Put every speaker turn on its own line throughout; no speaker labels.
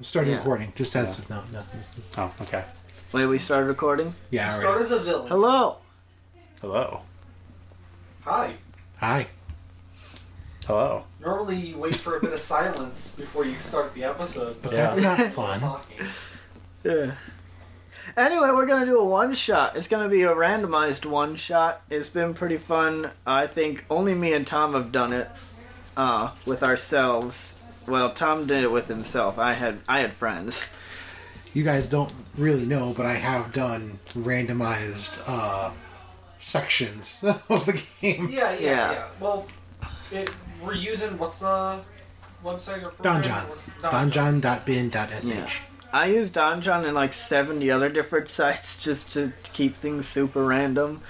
started
Yeah.
recording. Just as of now. No.
Oh, okay.
Wait, we started recording?
Yeah. all
Start
right.
as a villain.
Hello!
Hello.
Hi.
Hi.
Hello.
Normally you wait for a bit of silence before you start the episode.
But
Yeah.
that's not fun.
Talking.
Yeah. Anyway, we're gonna do a one shot. It's gonna be a randomized one shot. It's been pretty fun. I think only me and Tom have done it uh, with ourselves. Well, Tom did it with himself. I had I had friends.
You guys don't really know, but I have done randomized uh, sections of the game.
Yeah, yeah,
Yeah.
yeah. Well, it, we're using what's the website or program?
Donjon.
Donjon.
Donjon.bin.sh.
Yeah. I used Donjon and like seventy other different sites just to keep things super random.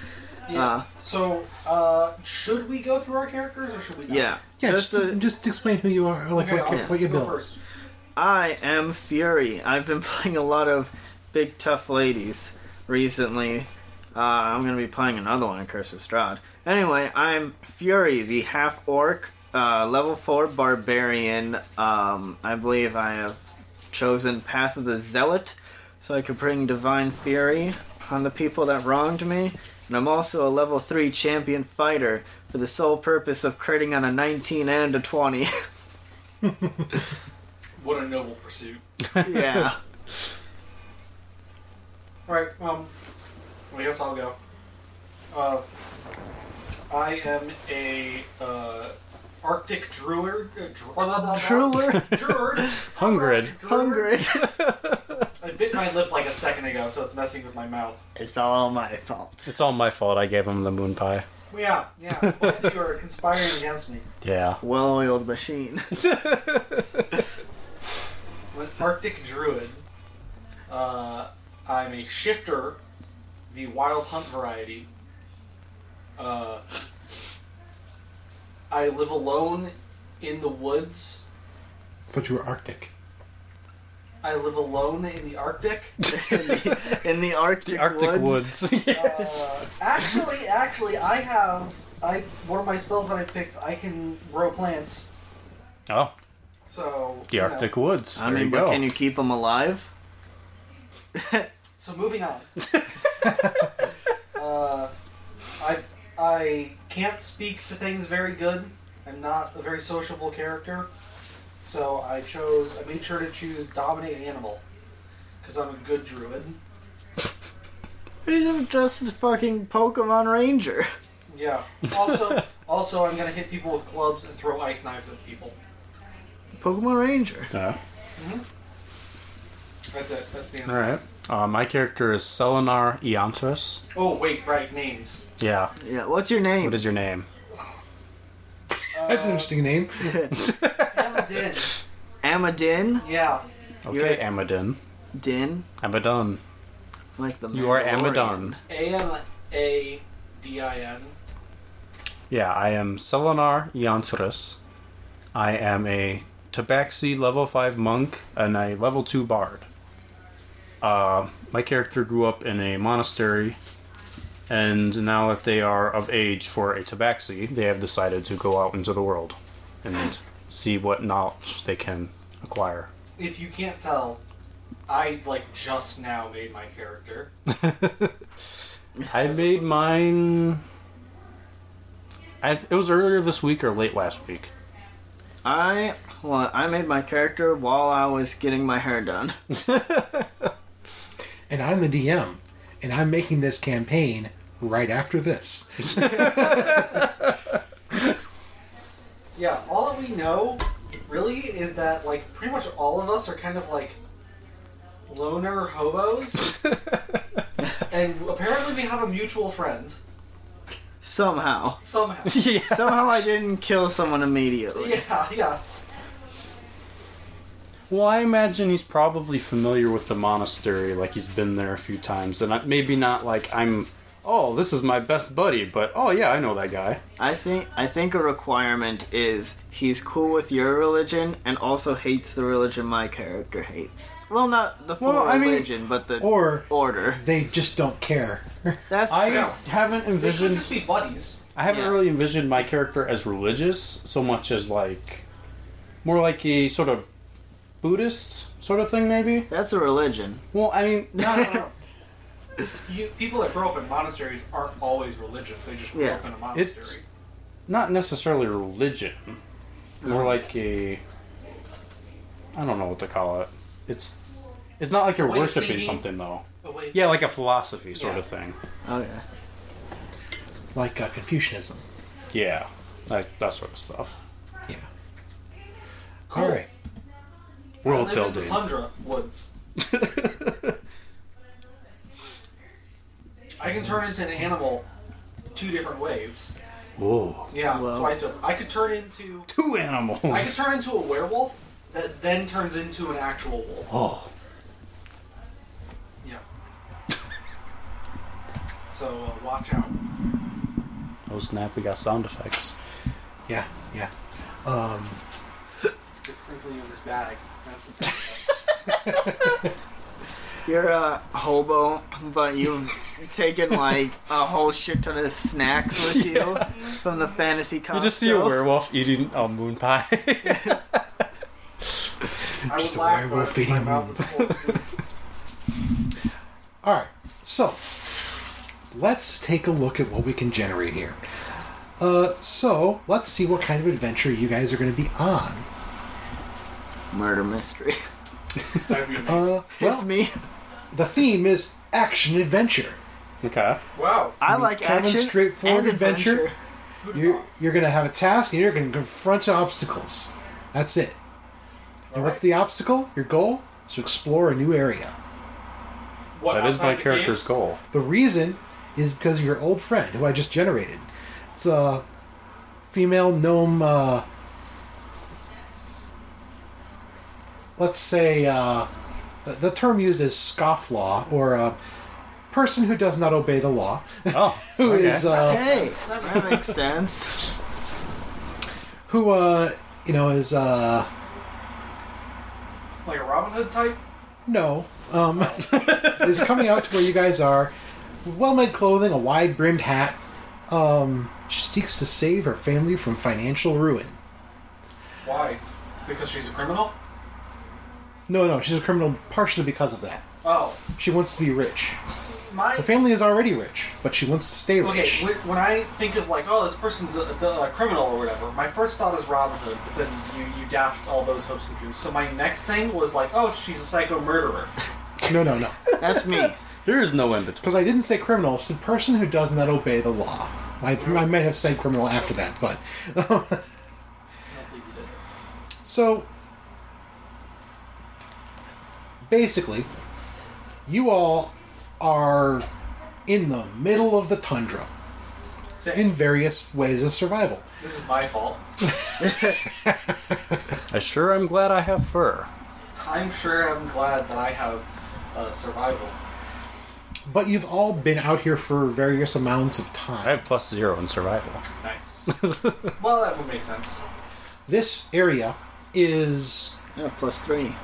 Yeah.
Uh,
so, uh, should we go through our characters or should we? Not?
Yeah.
Yeah,
just
just,
a-
just explain who you are, or like
Okay,
what,
I'll
what you
go
built.
first.
I am Fury. I've been playing a lot of big tough ladies recently. Uh, I'm going to be playing another one in Curse of Strahd. Anyway, I'm Fury, the half orc, uh, level 4 barbarian. Um, I believe I have chosen Path of the Zealot so I could bring divine fury on the people that wronged me. And I'm also a level 3 champion fighter for the sole purpose of critting on a 19 and a 20.
What a noble pursuit.
yeah.
All right. Um, I guess I'll go. Uh, I am a uh, Arctic druid. Uh, dru- blah, blah, blah, blah.
Truler.
Druid.
Hungrid.
Druid.
Hungry.
I bit my lip like a second ago, so it's messing with my mouth.
It's all my fault.
It's all my fault. I gave him the moon pie.
Well, yeah, yeah. Both of you are conspiring against me.
Yeah.
Well-oiled machine.
I'm an Arctic druid. Uh, I'm a shifter, the wild hunt variety. Uh, I live alone in the woods.
thought you were Arctic.
I live alone in the Arctic.
in, the, in the Arctic,
The Arctic woods. yes.
Uh, actually, actually, I have I one of my spells that I picked. I can grow plants.
Oh,
So
the
you know.
Arctic woods.
I
there
mean,
you
but
go.
can you keep them alive?
So moving on. uh, I I can't speak to things very good. I'm not a very sociable character, so I chose. I made sure to choose dominate animal because I'm a good druid.
I'm just a fucking Pokemon Ranger.
Yeah. Also, also I'm gonna hit people with clubs and throw ice knives at people.
Pokemon Ranger.
Yeah.
That's it. That's the end.
all right. Uh, my character is Selenar Iantras.
Oh wait, right names.
Yeah.
Yeah. What's your name?
What is your name?
Uh,
That's an interesting name.
Amadin.
Amadin.
Yeah.
Okay,
You're-
Amadon.
Din.
Amadon.
Like the.
You are
Mandalorian.
Amadon.
A M A D I N.
Yeah, I am Selenar Iantras. I am a Tabaxi level 5 monk and a level 2 bard. Uh, my character grew up in a monastery, and now that they are of age for a Tabaxi, they have decided to go out into the world and see what knowledge they can acquire.
If you can't tell, I like just now made my character.
I made mine. I, it was earlier this week or late last week.
I well, I made my character while I was getting my hair done.
And I'm the DM, and I'm making this campaign right after this.
Yeah, all that we know really is that like pretty much all of us are kind of like loner hobos. and apparently we have a mutual friend
Somehow.
somehow.
Somehow I didn't kill someone immediately.
yeah, yeah.
Well, I imagine he's probably familiar with the monastery, like he's been there a few times, and I, maybe not like I'm. Oh, this is my best buddy, but oh yeah, I know that guy.
I think I think a requirement is he's cool with your religion and also hates the religion my character hates. Well, not the full
Well, I mean-
religion, but the
Or
order.
they just don't care.
That's
I
true.
haven't
They could
envisioned.
just be buddies.
I haven't
Yeah.
really envisioned my character as religious so much as like more like a sort of Buddhist sort of thing, maybe.
That's a religion.
Well, I mean,
No, no, no. you, people that grow up in monasteries aren't always religious. They just grow
Yeah.
up in a monastery.
it's not necessarily religion. More like a, I don't know what to call it. It's, it's not like you're
Way of
worshiping
thinking.
something though.
A way-
Yeah, like a philosophy sort
Yeah.
of thing.
Okay.
like uh, Confucianism.
Yeah, like that sort of stuff.
Yeah.
Cool.
All right.
I
World
live in the
building.
tundra woods. I can turn into an animal two different ways.
Whoa.
Yeah,
Wow.
twice over. I could turn into
Two
I could
animals.
turn into a werewolf that then turns into an actual wolf.
Oh.
Yeah. so uh, watch out.
Oh snap! We got sound effects.
Yeah. Yeah. Um,
The crinkling of this bag. That's his
You're a hobo, but you've taken like a whole shit ton of snacks with you from the fantasy Costco.
You just see a werewolf eating a moon pie.
I
Just
would laugh, but
a werewolf
I would-
eating
my mouth would full of-
all right. So let's take a look at what we can generate here. Uh, so let's see what kind of adventure you guys are going to be on.
murder mystery.
That'd be amazing.
Uh, well,
it's me.
the theme is action adventure.
okay.
Wow.
I like
Common
action.
straightforward
and
adventure.
Who did
You're, you're going to have a task and you're going to confront obstacles. That's it. And what's the obstacle? Your goal is to explore a new area.
What,
That is
outside
my
the
character's
caves?
goal.
The reason is because of your old friend who I just generated. It's a female gnome. Uh, let's say uh, the, the term used is scofflaw or a person who does not obey the law.
Oh.
Who
okay.
is, uh,
Hey, that makes sense.
who uh, you know is uh,
Like a Robin Hood type?
No. Um, is coming out to where you guys are. Well made clothing, a wide brimmed hat. Um, she seeks to save her family from financial ruin.
Why? Because she's a criminal?
No, no, she's a criminal partially because of that.
Oh.
She wants to be rich.
My
Her family is already rich, but she wants to stay
Okay,
rich.
wh- when I think of like, oh, this person's a, a, a criminal or whatever, my first thought is Robin Hood, but then you, you dashed all those hopes and dreams. So my next thing was like, oh, she's a psycho murderer.
No, no, no.
That's me.
There is no in between.
Because I didn't say criminal, it's the person who does not obey the law. I, I might have said criminal after that, but.
I don't believe you did.
So basically, you all are in the middle of the tundra
Sick.
in various ways of survival.
This is my fault.
I sure am glad I have fur.
I'm sure I'm glad that I have uh, survival.
But you've all been out here for various amounts of
I
time.
have plus zero in survival.
Nice. well, that would make sense.
This area is
I have plus three.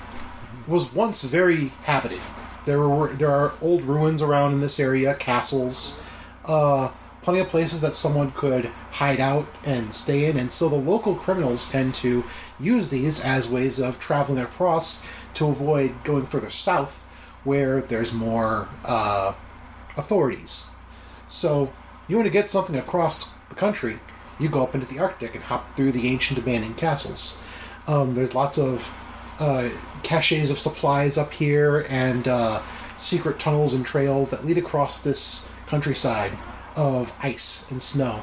was once very habited. There were there are old ruins around in this area, castles, uh, plenty of places that someone could hide out and stay in, and so the local criminals tend to use these as ways of traveling across to avoid going further south, where there's more uh, authorities. So you want to get something across the country, you go up into the Arctic and hop through the ancient abandoned castles. Um, there's lots of uh, caches of supplies up here and uh, secret tunnels and trails that lead across this countryside of ice and snow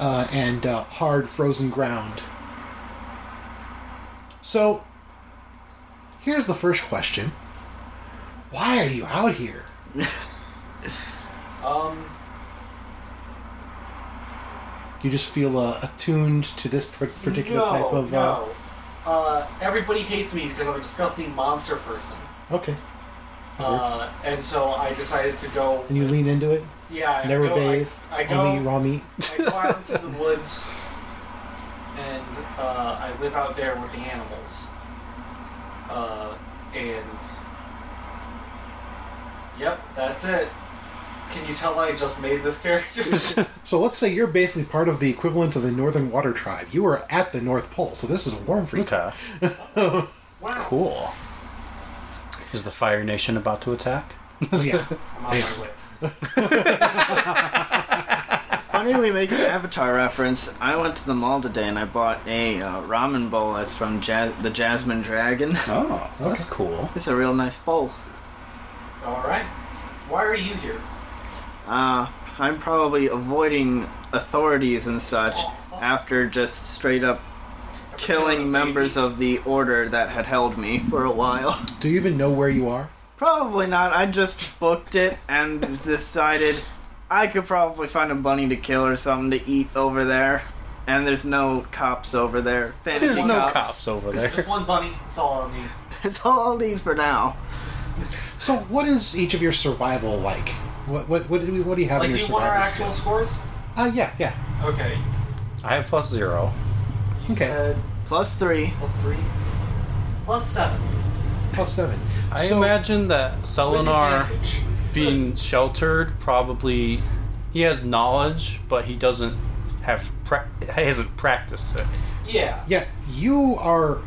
uh, and uh, hard frozen ground. So here's the first question Why are you out here?
Um,
You just feel uh, attuned to this par- particular
no,
type of. Uh,
no. Uh, everybody hates me because I'm a disgusting monster person.
okay. That works.
Uh, and so I decided to go.
And you lean into it.
yeah, I
Never
go,
bathe.
I, I go,
only eat raw meat.
I go out into the woods and uh, I live out there with the animals. Uh, and yep, that's it. Can you tell I just made this character?
So let's say you're basically part of the equivalent of the Northern Water Tribe. You were at the North Pole, so this is warm for you.
Okay.
wow.
Cool. Is the Fire Nation about to attack?
yeah.
I'm on my way.
Funny we make an Avatar reference. I went to the mall today and I bought a uh, ramen bowl that's from ja- the Jasmine Dragon.
Oh, that's cool.
It's a real nice bowl.
All right. Why are you here?
Uh, I'm probably avoiding authorities and such after just straight up killing members of the order that had held me for a while.
Do you even know where you are?
Probably not. I just booked it and decided I could probably find a bunny to kill or something to eat over there. And there's no cops over there. Fantasy
There's no
cops.
cops over there.
Just one bunny. That's all I need.
It's all I'll need for now.
So what is each of your survival like? What what what do, we, what do you have
Like,
in
do
your
you want our
survival
actual
skills?
scores?
Uh, yeah, yeah.
Okay.
I have plus zero.
You
Okay.
said
Plus three.
plus three, plus seven.
Plus seven.
I
so,
imagine that
With
Selinar,
advantage.
being sheltered, probably he has knowledge, but he doesn't have pra- he hasn't practiced it.
Yeah.
Yeah, you are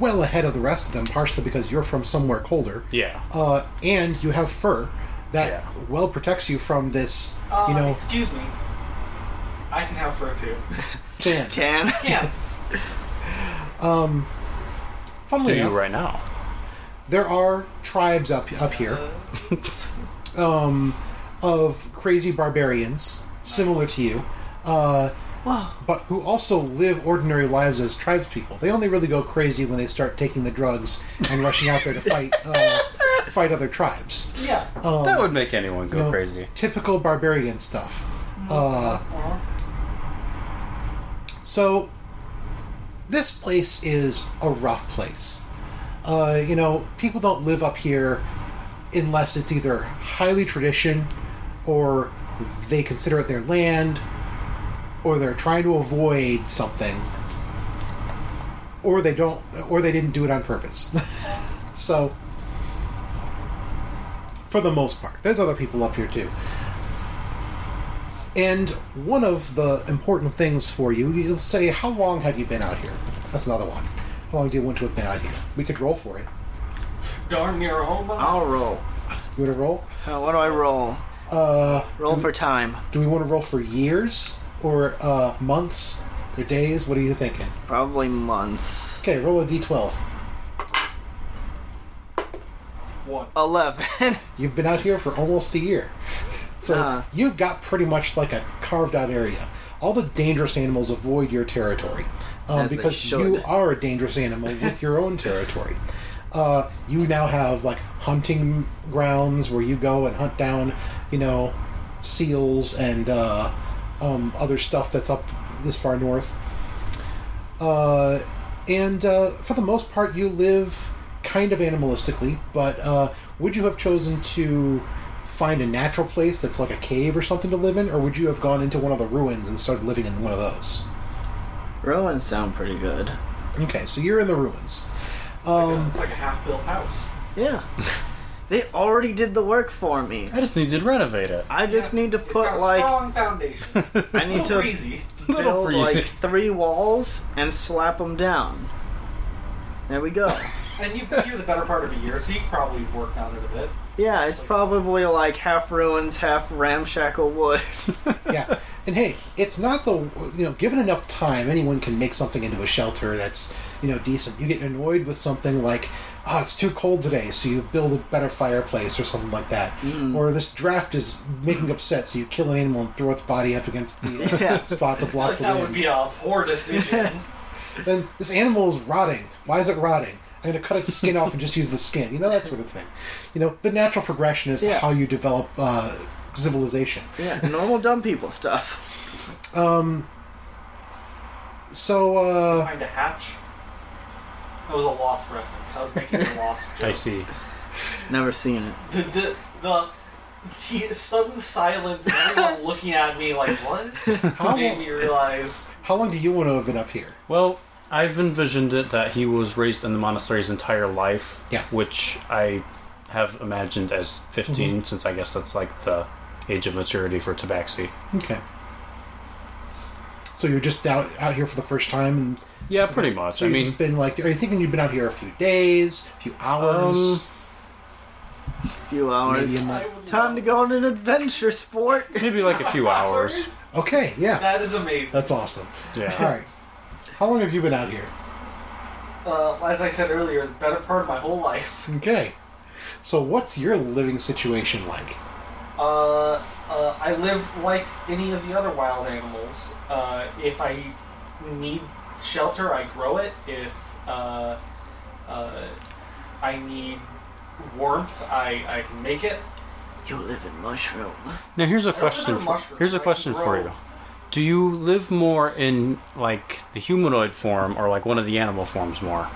well ahead of the rest of them, partially because you're from somewhere colder.
Yeah.
Uh, and you have fur that
Yeah.
well protects you from this,
Uh,
you know,
Excuse me. I can have fur too.
tan.
Can.
Yeah.
Funnily
Do you
enough,
right now?
there are tribes up up here um, of crazy barbarians similar to you, uh, but who also live ordinary lives as tribespeople. They only really go crazy when they start taking the drugs and rushing out there to fight uh, fight other tribes.
Yeah.
that would make anyone go
you know,
crazy.
Typical barbarian stuff. Uh, so, this place is a rough place. Uh, you know, people don't live up here unless it's either highly tradition or they consider it their land or they're trying to avoid something or they don't or they didn't do it on purpose. so, for the most part. There's other people up here too. And one of the important things for you, you'll say, how long have you been out here? That's another one. How long do you want to have been out here? We could roll for it.
Darn near a home bunny.
I'll roll.
You want to roll?
Uh, what do I roll?
Uh,
Roll for time.
do we want to roll for years or uh, months or days? What are you thinking?
Probably months.
Okay, roll a d12.
One.
Eleven.
You've been out here for almost a year. So
Uh.
you've got pretty much like a carved out area. All the dangerous animals avoid your territory um,
As they
because
should.
you are a dangerous animal with your own territory. Uh, you now have like hunting grounds where you go and hunt down, you know, seals and uh, um, other stuff that's up this far north. Uh, and uh, for the most part, you live kind of animalistically. But uh, would you have chosen to find a natural place that's like a cave or something to live in, or would you have gone into one of the ruins and started living in one of those?
Ruins sound pretty good.
Okay, so you're in the ruins. Um,
It's like a half-built house.
Yeah. they already did the work for me.
I just need to renovate it.
I just need to
It's
put
got a
like
strong foundation.
I need to
breezy.
Little
build
breezy.
like three walls and slap them down. There we go.
And you've been here the better part of a year, so you probably worked on it a bit.
Yeah, it's probably like half ruins, half ramshackle wood.
yeah, and hey, it's not the you know given enough time, anyone can make something into a shelter that's you know decent. You get annoyed with something like. Oh, it's too cold today, so you build a better fireplace or something like that.
Mm.
Or this draft is making upset, so you kill an animal and throw its body up against the
Yeah.
spot to block
Like,
the
that
wind.
would be a poor decision.
then this animal is rotting. Why is it rotting? I'm going to cut its skin off and just use the skin. You know that sort of thing. You know the natural progression is
Yeah.
how you develop uh, civilization.
yeah, normal dumb people stuff.
So uh,
Find a hatch. That was a lost reference. I was making a lost.
I
joke.
see.
Never seen it.
The the the. the sudden silence and everyone looking at me like what
how,
made me realize
how long do you want to have been up here?
Well, I've envisioned it that he was raised in the monastery his entire life,
Yeah.
which I have imagined as 15, since I guess that's like the age of maturity for Tabaxi.
Okay. So you're just out out here for the first time, and
Yeah, pretty much.
so
I
you've
mean,
just been like, are you thinking you've been out here a few days, a few
Um,
hours?
few hours.
Maybe a
I
month.
would
Time to
love-
go on an adventure sport.
maybe like a few hours.
Okay, yeah,
That is amazing.
that's awesome.
Yeah.
All right, how long have you been out here?
Uh, as I said earlier, the better part of my whole life.
Okay, so what's your living situation like?
Uh, uh, I live like any of the other wild animals. Uh, if I need shelter, I grow it. If uh, uh, I need warmth, I, I can make it.
You live in mushroom.
Now here's a
don't
question.
remember
For,
mushrooms,
here's a
but I can
question for
grow.
you. Do you live more in like the humanoid form or like one of the animal forms more?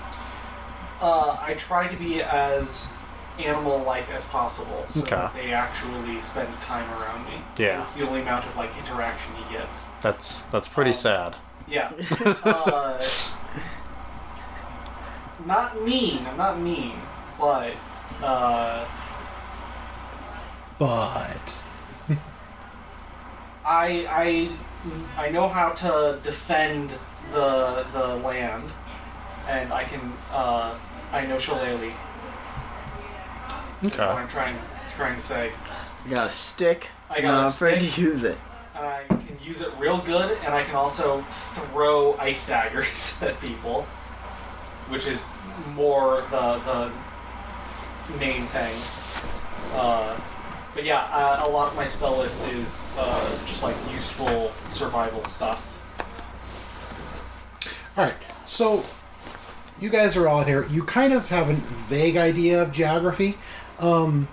Uh, I try to be as animal-like as possible, so
Okay.
that they actually spend time around me. 'Cause
Yeah.
it's the only amount of like interaction he gets.
That's that's pretty
Um,
sad.
Yeah. uh, not mean. I'm not mean, but uh,
But
I I I know how to defend the the land, and I can. Uh, I know Shillelagh. is What
Okay.
I'm trying trying to say.
You got a stick.
I got
Not
a
afraid
stick.
to use it.
and I can use it real good, and I can also throw ice daggers at people, which is more the the main thing. Uh, but yeah, uh, a lot of my spell list is uh, just like useful survival stuff.
all right, so you guys are all out here. You kind of have a vague idea of geography. Um,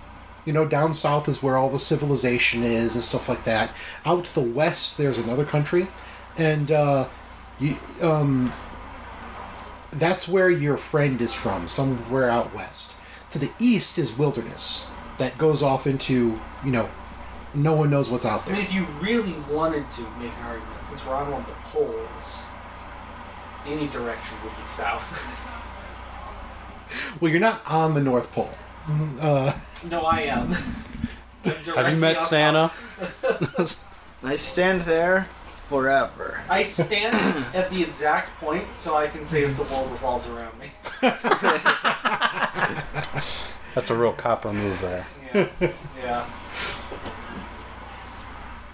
you know, down south is where all the civilization is and stuff like that. Out to the west, there's another country, and uh, you, um, that's where your friend is from, somewhere out west. To the east is wilderness that goes off into you know, no one knows what's out
I mean,
there.
if you really wanted to make an argument, since we're on one of the poles, any direction would be south.
Well, you're not on the North Pole. Mm, Uh,
no, I am.
Have you met Santa?
I stand there forever.
I stand at the exact point so I can say if the world revolves around me.
That's a real copper move there.
Yeah. yeah.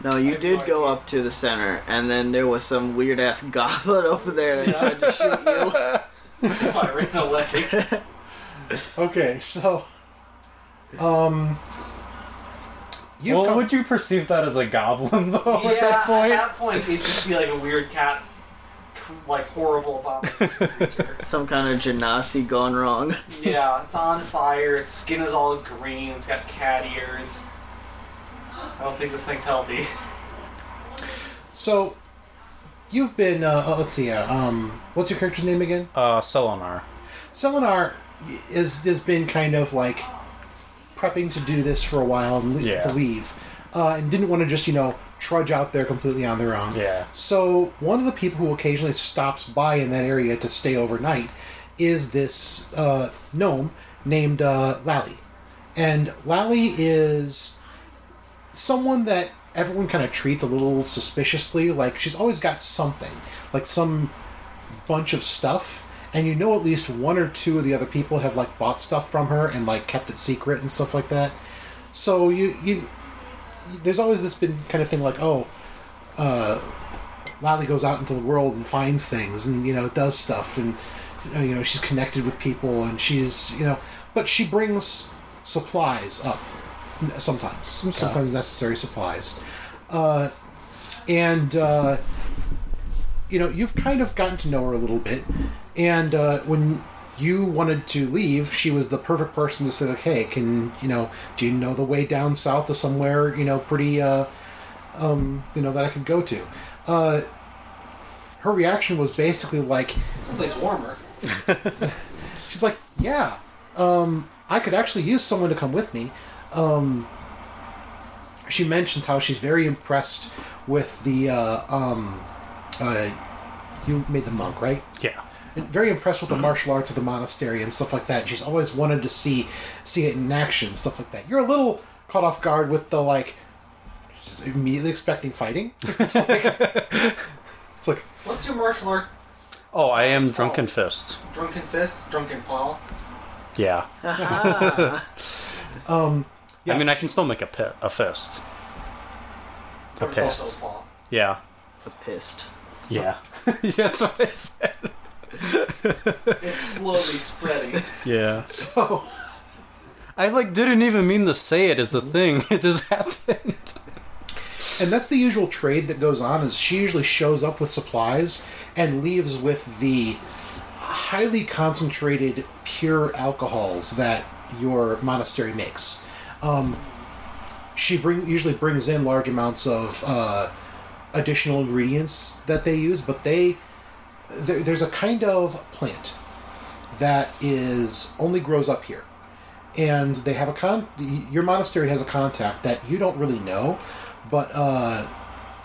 No, you
I've
did
no
go
idea.
up to the center, and then there was some weird ass goblin over there that tried to shoot you.
That's why I ran away.
okay, so, um, you've
Well,
come-
would you perceive that as a goblin though?
yeah,
at that
at
point,
that point, it'd just be like a weird cat, like horrible abomination creature.
Some kind of genasi gone wrong.
Yeah, it's on fire, its skin is all green, it's got cat ears. I don't think this thing's healthy.
So, you've been. Uh, uh, let's see. Uh, um, what's your character's name again?
uh, Selenar.
Selenar is has been kind of like prepping to do this for a while and le-
Yeah.
to leave, uh, and didn't want to just you know trudge out there completely on their own.
Yeah.
So one of the people who occasionally stops by in that area to stay overnight is this uh, gnome named uh, Lally, and Lally is someone that everyone kind of treats a little suspiciously. Like she's always got something, like some bunch of stuff, and you know at least one or two of the other people have like bought stuff from her and like kept it secret and stuff like that. So you you there's always this been kind of thing like oh, uh, Lally goes out into the world and finds things and you know does stuff and uh, you know she's connected with people and she's you know but she brings supplies up sometimes sometimes necessary supplies uh, and uh, you know you've kind of gotten to know her a little bit and uh, when you wanted to leave she was the perfect person to say like hey can you know do you know the way down south to somewhere you know pretty uh, um, you know that i could go to uh, her reaction was basically like
Someplace warmer.
she's like yeah um, i could actually use someone to come with me um, she mentions how she's very impressed with the uh, um, uh, you made the monk right
Yeah.
and very impressed with the martial arts of the monastery and stuff like that. She's always wanted to see see it in action, stuff like that. You're a little caught off guard with the like Just immediately expecting fighting. It's like, it's like
What's your martial arts?
Oh, I am Drunken Fist.
Drunken fist, drunken paw.
Yeah.
um, yeah.
I mean, I can still make a, pi- a fist.
but it's also
fist.
a paw.
Yeah.
A pissed.
Yeah. That's what I said.
It's slowly spreading.
Yeah.
so.
I like didn't even mean to say it as the thing. It just happened.
And that's the usual trade that goes on. Is she usually shows up with supplies and leaves with the highly concentrated pure alcohols that your monastery makes. Um, she bring usually brings in large amounts of uh, additional ingredients that they use, but they there, there's a kind of plant that is only grows up here and they have a con your monastery has a contact that you don't really know but uh,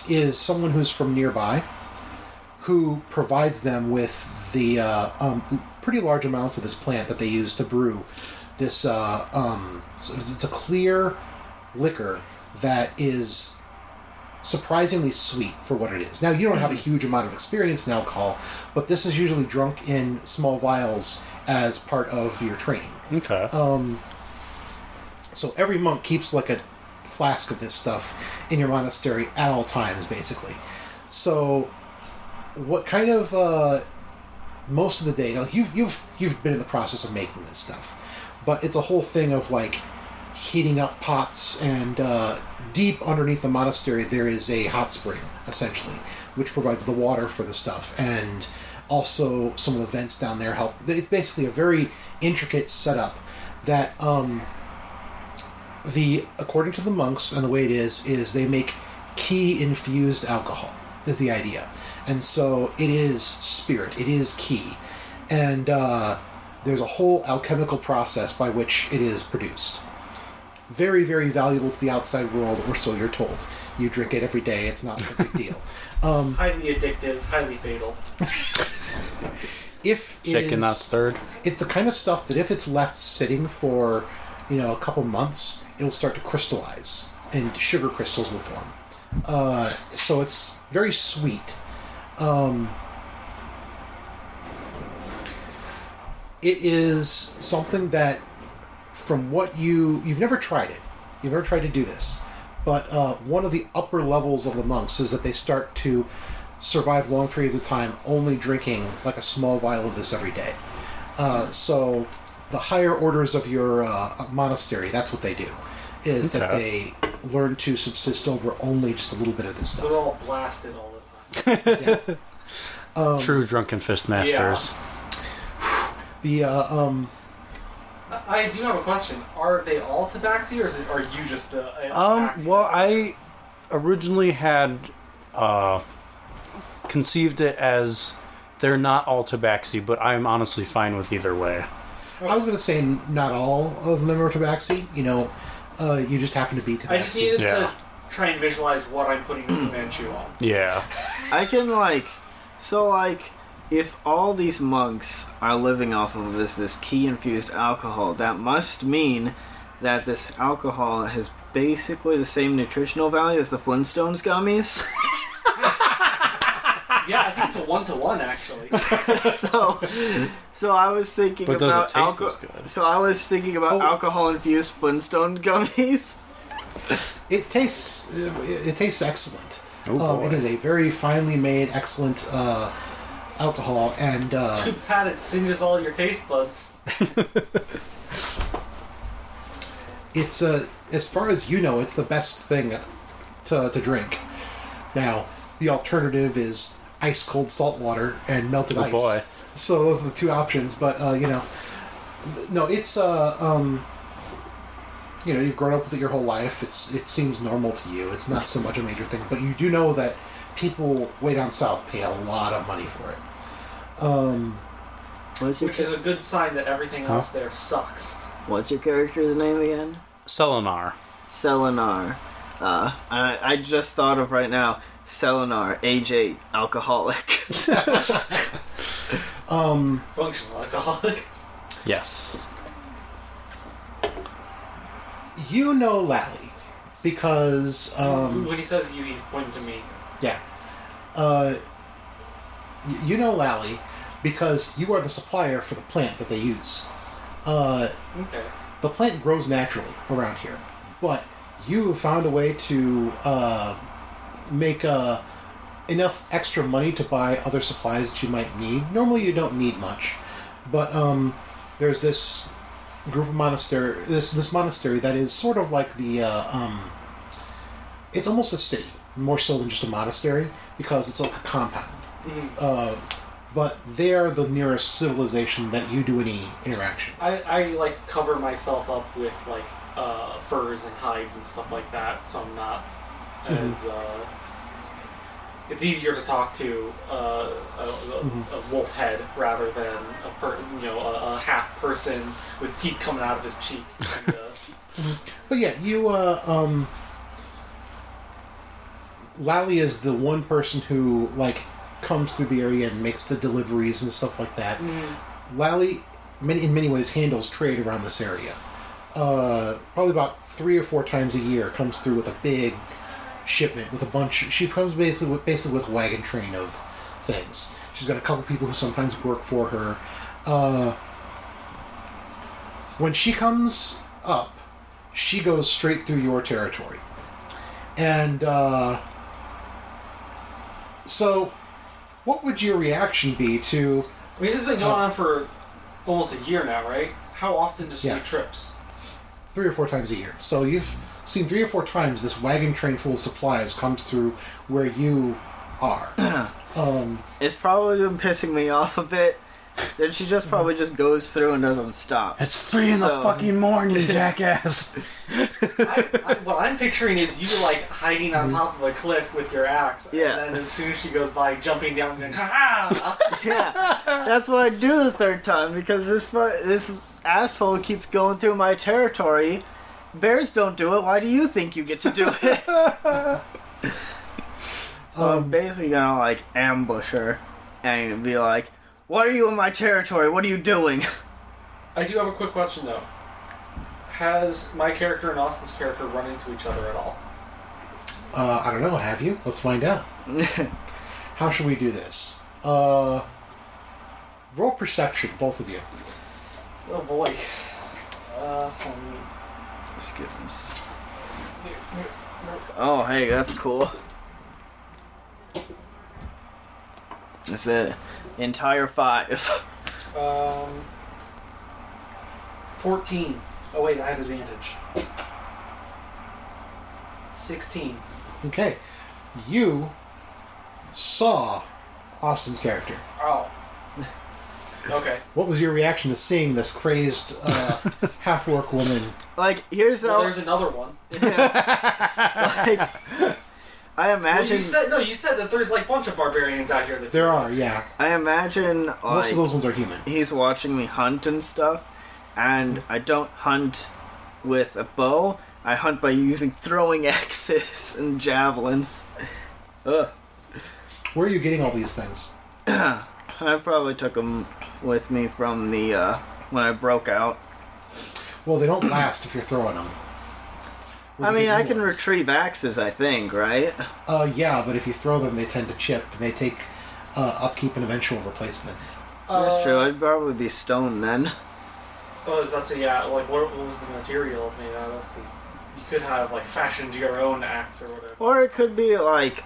is someone who's from nearby who provides them with the uh, um, pretty large amounts of this plant that they use to brew this uh, um, so it's a clear liquor that is surprisingly sweet for what it is now you don't have a huge amount of experience in alcohol but this is usually drunk in small vials as part of your training
Okay.
so every monk keeps like a flask of this stuff in your monastery at all times, basically. So, what kind of uh, most of the day? Like you've you've you've been in the process of making this stuff, but it's a whole thing of like heating up pots and uh, deep underneath the monastery there is a hot spring essentially, which provides the water for the stuff and also some of the vents down there help. It's basically a very intricate setup that um, the according to the monks and the way it is is they make key infused alcohol is the idea and so it is spirit it is key and uh, there's a whole alchemical process by which it is produced very very valuable to the outside world or so you're told you drink it every day it's not a big deal um,
Highly addictive, highly fatal.
if it
Shaking
is-
that third.
it's the kind of stuff that if it's left sitting for you know a couple months it'll start to crystallize and sugar crystals will form uh, so it's very sweet um, it is something that from what you you've never tried it you've never tried to do this but uh, one of the upper levels of the monks is that they start to survive long periods of time only drinking like a small vial of this every day uh, so the higher orders of your uh, monastery that's what they do is that
Okay.
they learn to subsist over only just a little bit of this
They're
stuff
all blasted all the time.
True drunken fist masters.
the uh, um,
I I do have a question. Are they all tabaxi, or is it, are you just the? a
Um.
tabaxi?
Well, I originally had uh, conceived it as they're not all tabaxi, but I'm honestly fine with either way.
i was going to say not all of them are tabaxi you know uh, you just happen to be tabaxi
I just needed
Yeah.
to try and visualize what I'm putting the Manchu on.
Yeah.
I can like, so like, if all these monks are living off of this this key infused alcohol, that must mean that this alcohol has basically the same nutritional value as the Flintstones gummies.
Yeah, I think it's a one to one actually.
so, so I was thinking
But does it
about
taste
alcohol.
as good?
So I was thinking about
Oh.
alcohol infused Flintstone gummies.
it tastes uh, it, it tastes excellent.
Oh,
um, it
boy.
is a very finely made, excellent uh, alcohol, and uh,
Too pat it singes all your taste buds.
it's uh, as far as you know, it's the best thing to, to drink. Now, the alternative is ice cold salt water and melted
Oh,
ice.
boy.
So those are the two options, but uh, you know, th- no, it's uh, um, you know, you've grown up with it your whole life. It's it seems normal to you. It's not so much a major thing, but you do know that people way down south pay a lot of money for it.
What's your
Which is a good sign that everything else there sucks.
What's your character's name again?
Selenar.
Selenar. Uh, I, I just thought of right now. Selenar, age eight, alcoholic.
Functional alcoholic.
Yes.
you know Lally because um,
when he says you, he's pointing to me.
yeah, uh, y- you know Lally because you are the supplier for the plant that they use. Uh,
Okay.
the plant grows naturally around here, but you found a way to uh, make uh, enough extra money to buy other supplies that you might need. Normally, you don't need much, but um, there's this group of monastery, this this monastery that is sort of like the, uh, um, it's almost a city more so than just a monastery because it's like a compound. Uh, but they're the nearest civilization that you do any interaction.
I, I like cover myself up with like uh, furs and hides and stuff like that, so I'm not as uh, it's easier to talk to uh, a, a, a wolf head rather than a per, you know a, a half person with teeth coming out of his cheek. And, uh,
But yeah, you, uh, um. Lally is the one person who, like, comes through the area and makes the deliveries and stuff like that. Lally, many, in many ways, handles trade around this area. Uh, probably about three or four times a year comes through with a big shipment with a bunch. She comes basically with, basically with a wagon train of things. She's got a couple people who sometimes work for her. Uh, when she comes up, she goes straight through your territory. And uh, so, what would your reaction be to?
I mean, this has been going on for almost a year now, right? How often does she
Yeah.
make trips?
three or four times a year. So you've seen three or four times this wagon train full of supplies comes through where you are. um,
It's probably been pissing me off a bit. Then she just probably just goes through and doesn't stop.
It's three in the
So-
fucking morning, jackass.
I, I, what I'm picturing is you like hiding on top of a cliff with your axe,
Yeah.
and then as soon as she goes by, jumping down and ha ha.
yeah, that's what I do the third time because this fu- this asshole keeps going through my territory. Bears don't do it. Why do you think you get to do it? so I'm basically gonna like ambush her and be like, "Why are you in my territory? What are you doing?"
I do have a quick question though. Has my character and Austin's character run into each other at all?
uh, I don't know. Have you? Let's find out. How should we do this? Uh, roll perception, both of you.
Oh boy. Uh, um,
Let's get this. Oh, hey, that's cool. That's it. Entire five.
um, fourteen. Oh wait, I have advantage. Sixteen.
Okay, you saw Austin's character.
Oh. Okay.
What was your reaction to seeing this crazed uh, half orc woman?
Like, here's
Well,
how.
there's another one.
like, I
Well,
imagine.
you said no. You said that there's like a bunch of barbarians out here. That
There
do
are,
this.
yeah.
I imagine
Most
like
of those ones are human.
he's watching me hunt and stuff, and I don't hunt with a bow. I hunt by using throwing axes and javelins. Ugh.
Where are you getting all these things?
I probably took them with me from the uh, when I broke out.
Well, they don't last if you're throwing them.
I mean, I can retrieve axes, I think, right?
Uh, yeah, but if you throw them, they tend to chip and they take uh, upkeep and eventual replacement.
That's
Uh,
true. I'd probably be stone then.
Oh, that's a, yeah. Like, what, what was the material made out of? Because you could have like fashioned your own axe or whatever.
Or it could be like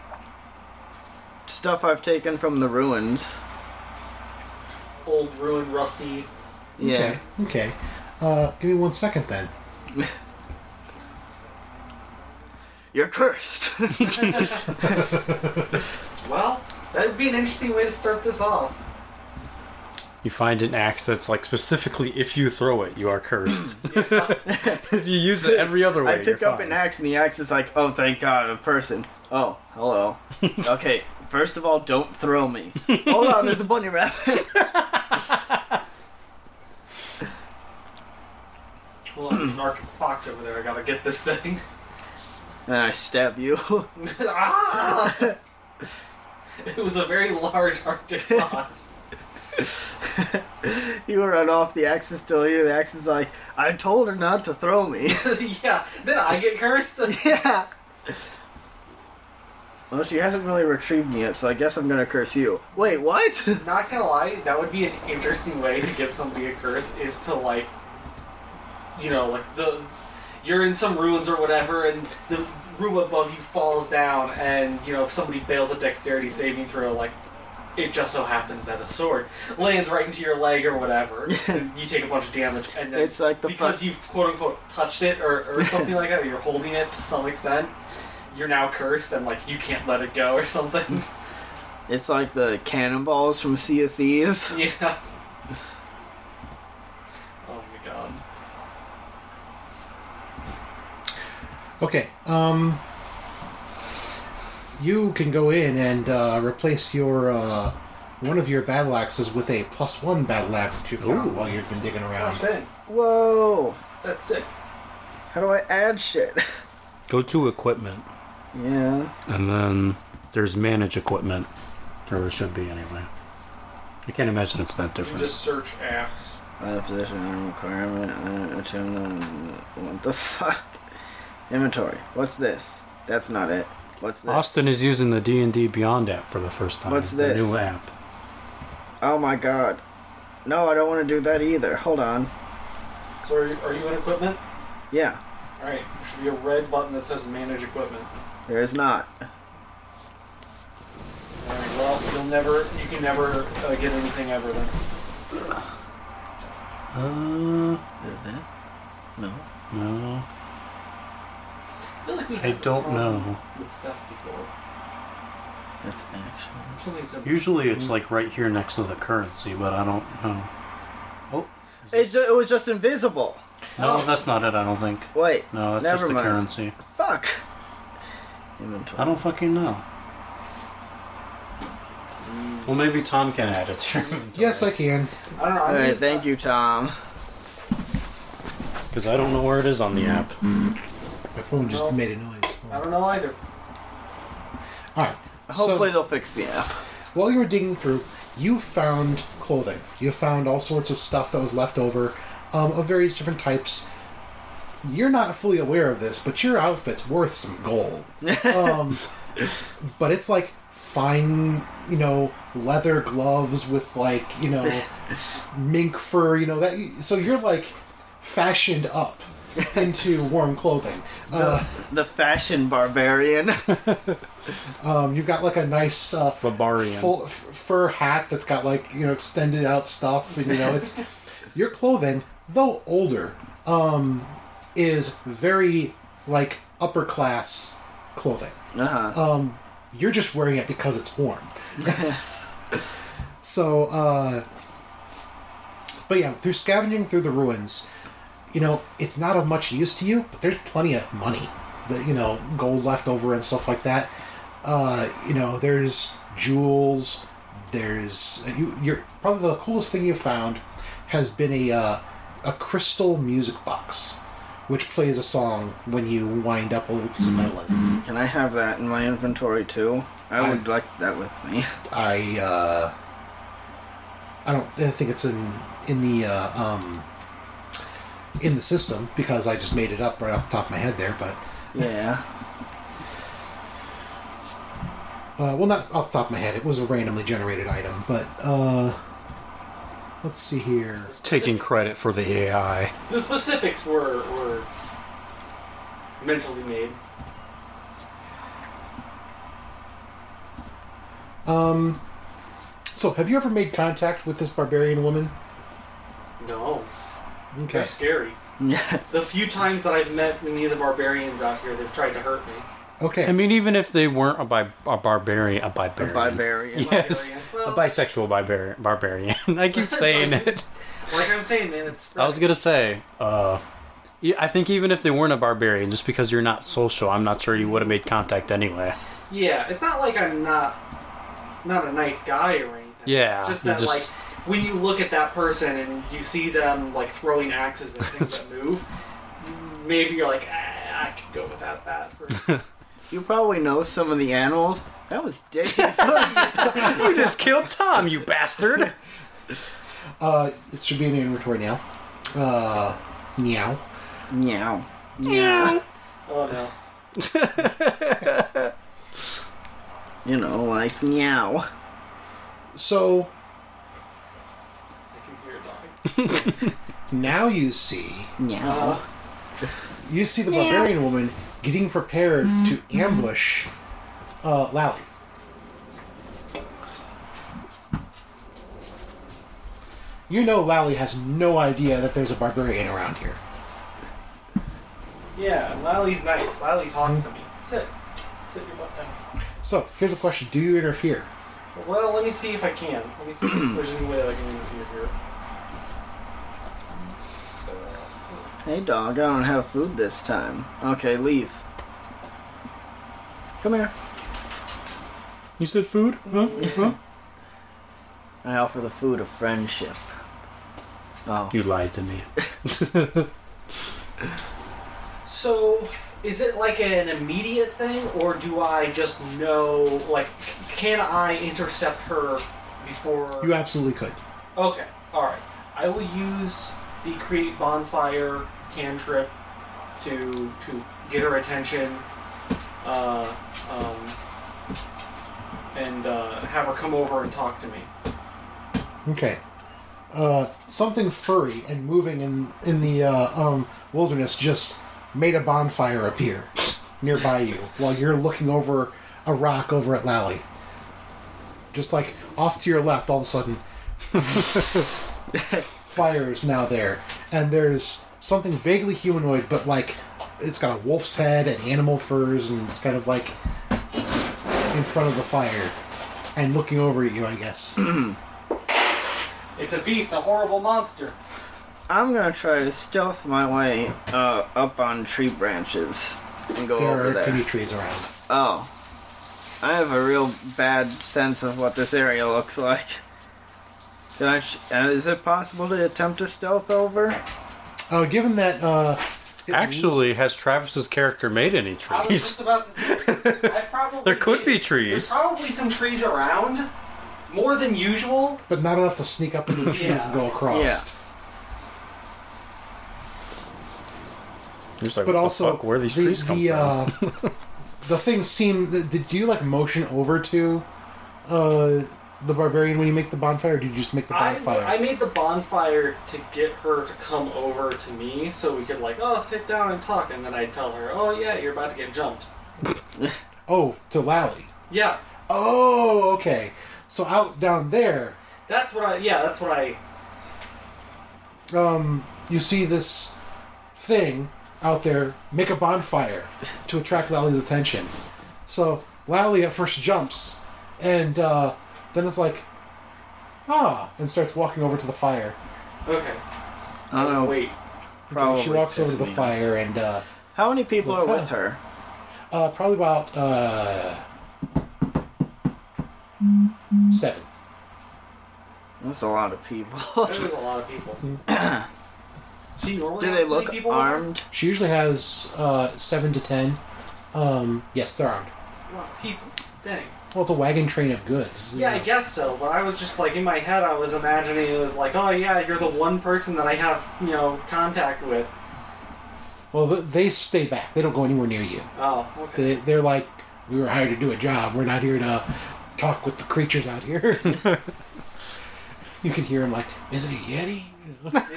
stuff I've taken from the ruins.
Old, ruined, rusty.
Yeah.
Okay. Okay. Uh, give me one second then.
You're cursed.
Well, that would be an interesting way to start this off.
You find an axe that's like specifically if you throw it, you are cursed. if you use it every other way,
I pick
you're
up
fine.
an axe and the axe is like, oh, thank God, a person. Oh, hello. okay, first of all, don't throw me. Hold on, there's a bunny rabbit.
Well, there's an arctic fox over there. I gotta get this thing.
and I stab you.
ah! it was a very large arctic fox.
you run off. The axe is still here. The axe is like, I told her not to throw me.
yeah, then I get cursed.
yeah. Well, she hasn't really retrieved me yet, so I guess I'm gonna curse you. Wait, what?
Not gonna lie, that would be an interesting way to give somebody a curse is to like, you know, like the you're in some ruins or whatever, and the room above you falls down, and you know if somebody fails a dexterity saving throw, like it just so happens that a sword lands right into your leg or whatever, and you take a bunch of damage, and then
It's like the
because
fu-
you've quote unquote touched it or, or something like that, or you're holding it to some extent. You're now cursed and like you can't let it go or something.
It's like the cannonballs from Sea of Thieves.
Yeah. Oh my god.
Okay. Um, you can go in and uh, replace your uh, one of your battle axes with a plus one battle axe that you found while you've been digging
Gosh
around.
dang,
Whoa!
that's sick.
How do I add shit?
Go to equipment,
yeah.
and then there's manage equipment. Or it should be anyway. I can't imagine it's that
You
different.
just search apps.
Uh, position and requirement. Uh, attend the- what the fuck? Inventory. What's this? That's not it. What's this?
Austin is using the D and D Beyond app for the first time.
What's
The
this?
new app.
Oh my god. No, I don't want to do that either. Hold on.
So are you, are you in equipment?
Yeah,
Alright, there should be a red button that says manage equipment.
there is not.
Alright, well, you'll never, you can never uh, get anything ever then.
Uh,
Is that? No.
no,
I feel like we
I
had this
don't
problem
know.
With stuff before.
That's action.
Something simple.
Usually it's like right here next to the currency, but I don't know. Oh,
It, ju- it was just invisible.
no, that's not it. I don't think.
Wait.
No, that's
Never
just the
mind.
currency.
Fuck.
I
Inventory.
don't fucking know. Well, maybe Tom can add it. to
Yes, I can.
I don't know. I
Alright,
mean,
thank you, Tom.
because I don't know where it is on the app.
My phone just
Well,
made a noise.
I don't know either.
All right.
Hopefully
so,
they'll fix the app.
while you were digging through, you found clothing. You found all sorts of stuff that was left over, um, of various different types. You're not fully aware of this, but your outfit's worth some gold. um, but it's like fine, you know, leather gloves with like you know s- mink fur, you know that. So you're like fashioned up into warm clothing. Uh,
The fashion barbarian.
Um, you've got like a nice uh, f-
Barbarian.
full, f- fur hat that's got like you know extended out stuff, and you know it's your clothing, though older, um, is very like upper class clothing.
Uh-huh.
Um, you're just wearing it because it's warm. so, uh, but yeah, through scavenging through the ruins, you know, it's not of much use to you, but there's plenty of money, that you know, gold left over and stuff like that. Uh, you know, there's jewels. There's you. You're probably the coolest thing you found has been a uh, a crystal music box, which plays a song when you wind up a little piece of metal in it.
Can I have that in my inventory too? I would like that with me.
I uh, I don't th- think it's in in the uh, um, in the system because I just made it up right off the top of my head there. But
Yeah.
uh, well, not off the top of my head. It was a randomly generated item. But uh, let's see here.
Taking credit for the AI.
The specifics were were mentally made.
Um, so have you ever made contact with this barbarian woman?
No, they're
Okay.
scary.
Yeah.
The few times that I've met any of the barbarians out here, they've tried to hurt me.
I
Okay.
mean, even if they weren't a, bi- a barbarian, a
A
barbarian,
barbarian.
Yes,
Well-
a bisexual barbar- barbarian. I keep saying it.
Like I'm saying, man, it's.
I was gonna say, uh, yeah, I think even if they weren't a barbarian, just because you're not social, I'm not sure you would have made contact anyway.
Yeah, it's not like I'm not not a nice guy or anything.
Yeah,
it's just
you
that
just-
like when you look at that person and you see them like throwing axes and things that move, maybe you're like, ah, I could go without that. For...
You probably know some of the animals. That was Dave.
you just killed Tom, you bastard.
Uh, it should be an inventory now. Uh, meow.
Meow. Meow.
Oh no.
You know, like meow.
So
I can hear it dying.
now you see
Uh-huh. Uh,
Meow.
you see the barbarian woman getting prepared to ambush uh, Lally. You know Lally has no idea that there's a barbarian around here.
Yeah, Lally's nice. Lally talks to me.
Sit. Sit your butt down.
So here's a question: Do you interfere?
Well, let me see if I can. Let me see if there's any way that I can interfere here.
Hey, dog, I don't have food this time. Okay, leave. Come here.
You said food? Huh? Huh?
I offer the food of friendship. Oh.
You lied to me.
So, is it like an immediate thing, or do I just know? Like, c- can I intercept her before?
You absolutely could.
okay, all right. I will use the create bonfire cantrip to to get her attention, uh, um, and uh, have her come over and talk to me.
Okay. Uh, something furry and moving in in the uh, um, wilderness just made a bonfire appear nearby you while you're looking over a rock over at Lally. Just like off to your left, all of a sudden, fire is now there, and there's something vaguely humanoid, but like it's got a wolf's head and animal furs, and it's kind of like in front of the fire and looking over at you, I guess.
It's a beast, a horrible monster.
I'm gonna try to stealth my way uh, up on tree branches and go
there
over
are
there.
kitty trees around.
Oh. I have a real bad sense of what this area looks like. Did I sh- uh, is it possible to attempt a stealth over?
Uh, given that, uh, it-
Actually, has Travis's character made any
I was
trees?
just about to say. I probably
There could be
did. There's
trees.
probably some trees around, more than usual.
but not enough to sneak up into the trees
Yeah.
and go across.
Just like,
But
what
also,
the fuck? Where these
the,
trees come
the,
from?
uh, the thing seemed. Did you like motion over to uh, the barbarian when you make the bonfire? Or did you just make the
I,
bonfire?
I made the bonfire to get her to come over to me so we could like, oh, sit down and talk, and then I'd tell her, oh yeah, you're about to get jumped.
oh, to Lally.
Yeah,
Oh, okay. So out down there,
that's what I. Yeah, that's what I.
um, you see this thing out there make a bonfire to attract Lally's attention. So Lally at first jumps, and uh, then is like, ah, and starts walking over to the fire.
Okay.
I don't know.
Wait.
Probably
she walks over to the
pissed me off.
fire, and uh,
How many people are
Huh.
with her?
uh, probably about uh, seven.
That's a lot of people.
There's a lot of people. she normally
Do
has
they
as many
look
people?
armed?
She usually has uh, seven to ten. Um, yes, they're armed.
A lot of people. Dang.
Well, it's a wagon train of goods.
Yeah, I guess so. But I was just like in my head, I was imagining it was like, oh yeah, you're the one person that I have you know contact with.
Well, th- they stay back. They don't go anywhere near you.
Oh, okay.
They, they're like, we were hired to do a job. We're not here to talk with the creatures out here. you can hear him like, is it a yeti?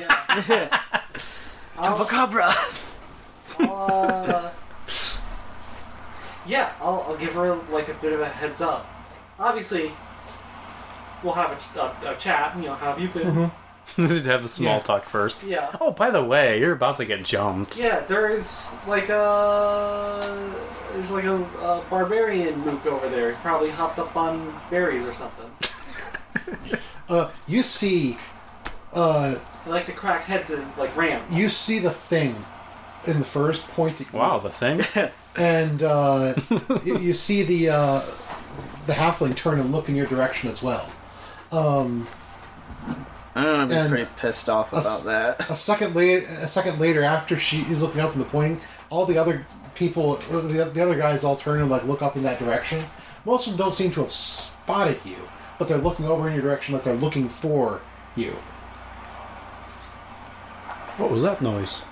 Yeah. I'll,
Chupacabra!
I'll, uh, yeah, I'll, I'll give her like a bit of a heads up. Obviously, we'll have a, ch- a, a chat. You know, how have you been?
They'd have the small
Yeah.
talk first.
Yeah,
Oh, by the way, you're about to get jumped.
yeah. There is like a there's like a, a barbarian mook over there. He's probably hopped up on berries or something.
Uh, you see, uh,
I like to crack heads in like rams.
you see the thing in the first point at you,
Wow, the thing.
and uh, y- you see the uh, the halfling turn and look in your direction as well.
I'm gonna be
And
pretty pissed off about
s-
that.
a second later, a second later, after she is looking up from the pointing, all the other people, uh, the, the other guys, all turn and like look up in that direction. Most of them don't seem to have spotted you, but they're looking over in your direction like they're looking for you.
What was that noise?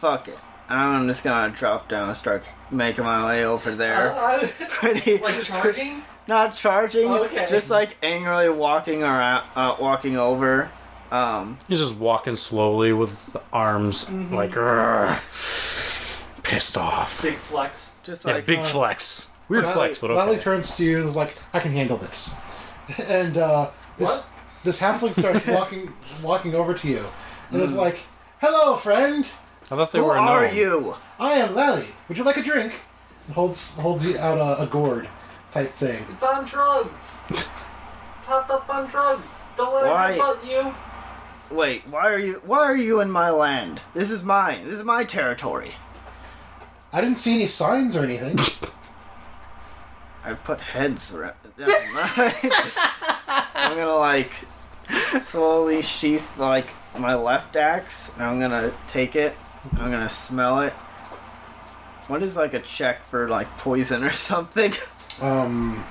Fuck it. I'm just gonna drop down and start making my way over there.
Uh,
pretty,
like charging? Oh,
not charging,
Okay.
just like angrily walking around, uh, walking over. Um,
He's just walking slowly with the arms like "Grr," pissed off.
Big flex.
just
Yeah,
like
big
uh,
flex. Weird flex, but
Lally
okay.
turns to you and is like, "I can handle this," and uh, this
What?
this halfling starts walking walking over to you and is like, "Hello, friend.
I thought they
Who
were. a
are
gnome.
you?
I am Lally. Would you like a drink?" And holds holds you out a, a gourd type thing.
It's on drugs. Topped up on drugs. Don't let
Why?
it about you.
Wait, why are you? Why are you in my land? This is mine. This is my territory.
I didn't see any signs or anything.
I put heads around. Never mind. I'm gonna like slowly sheath like my left axe. and I'm gonna take it. I'm gonna smell it. What is like a check for like poison or something?
Um,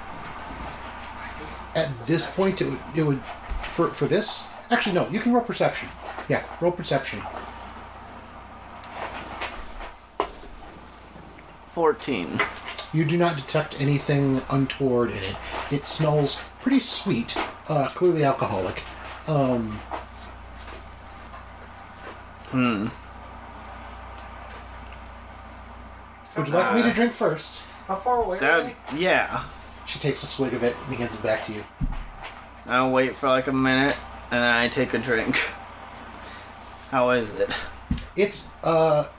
at this point, it would, it would for for this. Actually, no. You can roll perception. Yeah, roll perception.
14.
You do not detect anything untoward in it. It smells pretty sweet, uh, clearly alcoholic. Um, would you like me to drink first?
How far away are
That
they?
yeah.
She takes a swig of it and hands it back to you.
I'll wait for like a minute and then I take a drink. How is it?
It's uh,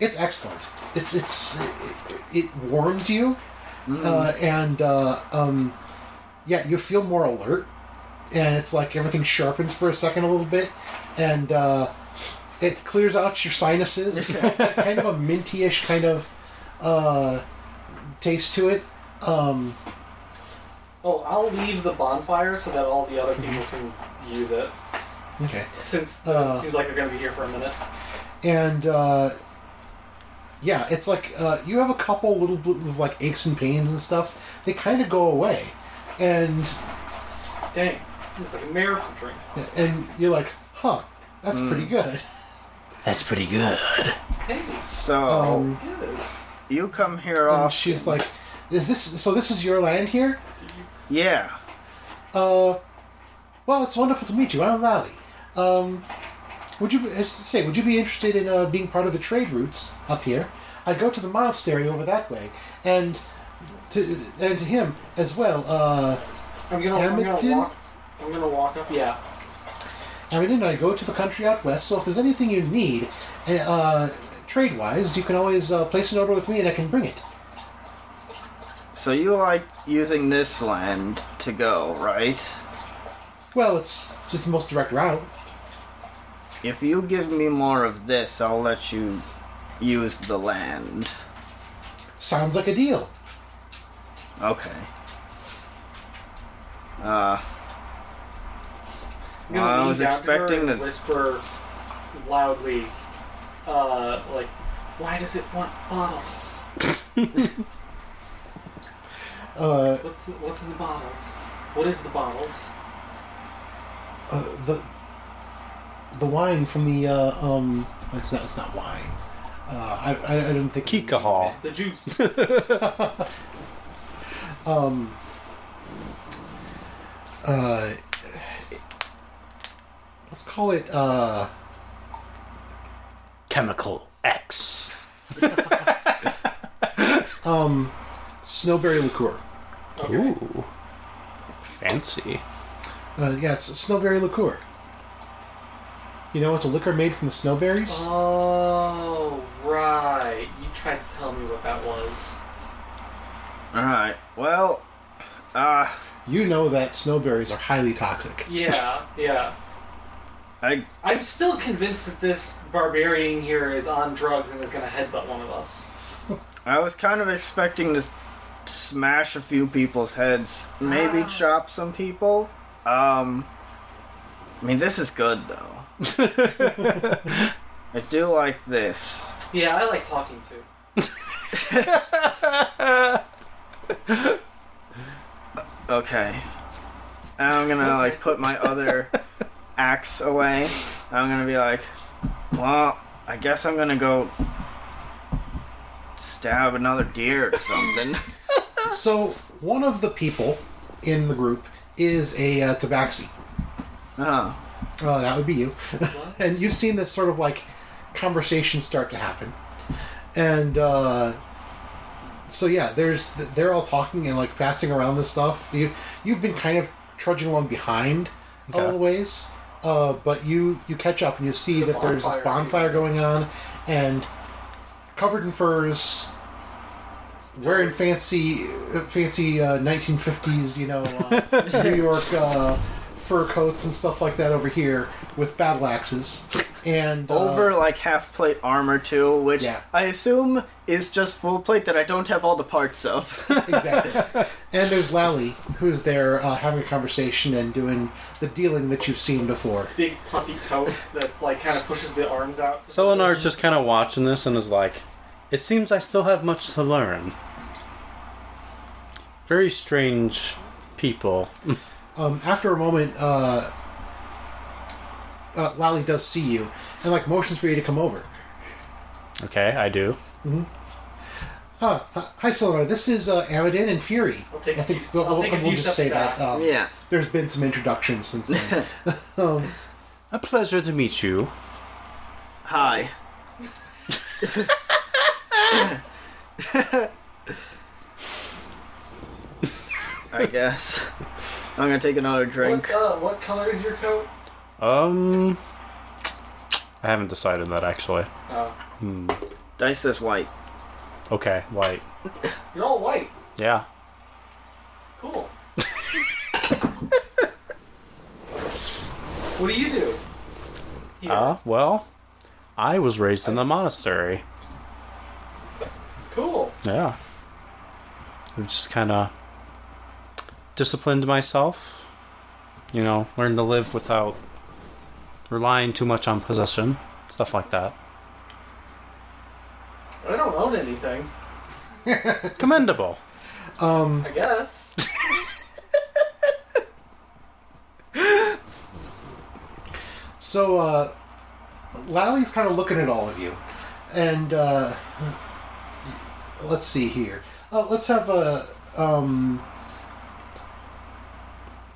it's excellent. It's it's it, it warms you, uh, and uh, um, yeah, you feel more alert, and it's like everything sharpens for a second a little bit, and uh, it clears out your sinuses. It's kind of a minty-ish kind of uh, taste to it. Um,
Oh, I'll leave the bonfire so that all the other people can use it.
okay.
Since
Uh.
it seems like they're going to be here for a minute.
and uh, yeah, it's like uh, you have a couple little bl- of like aches and pains and stuff. They kind of go away, and
Dang. It's like a miracle drink.
and you're like, huh, that's pretty good.
That's pretty good.
Hey,
So
Um,
good.
you come here
and
off
she's like, is this so? This is your land here?
Yeah.
Uh, well, it's wonderful to meet you. I'm Lally. Um, would you be- say? Would you be interested in uh, being part of the trade routes up here? I'd go to the monastery over that way, and to and to him as well. Uh,
I'm gonna, I'm
Hamilton?
gonna walk. I'm gonna walk up. Yeah.
I mean, and I go to the country out west. So if there's anything you need, uh, trade wise, you can always uh, place an order with me, and I can bring it.
So you like using this land to go, right?
Well, it's just the most direct route.
If you give me more of this, I'll let you use the land.
Sounds like a deal.
Okay. Uh,
I'm gonna
I
lean
was
down to
expecting
her and
to-
whisper loudly, uh, like, "Why does it want bottles?
Uh,
What's what's in the bottles? What is the bottles?
uh, the the wine from the uh, um, it's not it's not wine. Uh, I, I I didn't think
Kika Hall.
The juice."
Uh, let's call it. Uh,
Chemical X.
um, snowberry liqueur.
Okay.
Ooh. Fancy.
Uh, yeah, it's snowberry liqueur. You know, it's a liquor made from the snowberries.
Oh right, you tried to tell me what that was.
alright. Well, uh,
You know that snowberries are highly toxic.
Yeah, yeah.
I.
I'm still convinced that this barbarian here is on drugs and is gonna headbutt one of us.
I was kind of expecting to s- smash a few people's heads, maybe chop some people. Um, I mean, this is good though. I do like this.
Yeah, I like talking to.
Okay. and I'm gonna like put my other axe away. I'm gonna be like, well, I guess I'm gonna go stab another deer or something.
So one of the people in the group is a uh, tabaxi.
oh,
Uh, that would be you. and you've seen this sort of like conversation start to happen. And uh, so yeah, there's they're all talking and like passing around this stuff. You you've been kind of trudging along behind a
Okay.
little ways, uh, but you you catch up and you see that there's this bonfire
bonfire.
going on, and covered in furs, wearing fancy uh, fancy uh, 1950s you know uh, New York uh, fur coats and stuff like that over here with battle axes and uh,
over like half plate armor too, which
Yeah.
I assume is just full plate that I don't have all the parts of.
exactly and there's Lally who's there uh, having a conversation and doing the dealing that you've seen before
Big puffy coat that's like kind of pushes the arms out.
Selenar's just kind of watching this and is like, it seems I still have much to learn. Very strange people.
um, after a moment uh, uh, Lally does see you and like motions for you to come over
Okay, I do.
Huh, hi- Uh, hi Solar this is uh, Amadin and Fury
I'll take
I
a
think
few-
we'll,
I'll take a
we'll
few
just
steps
say
back.
that um,
yeah.
there's been some introductions since then. um,
A pleasure to meet you.
Hi. I guess. I'm gonna take another drink.
What, uh, what color is your coat?
Um, I haven't decided that actually.
Oh.
Hmm.
Dice is white.
Okay, white.
You're all white.
Yeah.
Cool. what do you do? Here.
Uh, well, I was raised in the monastery.
Cool.
Yeah. I've just kind of disciplined myself. You know, learned to live without relying too much on possession, stuff like that.
I don't own anything.
Commendable.
I guess.
so uh, Lally's kind of looking at all of you, and uh, let's see here. Uh, let's have a um,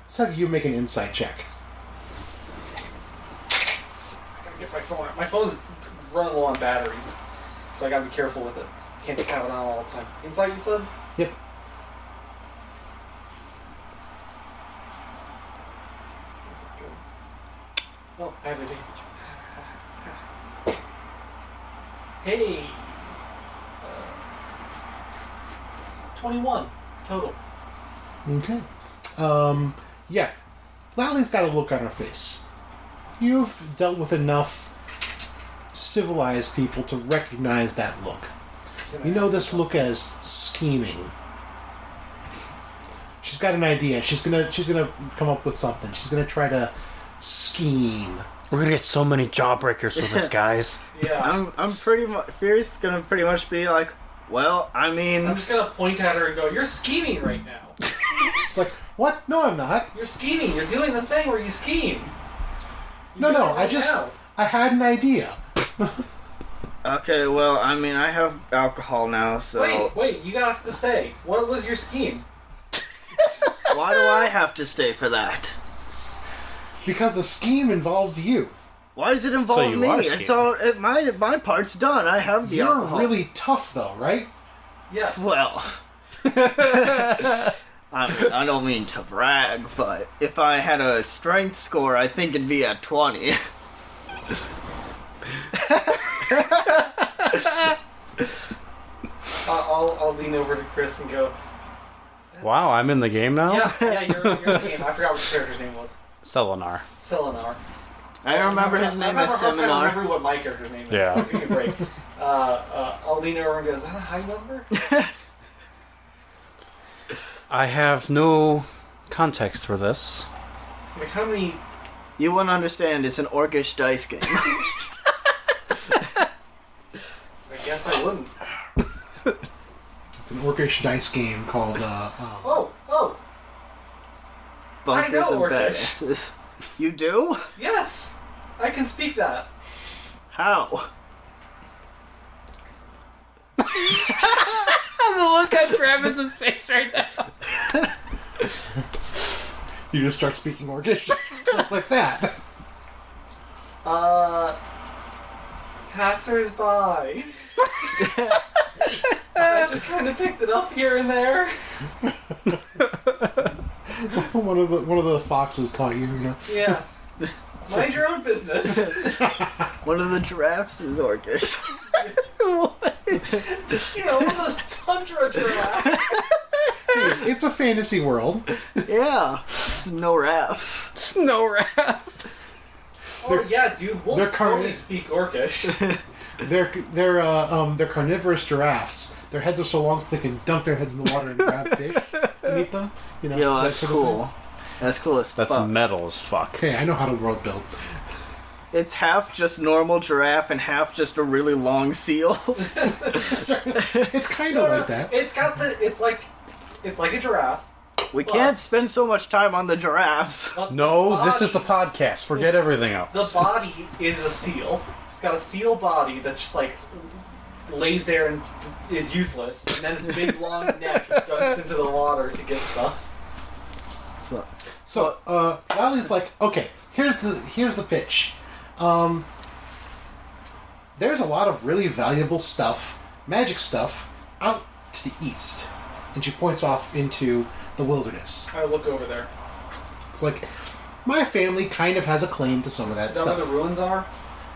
let's have you make an insight check.
I gotta get my phone out. My phone's running low on batteries, so I gotta be careful with it. Can't have it on all the time. Inside, you said?
Yep.
Is it good? Oh, I have advantage. Hey! Uh, 21 total.
Okay. Um, yeah, Lally's got a look on her face. You've dealt with enough civilized people to recognize that look. You know this look as scheming. She's got an idea. She's gonna she's gonna come up with something. She's gonna try to scheme.
We're gonna get so many jawbreakers with this, guys.
Yeah.
I'm I'm pretty much Fury's gonna pretty much be like, well, I
I'm
mean,
just gonna point at her and go, You're scheming right now.
It's like, what? No, I'm not.
You're scheming. You're doing the thing where you scheme.
No, no. I just I had an idea.
okay, well, I mean, I have alcohol now, so
Wait, wait, you have to stay. What was your scheme?
why do I have to stay for that?
Because the scheme involves you.
Why does it involve
you
me?
are
It's
scheming.
all it, my my part's done. I have the
You're
alcohol.
really tough, though, right?
Yes.
Well, I, mean, I don't mean to brag, but if I had a strength score, I think it'd be a 20.
I- Uh, I'll, I'll lean over to Chris and go,
Wow, I'm in the game
Oh.
now?
Yeah, yeah, you're, you're in the game. I forgot what your character's name was.
Selenar.
Selenar.
I don't remember his name
I remember,
as
I'm trying to
Seminar.
remember what my character's name is.
Yeah.
So give me a break. Uh, uh, I'll lean over and go, Is that a high number?
I have no context for this.
Like, how many.
You wouldn't understand, it's an orcish dice game.
I guess I wouldn't.
It's an orcish dice game called. Uh, um,
Oh, oh!
bunkers
I know
and
Orcish.
badasses. You do?
Yes, I can speak that.
How?
the look on Travis's face right now.
You just start speaking Orcish Stuff like that.
Uh, passersby. I just kind of picked it up here and there.
One of the one of the foxes caught you. You know,
Yeah. Mind your own business.
One of the giraffes is orcish.
You know, one of those tundra giraffes.
Hey, it's a fantasy world.
yeah. Snow raff.
Snow wrap.
Oh yeah, dude, wolves
they're current.
totally speak Orcish.
They're they're uh, um, they're carnivorous giraffes. Their heads are so long so they can dunk their heads in the water and grab fish and eat them. You know,
Yo,
that
that's
sort of thing.
cool. That's cool as
That's
fuck.
metal as fuck.
Hey, I know how to world build.
it's half just normal giraffe and half just a really long seal.
It's kind of like that.
It's got the. It's like. It's like a giraffe.
we can't spend so much time on the giraffes.
but the
No, this is the
body-
podcast. Forget everything
The
else.
body is a seal. It's got a seal body that just like lays there and is useless, and then its big long neck dunks into the water to get stuff.
So,
So uh, Lally's like, okay, here's the here's the pitch. Um, there's a lot of really valuable stuff, magic stuff, out to the east, and she points off into the wilderness.
I look over there.
It's like my family kind of has a claim to some of that
Is that where the
stuff.
ruins are?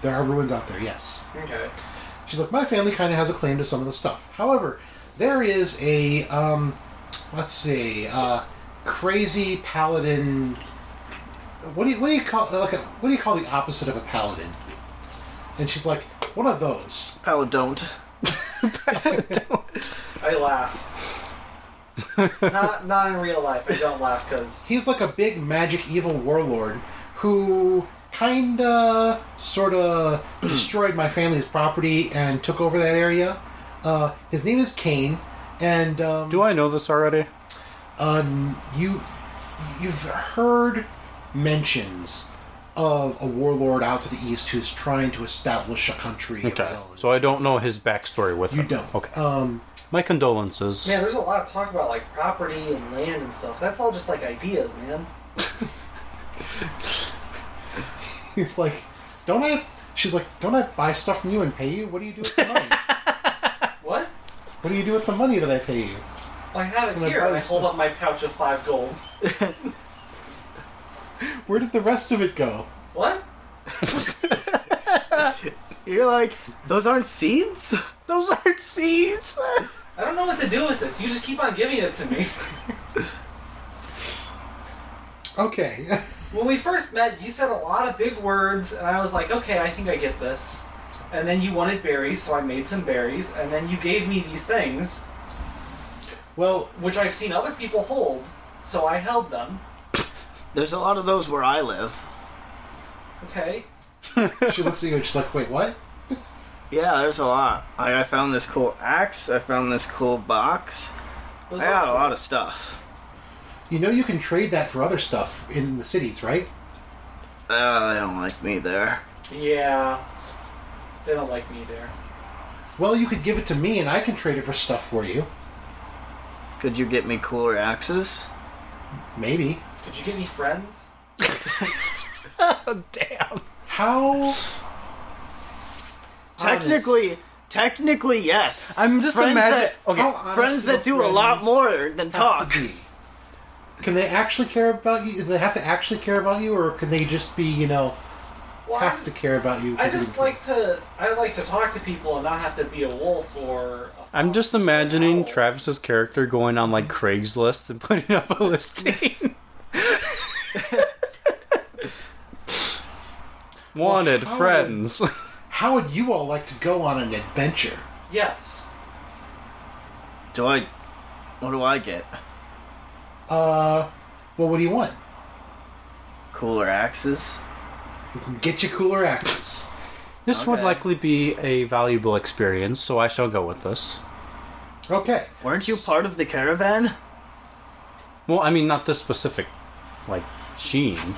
There are ruins out there, yes.
Okay.
She's like, my family kind of has a claim to some of the stuff. However, there is a, um, let's see, uh, crazy paladin. What do you what do you call like a, what do you call the opposite of a paladin? And she's like, one of those.
Pal, don't.
I laugh. not not in real life. I don't laugh because
He's like a big magic evil warlord who kinda sorta destroyed my family's property and took over that area. Uh, his name is Kane, and um,
Do I know this already?
um, you you've heard mentions of a warlord out to the east who's trying to establish a country of his
Okay.
own.
So I don't know his backstory with
you
him.
don't.
Okay.
Um,
My condolences.
man, there's a lot of talk about like property and land and stuff. That's all just like ideas, man.
he's like, don't I? She's like, don't I buy stuff from you and pay you? What do you do with the money?
What?
what do you do with the money that I pay you?
I have
My
it here. And I
brother's-
hold up my pouch of five gold.
Where did the rest of it go?
What?
You're like, those aren't seeds?
Those aren't seeds.
I don't know what to do with this. You just keep on giving it to me.
Okay.
When we first met, you said a lot of big words, and I was like, okay, I think I get this. And then you wanted berries, so I made some berries, and then you gave me these things,
well,
which I've seen other people hold, so I held them.
There's a lot of those where I live.
Okay.
she looks at you and she's like, wait, what?
Yeah, there's a lot. Like, I found this cool axe, I found this cool box. I
Those
got
are-
a lot of stuff.
You know you can trade that for other stuff in the cities, right?
Uh, they don't like me there.
Yeah. They don't like me there.
Well, you could give it to me and I can trade it for stuff for you.
Could you get me cooler axes?
Maybe.
Could you get me friends?
Damn.
How
Technically, technically, yes.
I'm just
Friends
imagine.
that-
Okay.
How honest
friends that
do
do a lot
friends
more than
have
talk.
to be? Can they actually care about you? Do they have to actually care about you, or can they just be, you know,
Well,
have to care about you?
I
'cause you
just
can-
like to. I like to talk to people and not have to be a wolf or. A
I'm
fox
just
or an
imagining
owl.
Travis's character going on like Craigslist and putting up a listing. Wanted
how-
friends.
How would you all like to go on an adventure?
Yes.
Do I. What do I get?
Uh, well, what do you want?
Cooler axes?
We can get you cooler axes.
this would
Okay.
likely be a valuable experience, so I shall go with this.
Okay.
Weren't you part of the caravan?
Well, I mean, not this specific like Sheen.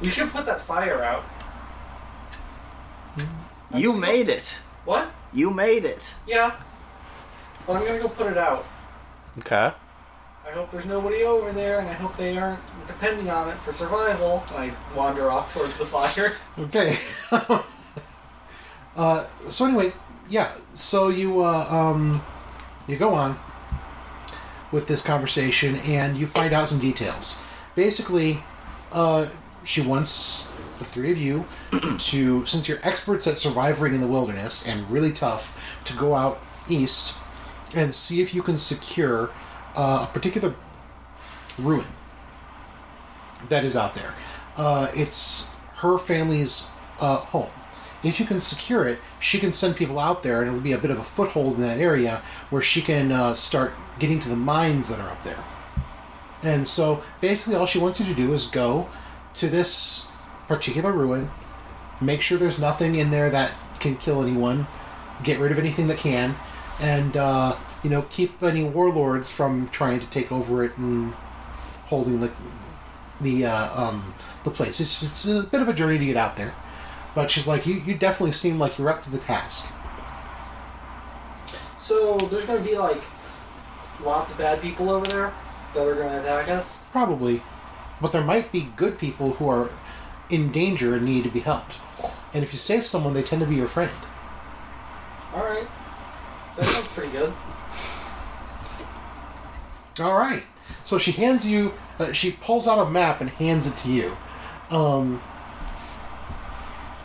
We should put that fire out.
You made it.
What?
You made it.
Yeah. But I'm gonna go put it out.
Okay.
I hope there's nobody over there, and I hope they aren't depending on it for survival. I wander off towards the fire.
Okay. uh, so anyway, yeah. So you uh, um, you go on with this conversation, and you find out some details. Basically, uh, she wants the three of you to, since you're experts at surviving in the wilderness and really tough, to go out east and see if you can secure uh, a particular ruin that is out there. Uh, it's her family's uh, home. If you can secure it, she can send people out there, and it will be a bit of a foothold in that area where she can uh, start getting to the mines that are up there. And so, basically, all she wants you to do is go to this particular ruin, make sure there's nothing in there that can kill anyone, get rid of anything that can, and uh, you know keep any warlords from trying to take over it and holding the the uh, um, the place. It's, it's a bit of a journey to get out there, but she's like, you, you definitely seem like you're up to the task.
So there's gonna be like lots of bad people over there that are gonna attack us.
Probably, but there might be good people who are in danger and need to be helped. And if you save someone, they tend to be your friend.
All right. That sounds pretty good.
All right. So she hands you, uh, she pulls out a map and hands it to you, um,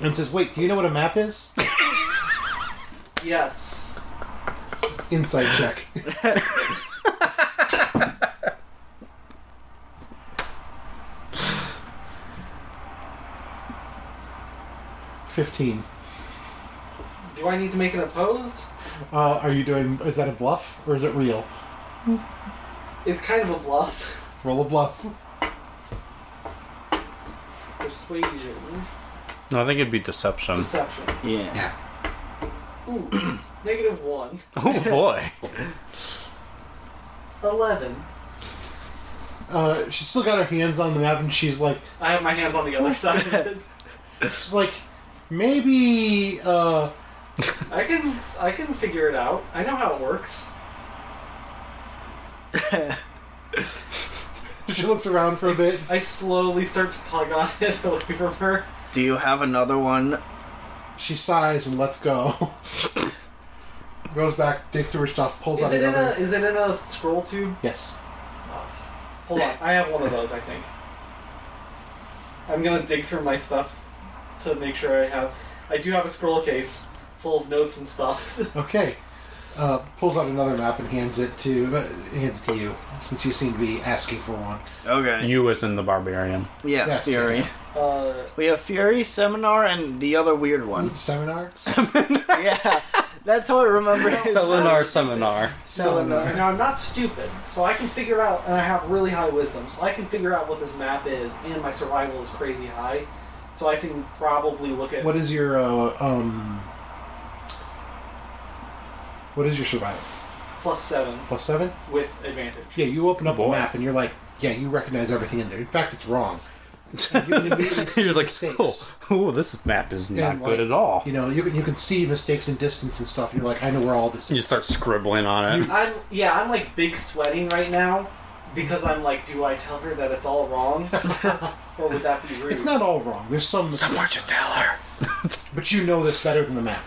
and says, "Wait, do you know what a map is?"
Yes.
Insight check. Fifteen.
Do I need to make an opposed?
Uh, are you doing? Is that a bluff or is it real?
It's kind of a bluff.
Roll a bluff.
Persuasion,
No, I think it'd be deception.
deception.
Yeah.
Ooh, negative one.
Oh boy.
Eleven.
Uh, she's still got her hands on the map, and she's like,
I have my hands on the other side. of it.
she's like, maybe. Uh,
I can I can figure it out. I know how it works.
she looks around for a bit.
I slowly start to tug on it away from her.
Do you have another one?
She sighs and lets go. Goes back, digs through her stuff, pulls
Is
out
it in a
another.
is it in a scroll tube?
Yes.
Hold on, I have one of those. I think. I'm gonna dig through my stuff to make sure I have. I do have a scroll case full of notes and stuff.
Okay. Uh, pulls out another map and hands it to uh, hands it to you, since you seem to be asking for one.
Okay.
You as in the barbarian.
yeah,
Yes,
Fury.
yes.
uh,
We have Fury, Seminar, and the other weird one.
Seminar.
yeah. That's how I remember his
Seminar, seminar.
Seminar.
now I'm not stupid, so I can figure out, and I have really high wisdom, so I can figure out what this map is, and my survival is crazy high, so I can probably look at
What is your uh, um? What is your survival?
plus seven
Plus seven.
with advantage.
Yeah, you open up the
Boy.
map and you're like, yeah, you recognize everything in there. In fact, it's wrong. And you can immediately see
He was like, oh,
mistakes.
oh, this map is
Yeah,
not
like-
good at all.
You know, you can you can see mistakes in distance and stuff. And you're like, I know where all this is.
You start scribbling on it.
I'm yeah, I'm like big sweating right now because I'm like, do I tell her that it's all wrong, or would that be rude?
It's not all wrong. There's some mistakes,
to tell her.
but you know this better than the map.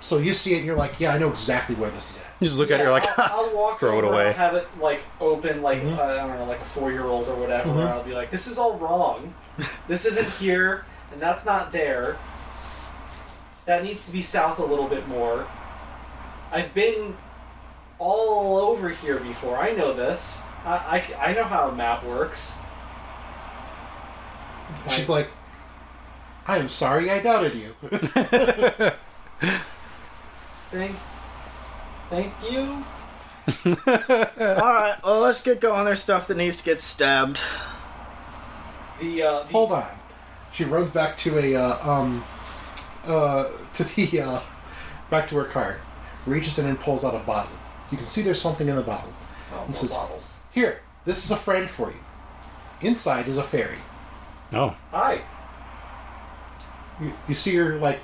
So you see it and you're like, yeah, I know exactly where this is at.
You just look
Yeah,
at her like,
I'll, I'll walk
throw it
over, I'll
away. Mm-hmm.
have it like open, like I don't know, like a four-year-old or whatever. and I'll be like, this is all wrong. this isn't here, and that's not there. That needs to be south a little bit more. I've been all over here before. I know this. I, I c- I know how a map works.
She's like, I am sorry, I doubted you.
Thank, thank you.
Alright, well, let's get going. There's stuff that needs to get stabbed.
The, uh, the
Hold on. She runs back to a uh, um uh to the uh back to her car, reaches in and pulls out a bottle. You can see there's something in the bottle.
Oh,
This
more
is-
bottles.
Here, This is a friend for you. Inside is a fairy.
Oh.
Hi.
You, you see her like,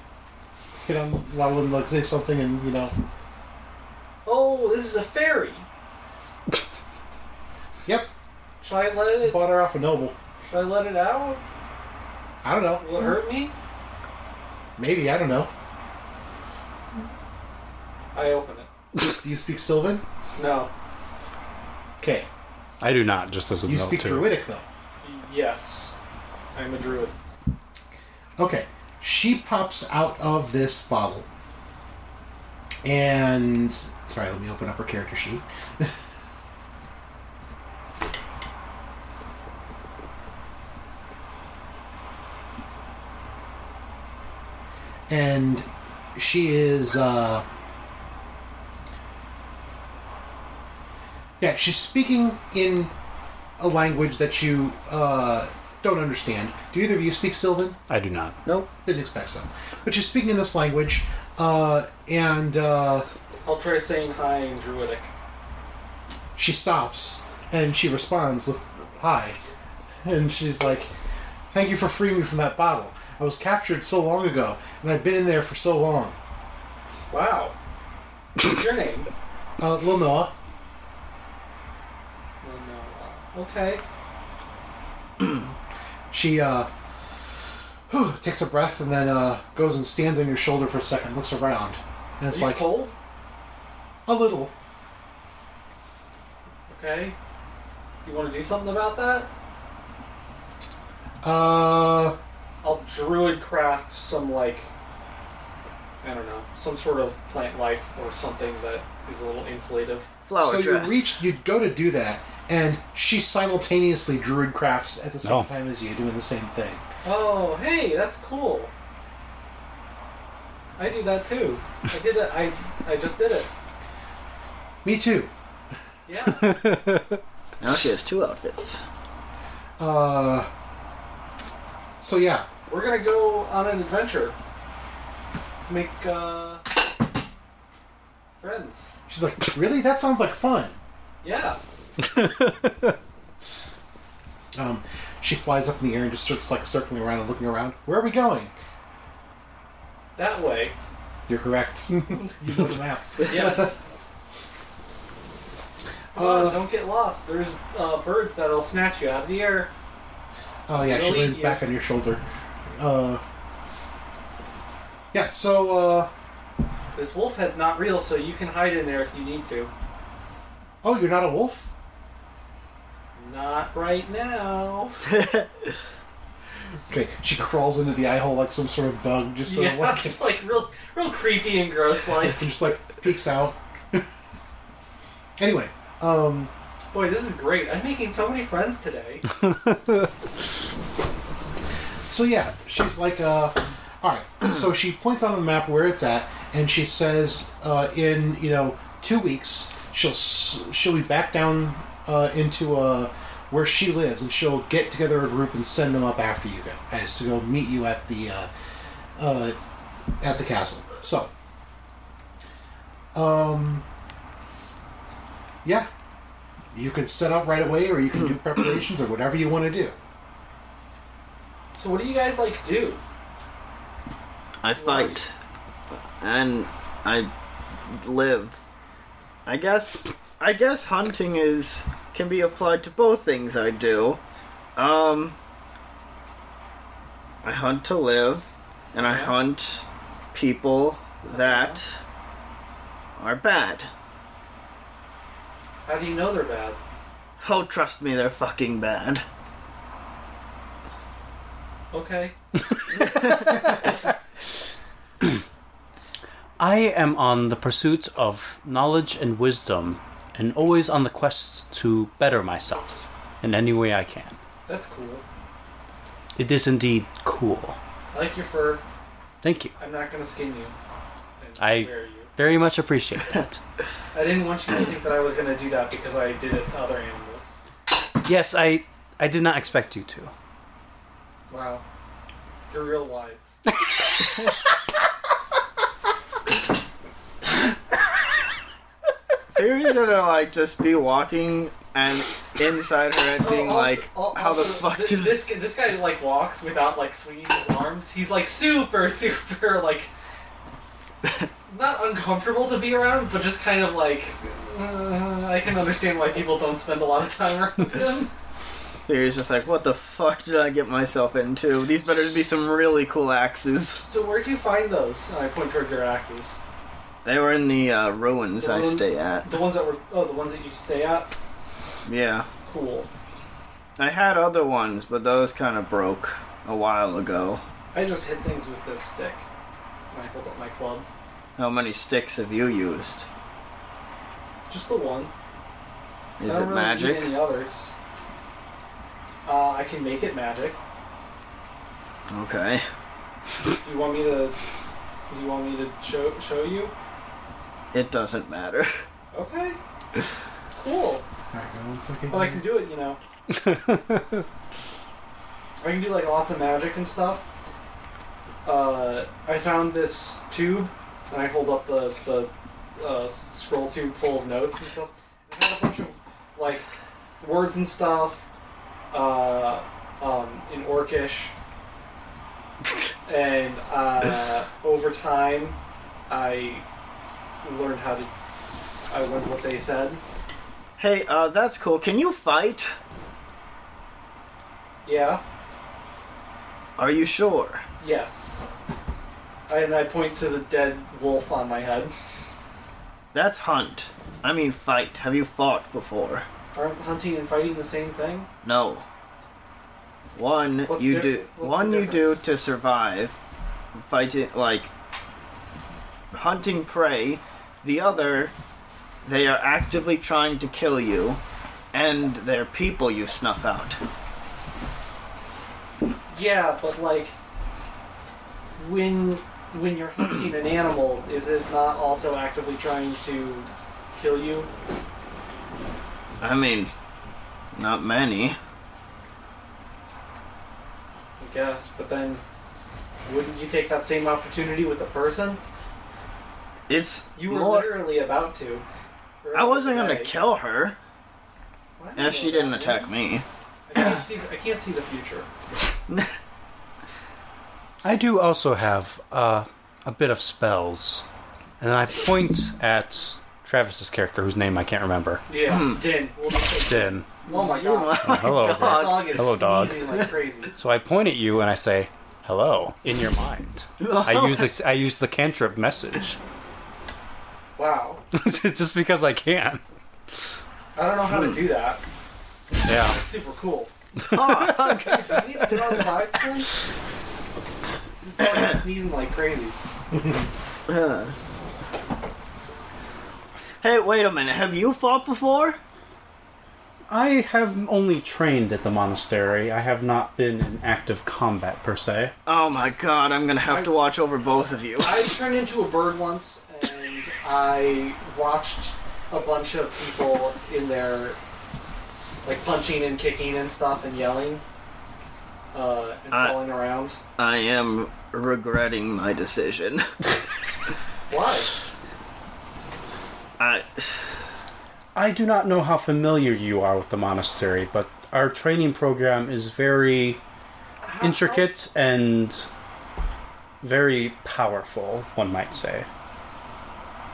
you know, a lot of them like say something and you know,
Oh, this is a fairy.
yep,
Should I let it?
bought her off a noble.
Should I let it out?
I don't know.
Mm-hmm.
Will it hurt me?
Maybe I don't know.
I open it.
Do you speak Sylvan?
No.
Okay.
I do not, just as a
You
note,
speak
too.
Druidic though.
Yes. I'm a druid.
Okay. She pops out of this bottle. And sorry, let me open up her character sheet. and she is uh Yeah, she's speaking in a language that you uh don't understand. Do either of you speak Sylvan?
I do not.
Nope.
Didn't expect so. But she's speaking in this language, uh, and uh,
I'll try saying hi in druidic.
she stops and she responds with "Hi," and she's like, "Thank you for freeing me from that bottle. I was captured so long ago, and I've been in there for so long."
Wow. What's your name?
Uh, Lil Noah,
Well, no, uh, Okay.
she uh, whew, takes a breath and then uh, goes and stands on your shoulder for a second, looks around, and
Are
it's
you
like
cold?
a little.
Okay. You want to do something about that?
Uh,
I'll druid craft some like I don't know, some sort of plant life or something that is a little insulative.
Flower
so
dress.
you reach, you go to do that, and she simultaneously druid crafts at the same
Oh.
time as you, doing the same thing.
Oh, hey, that's cool. I do that too. I did it. I I just did it.
Me too.
Yeah.
Now she has two outfits.
Uh, so yeah,
We're gonna go on an adventure to make uh, friends.
she's like, really? That sounds like fun.
Yeah.
Um, she flies up in the air and just starts like circling around and looking around. Where are we going?
That way.
You're correct. you know the map.
Yes. Come
Uh,
on, don't get lost. There's uh, birds that'll snatch you out of the air.
Oh yeah, she
Really?
leans back on your shoulder. Uh, yeah. So uh,
This wolf head's not real, so you can hide in there if you need to.
oh, you're not a wolf.
Not right now.
Okay, she crawls into the eye hole like some sort of bug, just sort
yeah,
of like
it's like real, real creepy and gross. Like,
and just like peeks out. anyway, um,
boy, this is great. I'm making so many friends today.
so yeah, she's like, uh, all right. So she points on the map where it's at, and she says, uh, in you know two weeks, she'll s- she'll be back down uh, into uh, where she lives, and she'll get together a group and send them up after you guys to go meet you at the uh, uh, at the castle. So, um, yeah. You could set up right away, or you can do preparations, or whatever you want to do.
So, what do you guys like do?
I fight. And I live. I guess I guess hunting is can be applied to both things I do. Um I hunt to live and I hunt people that are bad.
How do you know they're bad?
Oh, trust me, they're fucking bad.
Okay.
I am on the pursuit of knowledge and wisdom, and always on the quest to better myself in any way I can.
That's cool.
It is indeed cool.
I like your fur.
Thank you.
I'm not gonna skin you. And
I-
wear you.
Very much appreciate that.
I didn't want you to think that I was gonna do that because I did it to other animals.
yes, I I did not expect you to.
Wow. You're real wise.
Fairies are gonna like just be walking and inside her head, being
Oh, also-
like,
al-
"How the
also,
fuck
thi-
did
this guy- this guy like walks without like swinging his arms? He's like super super like not uncomfortable to be around, but just kind of like uh, I can understand why people don't spend a lot of time around him.
Fury's just like, what the fuck did I get myself into? These better be some really cool axes.
so where'd you find those? And I point towards their axes.
They were in the uh, ruins I stay at.
The ones that were oh the ones that you stay at.
Yeah.
Cool.
I had other ones, but those kind of broke a while ago.
I just hit things with this stick. And I hold up my club.
How many sticks have you used?
Just the one.
Is
I
it
don't really need
magic?
Any others? Uh, I can make it magic.
Okay.
Do you want me to? Do you want me to show show you?
It doesn't matter.
Okay. Cool.
Alright, now one second.
But I can do it, you know. I can do like lots of magic and stuff. Uh, I found this tube, and I hold up the the uh, s- scroll tube full of notes and stuff. It had a bunch of like words and stuff uh, um, in Orcish, and uh, over time, I learned how to. I learned what they said.
Hey, uh, that's cool. Can you fight?
Yeah.
Are you sure?
Yes. And I point to the dead wolf on my head.
That's hunt. I mean fight. Have you fought before?
Aren't hunting and fighting the same thing?
No. One
What's
you
the-
do.
what's the
One you do
difference?
to survive, fighting like hunting prey. The other, they are actively trying to kill you, and they're people you snuff out.
Yeah, but like when when you're hunting an animal, is it not also actively trying to kill you?
I mean, not many.
I guess, but then wouldn't you take that same opportunity with a person?
It's
You were
more.
literally about to.
I wasn't
Earlier
gonna
today.
kill her
Why not?
if she didn't attack me.
I can't see. I can't see the future.
I do also have uh, a bit of spells, and I point at Travis's character, whose name I can't remember.
Hmm.
Yeah, Din. We'll just say-
Din.
Oh my
You-
god.
my
hello,
That
dog.
dog is
Hello, dog.
sneezing like crazy.
So I point at you and I say, "Hello," in your mind. I use the I use the cantrip message
Wow.
just because I can.
I don't know how to do that.
Yeah.
It's super cool. Dude,
dog.
do you need to go outside, please? This dog is sneezing like crazy.
Hey, wait a minute. Have you fought before?
I have only trained at the monastery. I have not been in active combat per se.
Oh my god, I'm gonna have to watch over both of you.
I turned into a bird once, and I watched a bunch of people in their like punching and kicking and stuff and yelling uh, and
Ah.
Uh,
falling around.
I am regretting my decision.
Why?
I,
I do not know how familiar you are with the monastery, but our training program is very
How-
intricate and very powerful, one might say.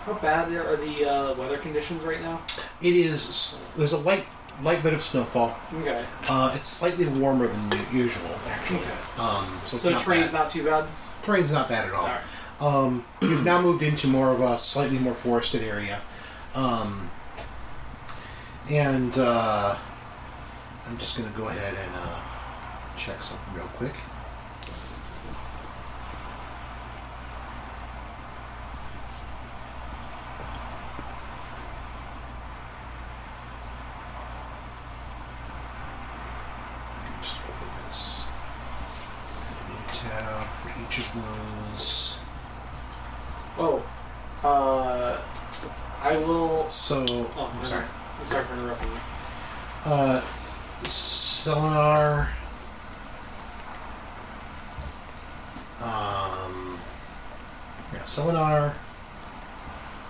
How, how bad are the uh, weather conditions right now?
It is. There's a light light bit of snowfall.
Okay.
Uh, it's slightly warmer than u- usual, actually.
Okay.
Um, so it's
So the
not
train's
bad. Oh.
not too bad.
terrain's not bad at all.
Alright.
Um, you've now moved into more of a slightly more forested area, um, and uh, I'm just gonna go ahead and uh, check something real quick. Just open this new tab for each of those.
Oh, uh, I will.
So,
Oh,
I'm sorry.
I'm sorry for interrupting you.
Uh, Selenar. Um, yeah, Selenar.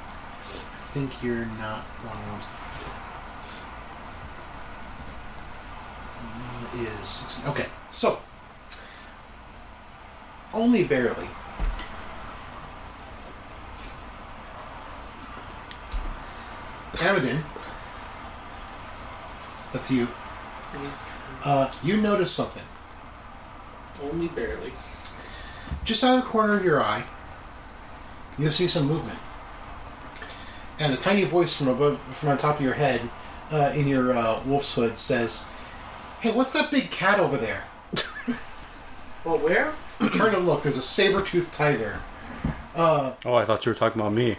I think you're not one of those. Mm, is 16. Okay, so only barely. Amadin, that's you. Uh, you notice something
Only barely.
just out of the corner of your eye, you see some movement, and a tiny voice from above, from on top of your head, uh, in your uh, wolf's hood says, "Hey, what's that big cat over there?"
Well, Oh, where?
Turn and look. There's a saber-toothed tiger. Uh,
Oh, I thought you were talking about me.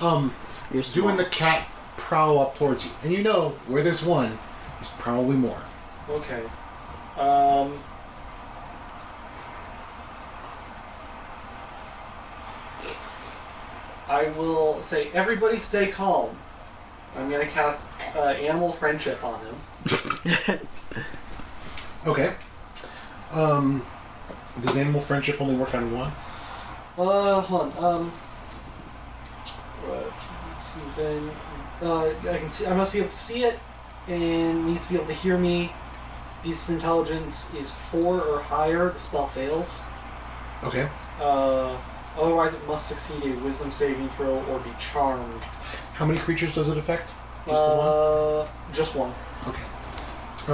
um,
You're
doing the cat prowl up towards you, and you know where there's one, there's probably more.
Okay. Um. I will say, everybody stay calm. I'm gonna cast uh, animal friendship on him.
Okay. Um, does animal friendship only work on one?
Uh, hold on. Um, uh, Susan. Uh, I can see. I must be able to see it, and needs to be able to hear me. Beast's intelligence is four or higher. The spell fails.
Okay.
Uh, otherwise, it must succeed a Wisdom saving throw or be charmed.
How many creatures does it affect? Just the one.
uh, Just one.
Okay.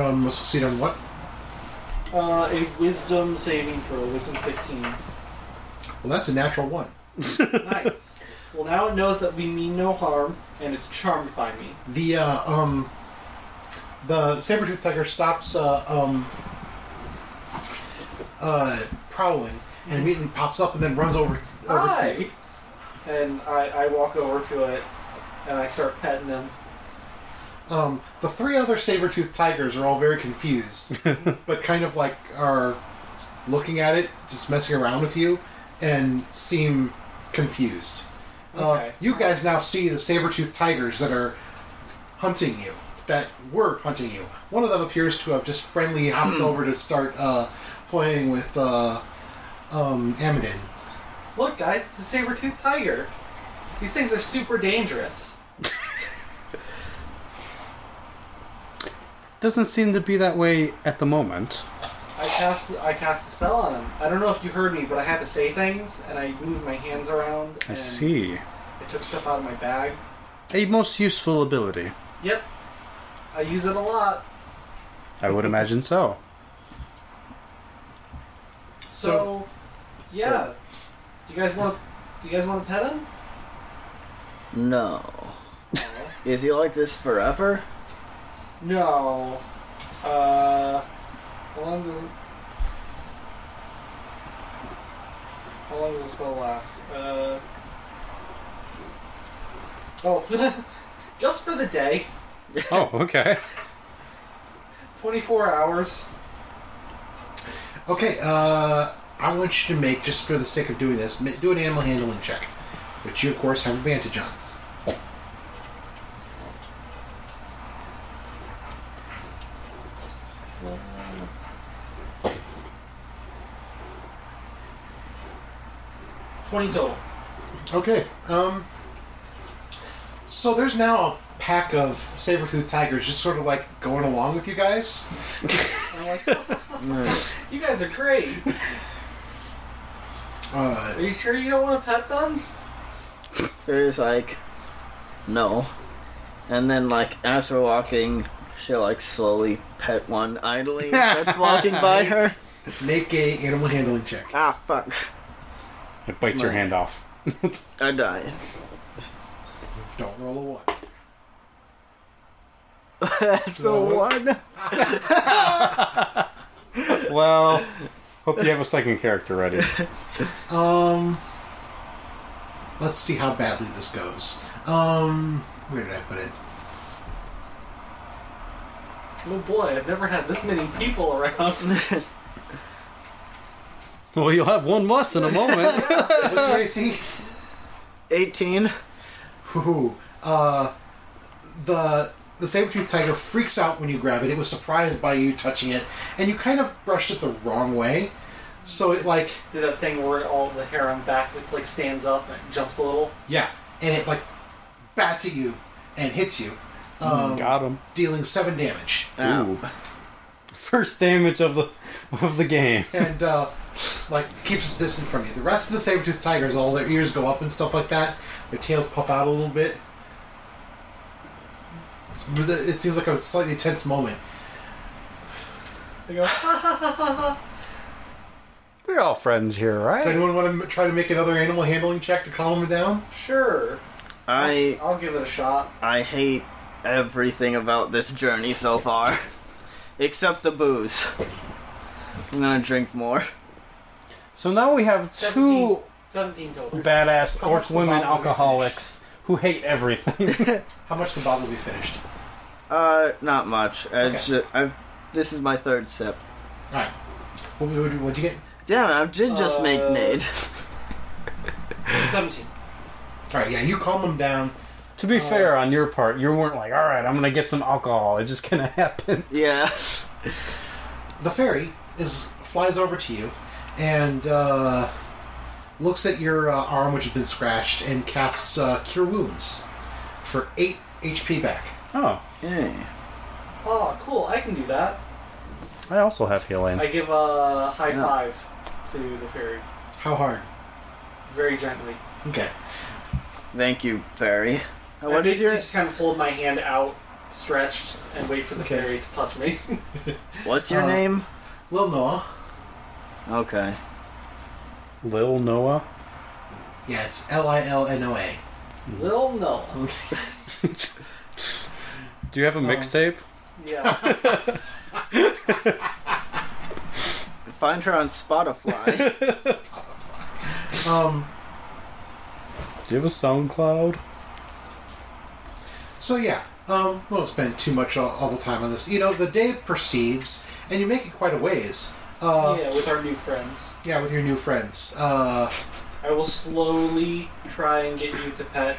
Um, must succeed on what?
Uh, a Wisdom saving throw. Wisdom fifteen.
Well, that's a natural one.
nice. Well, now it knows that we mean no harm, and it's charmed by me.
The uh, um, the saber-toothed tiger stops uh, um, uh, prowling and immediately pops up and then runs over over to
Hi.
you.
And I, I walk over to it and I start petting him.
Um, the three other saber-toothed tigers are all very confused, but kind of like are looking at it, just messing around with you, and seem confused. Uh,
Okay.
you guys now see the saber-toothed tigers that are hunting you, that were hunting you. One of them appears to have just friendly hopped over to start uh, playing with uh, um, Amadin.
Look, guys, it's a saber toothed tiger. These things are super dangerous.
Doesn't seem to be that way at the moment.
I cast I cast a spell on him. I don't know if you heard me, but I had to say things and I moved my hands around.
I
and
see.
I took stuff out of my bag.
A most useful ability.
Yep. I use it a lot.
I would imagine so.
So, yeah. Do you guys want do you guys want to pet him?
No. Is he like this forever?
No. Uh, how long does it? How long does the spell last? Uh. Oh, just for the day,
Oh, okay.
twenty-four hours.
Okay, uh, I want you to make, just for the sake of doing this, ma- do an animal handling check, which you, of course, have advantage on.
Twenty total.
Okay. Um. So there's now a pack of saber-toothed tigers just sort of like going along with you guys.
I'm like,
Hmm.
you guys are great.
Uh,
Are you sure you don't want to pet them?
Fury's like, no. And then, like, as we're walking, she'll, like, slowly pet one idly that's walking by her.
Uh, make a animal handling check.
Ah, fuck.
It bites your hand off.
I die.
Don't roll a one.
That's a one.
well, hope you have a second character ready.
Um. Let's see how badly this goes. Um. Where did I put it?
Oh boy, I've never had this many people around.
Well, you'll have one less in a moment.
What's your AC?
18.
Whoo. Uh. The. The saber-toothed tiger freaks out when you grab it. It was surprised by you touching it, and you kind of brushed it the wrong way, so it like
Did that thing where all the hair on back it like stands up and it jumps a little.
Yeah, and it like bats at you and hits you, um,
Got him.
dealing seven damage.
Ow.
First damage of the of the game.
and uh, like keeps us distant from you. The rest of the saber-toothed tigers, all their ears go up and stuff like that. Their tails puff out a little bit. It's, it seems like a slightly tense moment.
They go,
We're all friends here,
Does
right?
anyone want to try to make another animal handling check to calm them down?
sure.
I
I'll give it a shot.
I hate everything about this journey so far, except the booze. I'm gonna drink more.
So now we have two
17 total.
badass
How
orc
much the
women
bottle we
alcoholics who hate everything.
How much the bottle will be finished?
Uh, not much. I
Okay.
ju- I've, this is my third sip.
All right. What would what'd you get?
Damn it! I did just make
Uh,
nade.
17.
All right. Yeah, you calm them down.
to be fair, on your part, you weren't like, all right, I'm gonna get some alcohol. It just kind of happened.
yeah.
The fairy is flies over to you and uh, looks at your uh, arm, which has been scratched, and casts uh, Cure Wounds for eight HP back.
Oh,
Yeah.
Oh, cool. I can do that.
I also have healing.
I give a high
Yeah.
five to the fairy,
How hard?
very gently.
Okay.
Thank you, fairy. Uh,
I
What is
basically
your
Just kind of hold my hand out, stretched, and wait for the
Okay.
fairy to touch me.
What's your
uh,
name?
Lil Noah.
Okay.
Lil Noah.
Yeah, it's L I L N O A.
Lil Noah.
Do you have a mixtape?
Yeah.
Find her on Spotify.
Um,
Do you have a SoundCloud?
so yeah, um, we won't spend too much all, all the time on this. You know, the day proceeds, and you make it quite a ways. Uh,
yeah, with our new friends.
yeah. with your new friends. Uh,
I will slowly try and get you to pet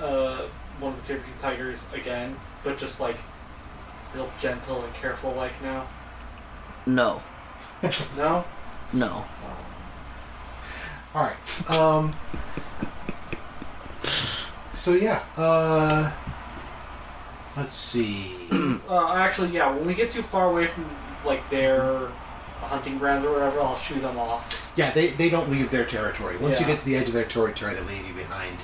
uh, one of the saber-tooth tigers again, but just like real gentle and careful, like now.
no.
No?
No.
all right. Um, so yeah. Uh, let's see.
Uh, actually, yeah, when we get too far away from like their hunting grounds or whatever, I'll shoo them off.
Yeah, they, they don't leave their territory. Once you
Yeah.
get to the edge of their territory, they leave you behind.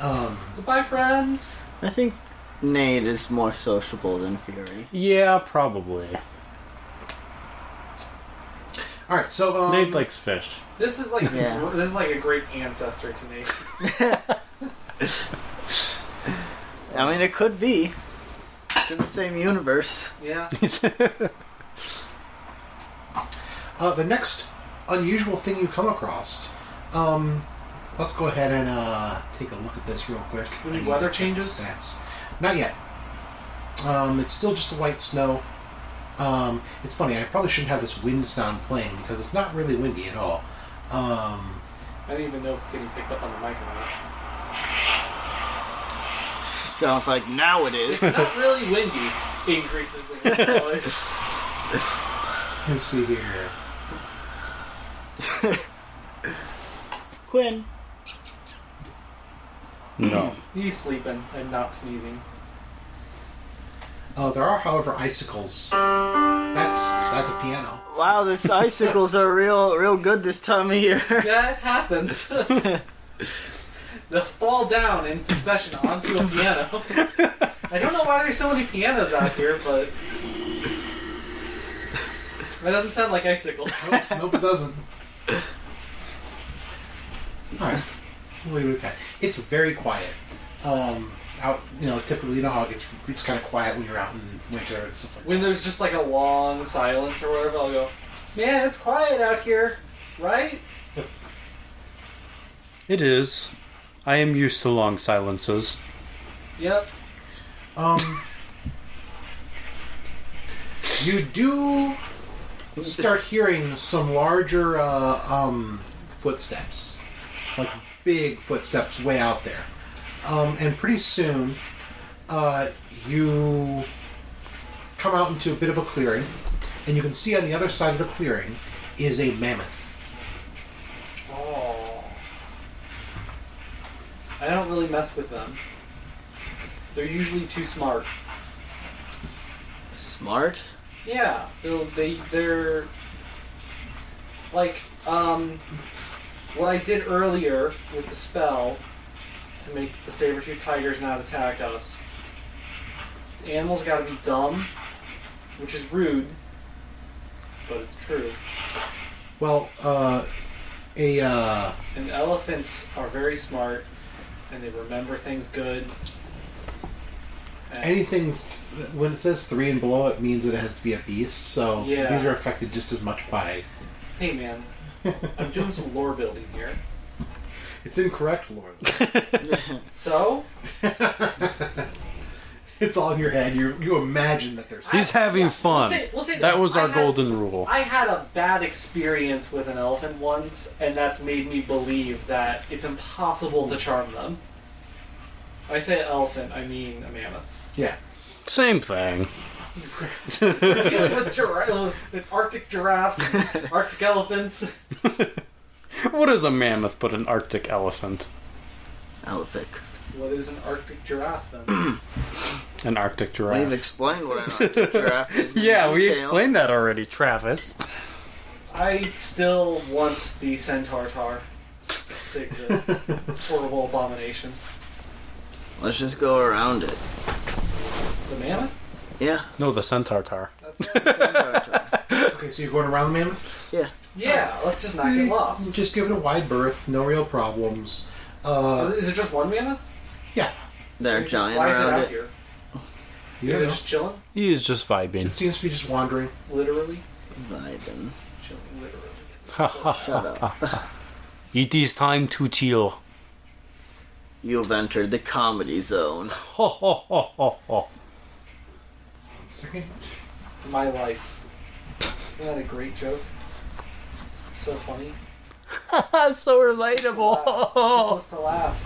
Um,
Goodbye, friends!
I think Nade is more sociable than Fury.
Yeah, probably.
all right. So um,
Nate likes fish.
This is like
Yeah.
this is like a great ancestor to me.
I mean, it could be. It's in the same universe.
Yeah.
Uh, the next unusual thing you come across. Um, let's go ahead and uh, take a look at this real quick.
Any
I need to
weather
check the
changes?
Stats. Not yet. Um, it's still just a light snow. Um, it's funny. I probably shouldn't have this wind sound playing because it's not really windy at all. Um,
I don't even know if it's getting picked up on the mic or not.
Sounds like now it is.
It's not really windy. Increases the wind noise.
let's see here.
Quinn.
no.
He's sleeping and not sneezing.
Uh, there are, however, icicles. That's that's a piano.
Wow, the icicles are real, real good this time of year.
That happens. They'll fall down in succession onto a piano. I don't know why there's so many pianos out here, but that doesn't sound like icicles.
nope, it doesn't. Alright, we'll leave it at that. It's very quiet. Um, out, you know, typically, you know how it gets, it's kind of quiet when you're out in winter and stuff like that.
When there's just like a long silence or whatever, I'll go, man, it's quiet out here, right?
It is. I am used to long silences.
Yep.
Um, you do start hearing some larger uh, um, footsteps, like big footsteps way out there. Um, and pretty soon, uh, you come out into a bit of a clearing, and you can see on the other side of the clearing is a mammoth.
Oh. I don't really mess with them. They're usually too smart.
smart.
Yeah, they'll- they they're like um, what I did earlier with the spell to make the saber tooth tigers not attack us. The animals got to be dumb, which is rude, but it's true.
Well, uh, a uh,
And elephants are very smart, and they remember things good. And-
anything when it says three and below, it means that it has to be a beast. So
Yeah.
these are affected just as much by.
hey man, I'm doing some lore building here.
It's incorrect lore. though.
So
it's all in your head. You you imagine that there's.
He's having fun.
We'll say- we'll say this.
that was
I
our
had-
golden rule.
I had a bad experience with an elephant once, and that's made me believe that it's impossible to charm them. When I say elephant, I mean a mammoth.
Yeah.
Same thing.
Dealing with, gir- uh, with Arctic giraffes, and Arctic elephants.
What is a mammoth but an Arctic elephant?
Elephant.
What is an Arctic giraffe then?
An Arctic
We've
giraffe.
explained what an Arctic giraffe is. in
Yeah, we
detail.
explained that already, Travis.
I still want the centaur tar to exist. Horrible abomination.
Let's just go around it.
The mammoth?
Yeah.
No, the centaur tar.
That's what I'm saying.
Okay, so you're going around the mammoth. Mm,
yeah, let's just not get lost.
Just give it a wide berth. No real problems. Uh,
Is it just one mammoth?
yeah.
They're giant
Why is it
around
out
it.
here?
You
Is
know,
it just chilling?
He is just vibing.
it seems to be just wandering.
Literally?
Vibing.
Chilling, literally.
Shut up.
It is time to chill.
You've entered the comedy zone.
Ho ho ho ho ho.
One second.
My life. Isn't that a great joke? So funny.
so
Wow.
Oh.
relatable.
Supposed to laugh,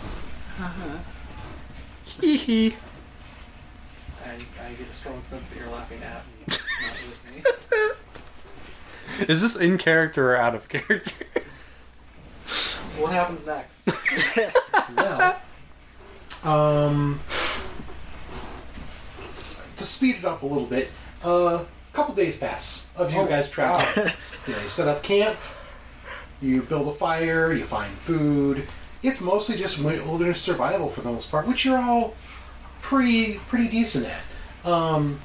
Hee hee.
and I get a strong sense that you're laughing at me, not with me.
Is this in character or out of character?
What happens next?
well, um, to speed it up a little bit, a uh, couple days pass of you
Oh,
guys traveling. you, know, you set up camp, you build a fire, you find food. It's mostly just wi- wilderness survival for the most part, which you're all pretty pretty decent at. Um,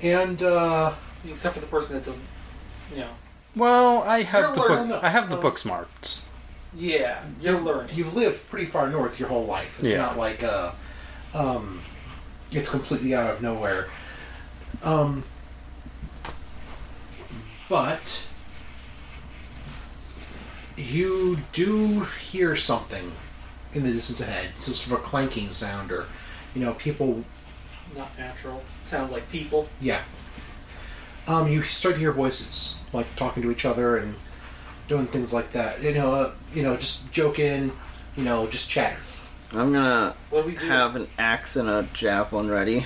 and uh,
Except for the person that doesn't. You know.
Well, I have
You're
the
learning
book.
it.
I have the
Uh,
book smarts.
Yeah, you're learning.
you've lived pretty far north your whole life. It's
Yeah.
not like uh, um, it's completely out of nowhere. Um, but you do hear something in the distance ahead, so sort of a clanking sound, or you know, people
Not natural. Sounds like people.
yeah. Um, you start to hear voices, like talking to each other and doing things like that. You know, uh, you know, just joking, you know, just chatter.
I'm gonna
What do we do?
have an axe and a javelin ready.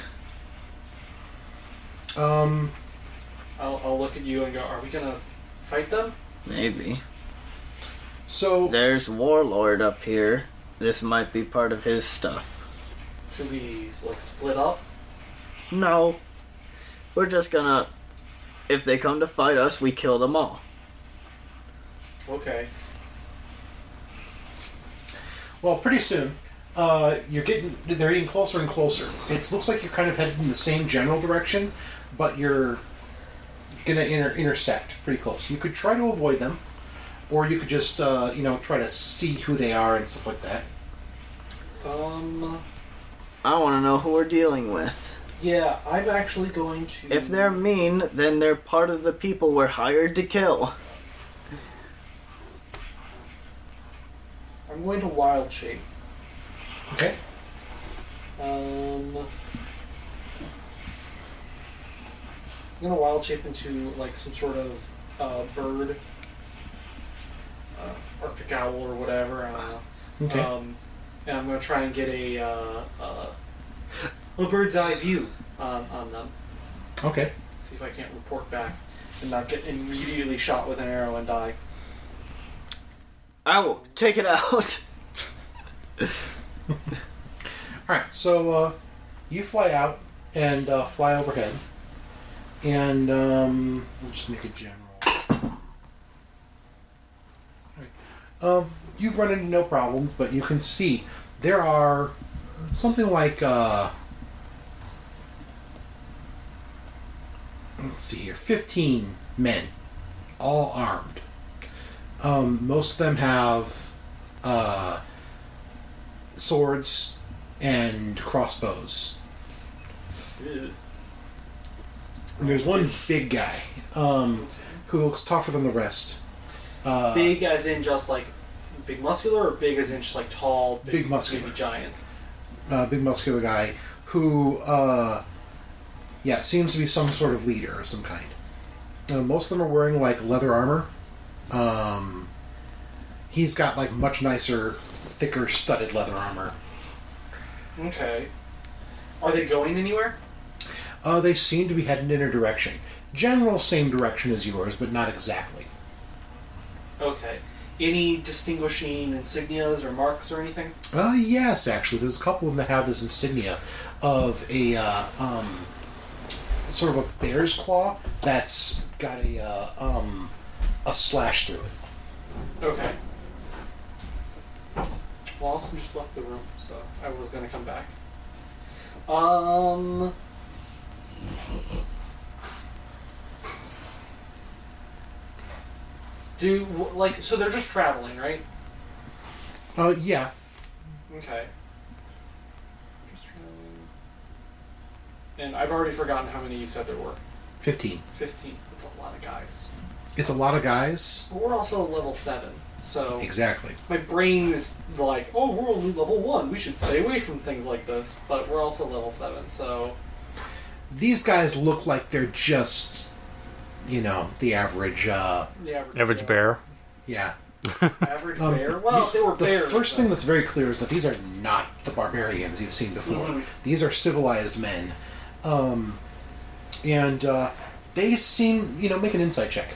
Um,
I'll, I'll look at you and go, are we gonna fight them?
Maybe.
so
There's Warlord up here. This might be part of his stuff.
Should we, like, split up?
No. We're just gonna. If they come to fight us, we kill them all.
Okay.
Well, pretty soon, uh, you're getting they're getting closer and closer. It looks like you're kind of headed in the same general direction, but you're gonna inter- intersect pretty close. You could try to avoid them, or you could just uh, you know try to see who they are and stuff like that.
Um.
I wanna know who we're dealing with.
Yeah, I'm actually going to.
If they're mean, then they're part of the people we're hired to kill.
I'm going to wild shape.
Okay.
Um, I'm gonna wild shape into like some sort of uh, bird, uh, Arctic owl or whatever. I don't know.
Okay.
Um, and I'm gonna try and get a uh, uh, a bird's eye view on, on them.
okay.
See if I can't report back and not get immediately shot with an arrow and die.
Ow! Take it out!
All right. So uh, you fly out and uh, fly overhead, And um, we'll just make it general. Alright. Um, you've run into no problems, but you can see there are something like uh, let's see here, fifteen men, all armed. Um, most of them have uh, swords and crossbows. And there's one big guy um, who looks tougher than the rest. Uh,
big as in just like big muscular, or big as in just like tall, big,
Big muscular.
maybe giant.
uh, big muscular guy who, uh, yeah, seems to be some sort of leader of some kind. Uh, most of them are wearing like leather armor. Um, he's got like much nicer, thicker, studded leather armor.
Okay. Are they going anywhere?
Uh, they seem to be headed in a direction. General same direction as yours, but not exactly.
Okay. Any distinguishing insignias or marks or anything?
Uh, yes, actually, there's a couple of them that have this insignia of a uh, um, sort of a bear's claw that's got a uh, um, a slash through it.
Okay. Wallace just left the room, so I was gonna come back. Um. Do wh- like so they're just traveling, right?
Uh, yeah,
Okay. Just traveling. And I've already forgotten how many you said there were.
fifteen.
Fifteen. That's a lot of guys.
It's a lot of guys.
But we're also level seven, so
Exactly.
my brain is like, oh, we're only level one. We should stay away from things like this. But we're also level seven, so
These guys look like they're just, you know, the average. Uh,
the average
Average
Joe-
bear.
yeah.
average
Um,
bear. Well, if they were
The
bears.
first
then-
thing that's very clear is that these are not the barbarians you've seen before.
Mhm.
These are civilized men, um, and uh, they seem, you know, make an insight check.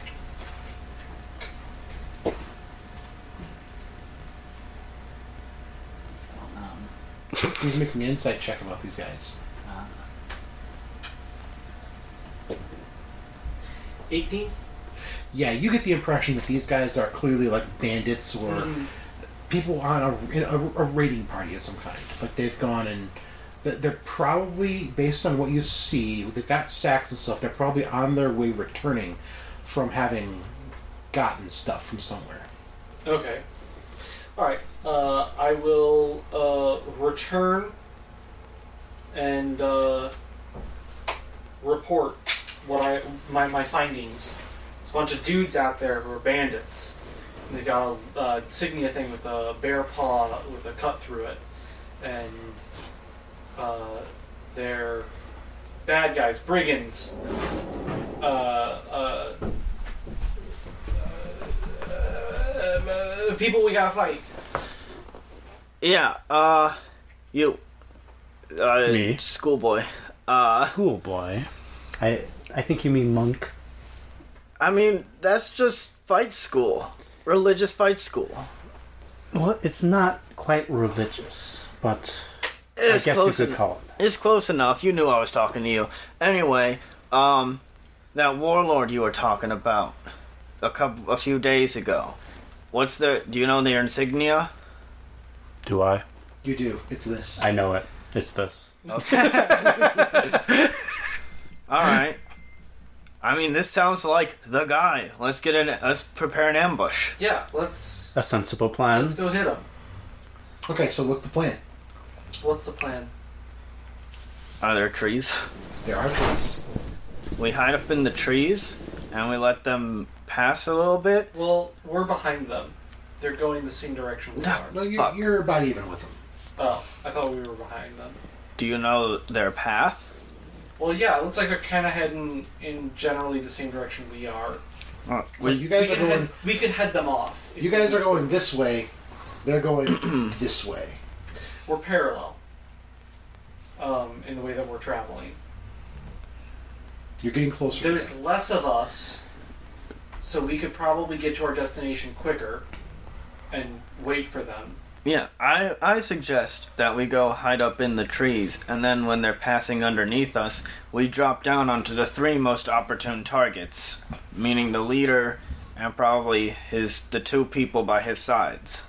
What's going on?
He's making an insight check about these guys.
Uh,
18.
Yeah, you get the impression that these guys are clearly like bandits or
Mhm.
people on a, in a, a raiding party of some kind. Like they've gone and th- they're probably based on what you see. They've got sacks and stuff. They're probably on their way returning from having gotten stuff from somewhere.
Okay. All right. Uh, I will uh, return and uh, report what I my, my findings. There's a bunch of dudes out there who are bandits. And they got a uh, insignia thing with a bear paw with a cut through it, and uh, they're bad guys, brigands. Uh, uh, um, uh, people we gotta fight.
yeah, uh, you. Uh,
Me?
Schoolboy. Uh,
Schoolboy. I I think you mean monk.
I mean, that's just fight school. Religious fight school.
Well, it's not quite religious, but
It's
I guess
close
you could
en-
call it.
It's close enough. You knew I was talking to you. Anyway, um, that warlord you were talking about a couple, a few days ago. What's their? Do you know their insignia?
Do I?
You do. It's this.
I know it. It's this.
All right. I mean, this sounds like the guy. Let's get in. Let's prepare an ambush.
Yeah, let's
A sensible plan.
let's go hit them.
okay, so what's the plan?
What's the plan?
Are there trees?
There are trees.
We hide up in the trees and we let them pass a little bit.
Well, we're behind them. They're going the same direction we are.
No, you're,
Fuck.
you're about even with them.
Oh, I thought we were behind them.
Do you know their path?
Well, yeah, it looks like they're kind of heading in generally the same direction we are.
Uh,
So
we-
you guys
we
are
could
going.
head, we could head them off. if
You
we-
guys are going this way. They're going this way.
We're parallel. Um, in the way that we're traveling,
You're getting closer.
there's less of us, so we could probably get to our destination quicker, and wait for them.
Yeah, I, I suggest that we go hide up in the trees, and then when they're passing underneath us, we drop down onto the three most opportune targets, meaning the leader and probably his the two people by his sides.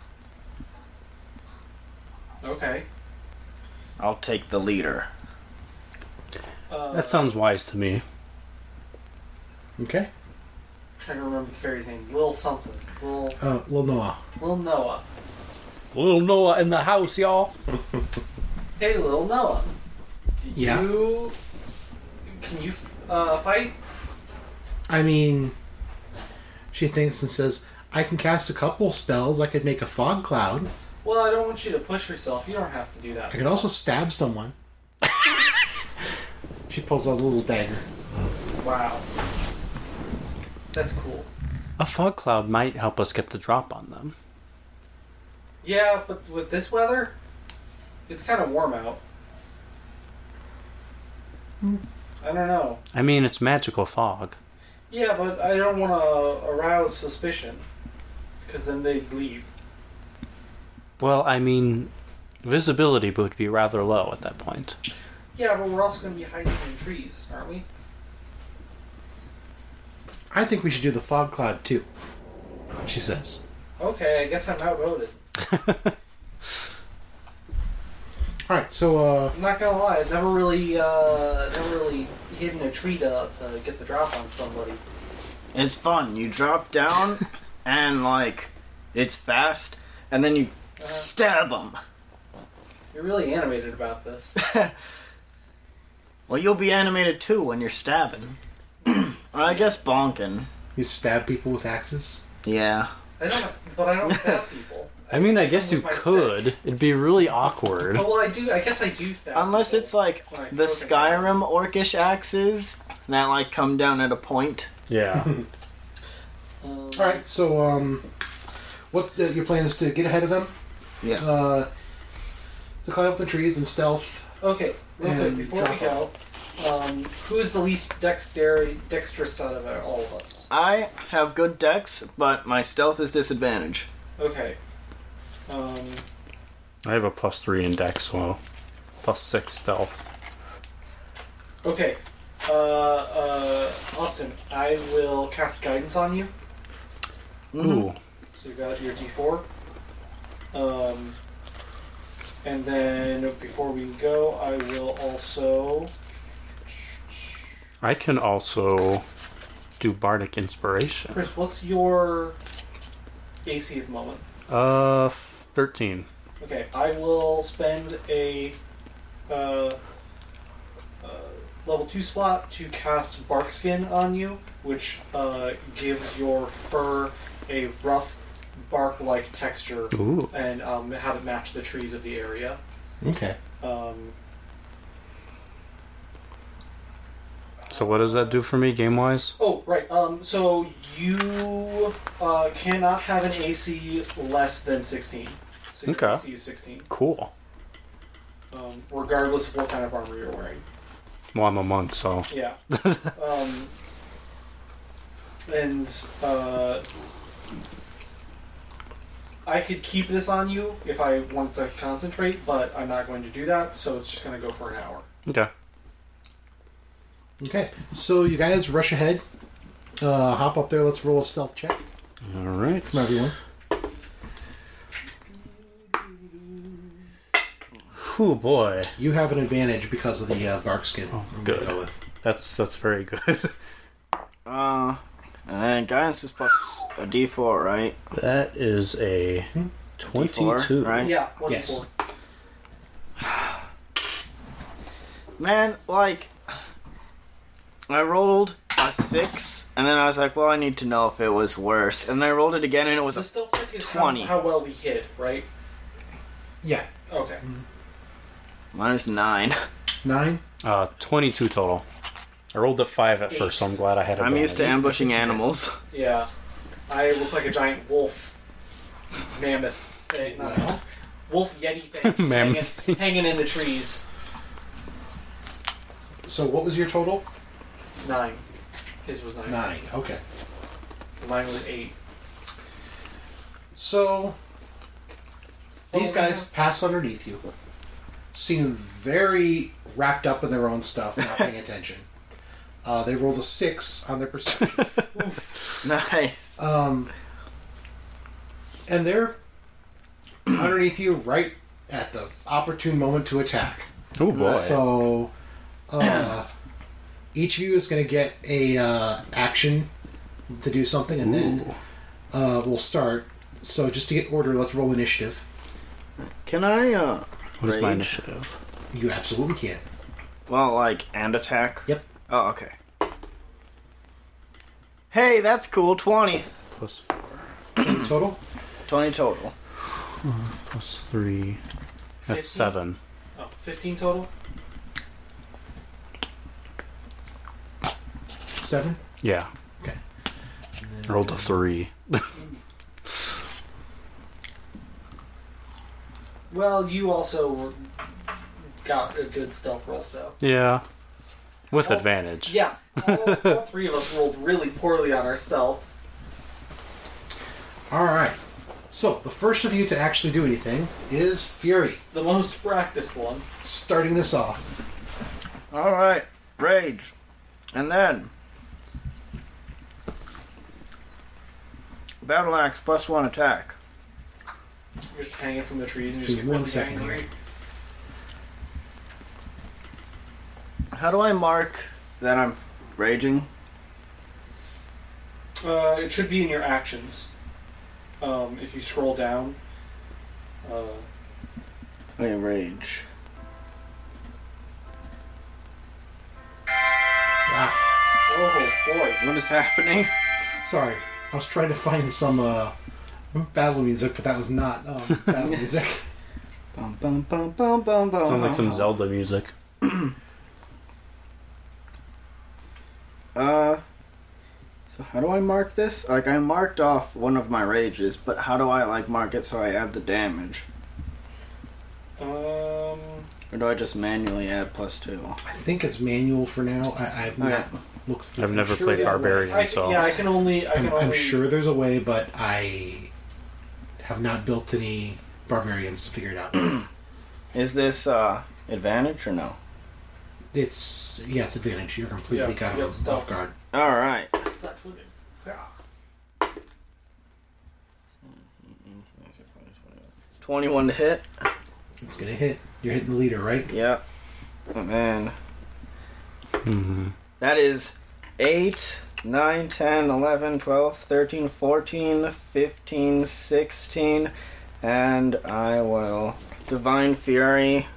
Okay.
I'll take the leader.
Uh,
That sounds wise to me.
Okay.
trying to remember the fairy's name. Lil something. Lil
Uh, Lil Noah.
Lil Noah.
Little Noah in the house, y'all.
Hey, Lil Noah. Did
Yeah.
you? Can you uh, fight?
I mean, she thinks and says, I can cast a couple spells. I could make a fog cloud.
Well, I don't want you to push yourself. You don't have to do
I
that.
could also stab someone. she pulls out a little dagger.
Wow. That's cool.
A fog cloud might help us get the drop on them.
Yeah, but with this weather, it's kind of warm out. I don't know.
I mean, it's magical fog.
Yeah, but I don't want to arouse suspicion because then they'd leave.
Well, I mean, visibility would be rather low at that point.
Yeah, but we're also going to be hiding in trees, aren't we?
I think we should do the fog cloud too, she says.
Okay, I guess I'm outvoted.
All right, so uh,
I'm not gonna lie, I've never really, uh, never really hidden a tree to, to get the drop on somebody.
It's fun. You drop down, and like, it's fast, and then you stab them.
You're really animated about this.
Well, you'll be animated too when you're stabbing. Or I guess bonking.
you stab people with axes.
Yeah.
I don't, but I don't stab people.
I mean, I guess
With
you
my
could.
stick.
It'd be really awkward.
Oh, well, I do. I guess I do stab.
Unless
people.
it's like
Like,
the
okay.
Skyrim orcish axes that like come down at a point.
Yeah.
Um,
All right, so um, what uh, your plan is to get ahead of them?
Yeah.
Uh, to climb up the trees and stealth.
Okay, real quick
And
before we
drop
go, um, who's the least dexterity, dexterous out of all of us?
I have good dex, but my stealth is disadvantage.
Okay. Um,
I have a plus three in dex, so plus six stealth.
okay. Uh, uh, Austin, I will cast guidance on you.
Mm-hmm.
Mm-hmm.
Ooh.
So you got your D4. Um, and then before we go, I will also.
I can also do bardic inspiration.
Chris, what's your AC at the moment?
Uh, f- 13.
Okay, I will spend a uh, uh, level two slot to cast Barkskin on you, which uh, gives your fur a rough bark-like texture
Ooh.
and um, have it match the trees of the area.
Okay.
Um,
So what does that do for me game wise?
Oh, right. Um, so you uh, cannot have an AC less than 16. So your
Okay.
AC is 16,
Cool.
um, regardless of what kind of armor you're wearing.
Well, I'm a monk, so.
Yeah. um, and uh, I could keep this on you if I want to concentrate, but I'm not going to do that, so it's just going to go for an hour.
Okay.
Okay. So you guys rush ahead. Uh, hop up there. Let's roll a stealth check
All right.
from everyone.
Oh boy.
You have an advantage because of the uh, bark skin. I'm gonna
good.
Go with.
That's that's very good.
Uh, and guidance is plus a d4, right?
that is a
Hmm.
22.
D4, right?
Yeah, one
Yes.
four.
Man, like, I rolled a six, and then I was like, well, I need to know if it was worse. And then I rolled it again, and it was
The
a.
stealth check is
20.
How, how well we hit, right?
Yeah.
Okay.
Minus nine.
Nine.
Uh, 22 total. I rolled a 5 at
Eight.
first, so I'm glad I had a
I'm used to
advantage.
ambushing animals.
Yeah. I look like a giant wolf mammoth thing. Not mammoth. Wolf yeti thing.
Mammoth
hanging, hanging in the trees.
So what was your total?
Nine. His was nine.
Nine. Okay.
Mine was eight.
So These guys pass underneath you, seem very wrapped up in their own stuff, not paying attention. Uh, they rolled a six on their perception,
Nice.
um, and they're underneath you right at the opportune moment to attack.
Oh boy.
So, uh, each of you is going to get a uh, action to do something, and then uh, we'll start. So, just to get order, let's roll initiative.
Can I, uh.
what is my
rage?
initiative?
You absolutely can.
Well, like, and attack?
Yep.
Oh, okay. Hey, that's cool. 20.
Plus
Total.
20 total.
plus three. That's
Fifteen?
seven.
Oh, 15 total?
Seven.
Yeah.
Okay.
I rolled a three.
Well, you also got a good stealth roll, so.
Yeah. With
Oh,
advantage.
Yeah, all, all three of us rolled really poorly on our stealth.
All right. So, the first of you to actually do anything is Fury,
The most practiced one.
starting this off.
Alright. Rage. And then. Battle axe plus one attack.
You're just hanging from the trees and you
Give
just get
me one
really
second
angry.
here.
How do I mark that I'm raging?
Uh, it should be in your actions. Um, if you scroll down. Uh,
I Oh, rage.
Ah,
oh boy.
What is happening?
sorry. I was trying to find some uh, battle music, but that was not um, battle music.
Bum, bum, bum, bum, bum, bum,
Sounds like some
Uh-huh.
bum.
Zelda music.
Uh, so how do I mark this? Like I marked off one of my rages, but how do I like mark it so I add the damage,
Um,
or do I just manually add plus two?
I think it's manual for now. I, I've
Okay.
not looked. Through.
I've
I'm
never
sure
played
there are
Barbarian,
I,
so
yeah, I can only. I can
I'm,
only
I'm sure there's a way, but I have not built any barbarians to figure it out.
Is this uh advantage or no?
it's yeah, it's advantage. You're completely
Yeah,
kind
you got
of
stuff.
off guard.
All right.
It's not fluted.
Twenty-one to hit.
It's gonna hit. You're hitting the leader, right?
Yep. And then
Mm-hmm.
that is eight, nine, ten, eleven, twelve, thirteen, fourteen, fifteen, sixteen, and I will Divine Fury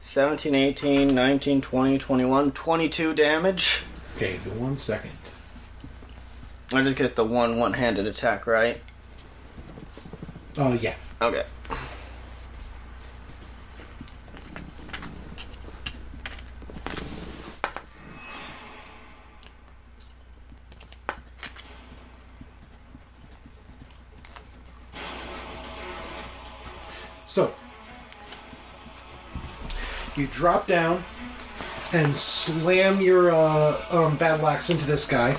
17, 18, 19, 20, 21, 22 damage.
Okay, give me one second.
I just get the one one handed attack, right?
Oh yeah,
Okay.
So, you drop down and slam your uh, um, battle axe into this guy,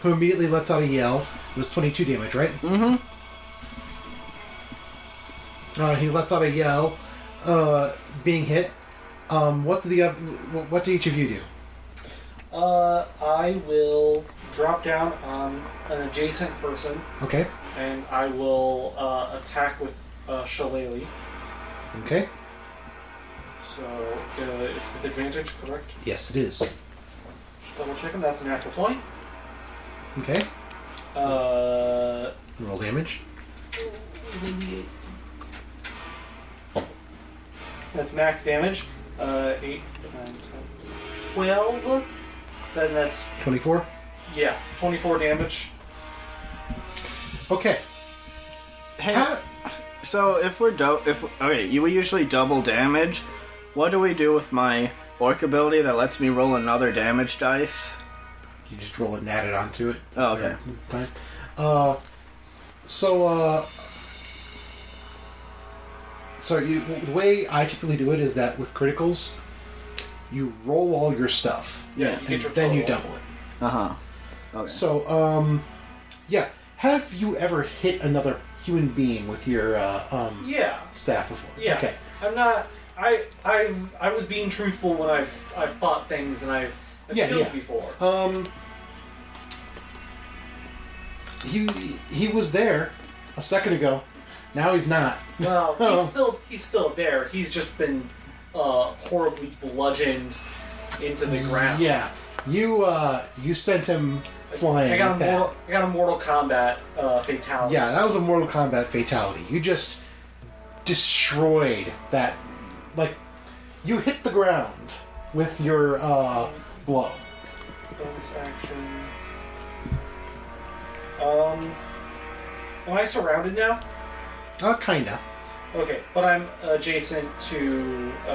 who immediately lets out a yell. It was 22 damage, right? Mm hmm. Uh, he lets out a yell, uh, being hit. Um, what do the other, wh- what do each of you do?
Uh, I will drop down on an adjacent person,
Okay,
and I will uh, attack with uh, Shillelagh.
okay.
So uh, it's with advantage, correct?
Yes, it is.
Just double checking. That's a natural twenty.
Okay,
Uh,
roll damage.
that's max damage. Uh, eight, nine, 10, twelve. Then that's
24.
yeah, twenty-four damage.
Okay.
Hey,
How-
so if we're do- if okay, you we usually double damage. What do we do with my orc ability that lets me roll another damage dice?
You just roll it and add it onto it.
Oh, okay.
Fine. Uh, so, uh, so you, the way I typically do it is that with criticals, you roll all your stuff
Yeah, you
and
get your
then you
total.
double it.
Uh huh. Okay.
So, um, yeah, Have you ever hit another human being with your uh, um,
Yeah.
staff before?
Yeah.
Okay.
I'm not. I I've I was being truthful when I've I've fought things and I've, I've
Yeah,
killed
yeah.
before.
Um, he he was there a second ago. Now he's not.
Well,
Oh.
he's still he's still there. He's just been uh, horribly bludgeoned into the ground.
Yeah, you uh, you sent him flying.
I got a
with that.
mortal, I got a Mortal Kombat uh, fatality.
Yeah, that was a Mortal Kombat fatality. You just destroyed that. Like, you hit the ground with your uh, blow.
Bonus action. Um, am I surrounded now?
Uh, kinda,
Okay, but I'm adjacent to uh,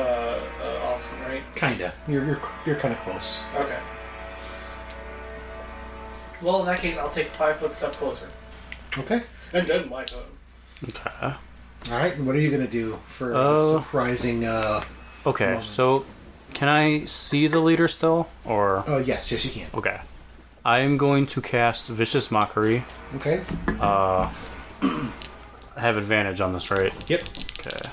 uh, Austin, right?
kinda. You're you're, you're kind of close.
Okay. Well, in that case, I'll take a five foot step closer.
Okay.
And then my turn.
Okay.
All right. And what are you gonna do for a
Uh,
surprising? Uh,
Okay,
Moment.
so can I see the leader still? Or.
oh yes, yes you can.
Okay. I am going to cast Vicious Mockery.
Okay.
I have advantage on this, right?
Yep.
Okay.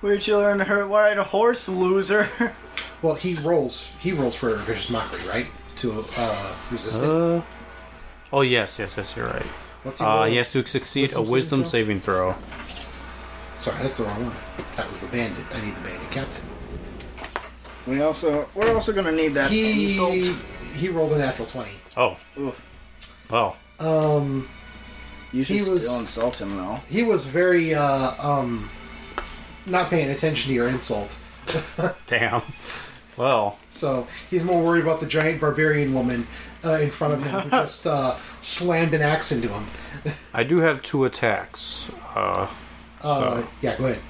Where'd you learn to hurt ride a horse, loser?
Well, he rolls. He rolls for vicious mockery, right? To uh, resist it.
Uh, oh, yes, yes, yes, you're right.
What's he
Uh,
roll?
he has to succeed
Wisdom
a
saving
wisdom
throw?
saving throw.
Sorry, that's the wrong one. That was the bandit. I need the bandit captain.
we also we're also gonna need that
He
insult.
he rolled a natural twenty.
Oh.
Oof.
Wow.
Um,
You should
He
still
was-
insult him though.
he was very uh, um, not paying attention to your insult.
Damn. Well,
So he's more worried about the giant barbarian woman uh, in front of him who just uh, slammed an axe into him.
I do have two attacks. Uh,
Uh, Yeah, go ahead.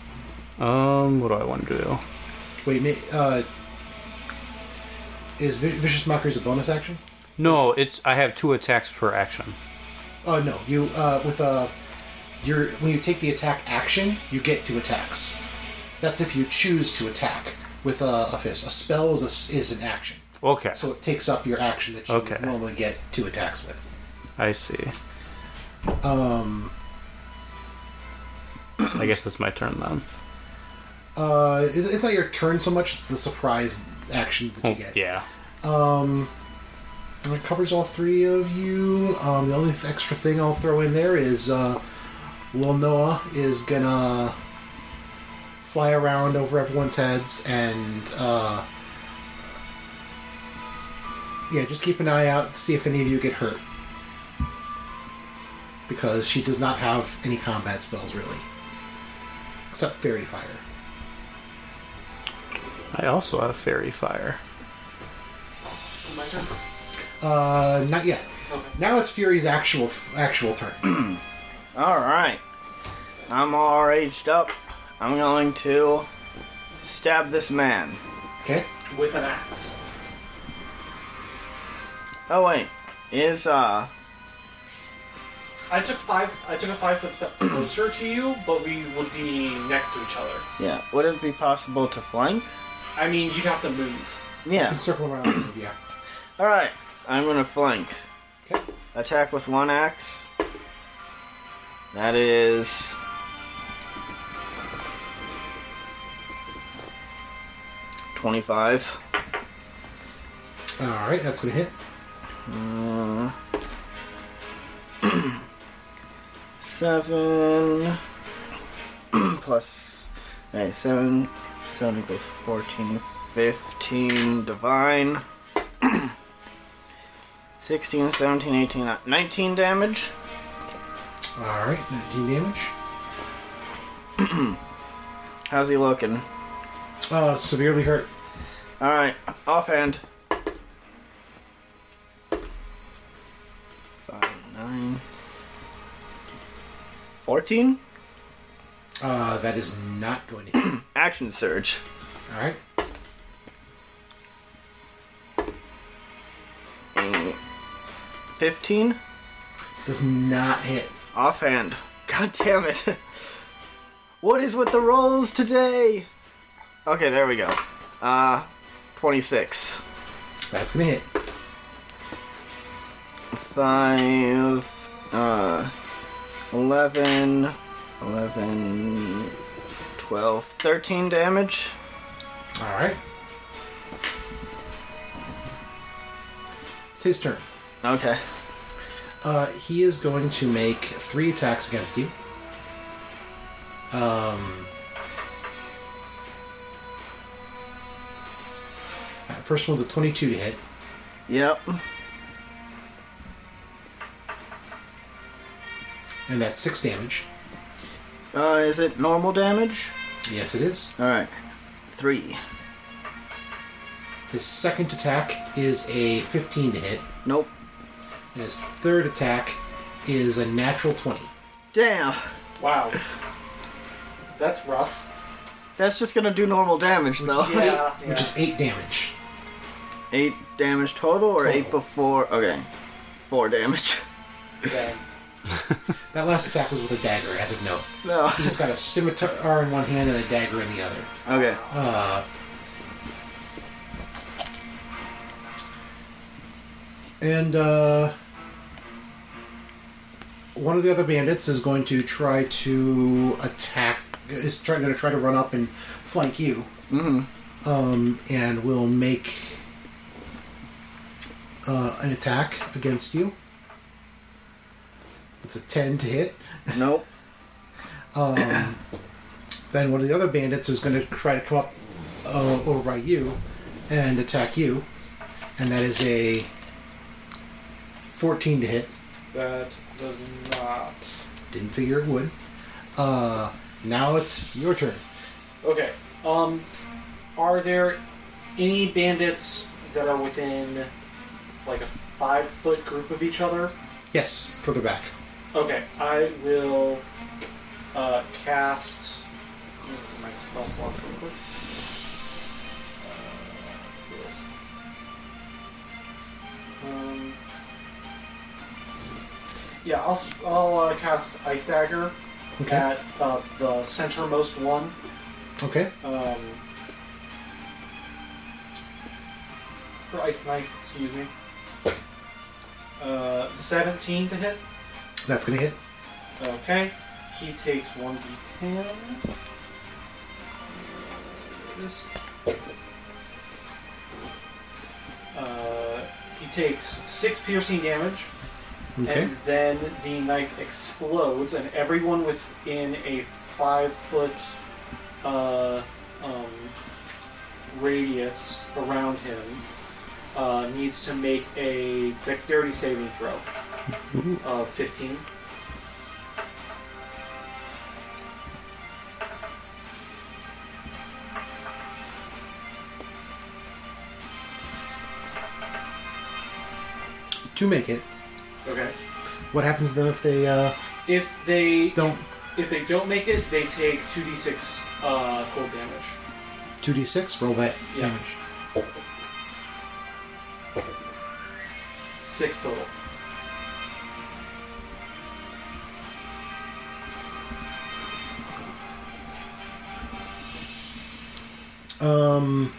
um, what do I want to do?
Wait, ma- uh, is vi- vicious mockery a bonus action?
No, it's I have two attacks per action.
Oh no, you uh, with uh, your when you take the attack action, you get two attacks. That's if you choose to attack with a, a fist. A spell is a s is an action.
Okay,
So it takes up your action that you
Okay.
normally get two attacks with.
I see. Um, I guess that's my turn then.
Uh, it's, it's not your turn so much; it's the surprise actions that you
Oh,
get.
yeah.
And it covers all three of you. Um, the only th- extra thing I'll throw in there is uh, Lil Noah is gonna fly around over everyone's heads and uh, yeah, just keep an eye out and see if any of you get hurt because she does not have any combat spells really, except fairy fire.
I also have fairy fire.
It's my turn.
Uh, not yet.
Okay.
Now it's Fury's actual actual turn.
All right. I'm all raged up. I'm going to stab this man.
Okay.
With an axe.
Oh wait, is uh
I took five. I took a five foot step closer to you, but we would be next to each other.
yeah? Would it be possible to flank?
I mean, you'd have to move.
Yeah.
Circle around. yeah.
All right. I'm gonna flank.
Okay.
Attack with one axe. That is. Twenty-five.
All right, that's gonna hit.
Seven plus okay, seven seven equals 14 15 divine 16 17 18 uh, 19 damage
All right, 19 damage.
how's he looking
Uh, severely hurt.
all right offhand Five, nine. 14
Uh, that is not going to hit.
action surge
All right.
Mm. 15
Does not hit.
offhand. God damn it. What is with the rolls today? Okay, there we go. Uh, 26.
That's gonna hit.
5, uh, 11, 11, 12, 13 damage.
All right. It's his turn.
Okay.
Uh, he is going to make three attacks against you. Um, uh, first one's a 22 to hit.
Yep.
And that's six damage.
Uh, is it normal damage?
Yes, it is.
Alright. Three.
His second attack is a 15 to hit.
Nope.
And his third attack is a natural 20.
Damn.
Wow. That's rough.
That's just gonna do normal damage, though.
Eight,
Yeah, yeah.
Which is 8 damage.
Eight damage total, or eight
Total.
before? Okay. Four damage.
Dang.
That last attack was with a dagger, as of note.
no.
He's got a scimitar in one hand and a dagger in the other.
Okay.
Uh, and uh, one of the other bandits is going to try to attack. Is trying going to try to run up and flank you. Mm-hmm. Um, and will make uh, an attack against you. It's a ten to hit.
Nope.
Then one of the other bandits is going to try to come up uh, over by you and attack you, and that is a 14 to hit.
That does not.
Didn't figure it would. Uh, now it's your turn.
Okay. Um, are there any bandits that are within like a five foot group of each other?
Yes, further back.
Okay, I will uh, cast my spell slots real quick. Uh, rules. Um, yeah, I'll, s- I'll uh, cast Ice Dagger
Okay.
at uh, the centermost one.
Okay.
Um, or Ice Knife, excuse me. Uh, 17 to hit.
That's going to hit.
Okay. He takes 1d10. This. Uh, he takes 6 piercing damage,
Okay.
and then the knife explodes, and everyone within a 5 foot uh, um, radius around him uh, needs to make a dexterity saving throw of 15.
To make it.
Okay.
What happens then if they uh,
If they
don't?
if they don't make it, they take two d six uh, cold damage.
2d6, roll that
Yeah.
damage.
Six total.
Um,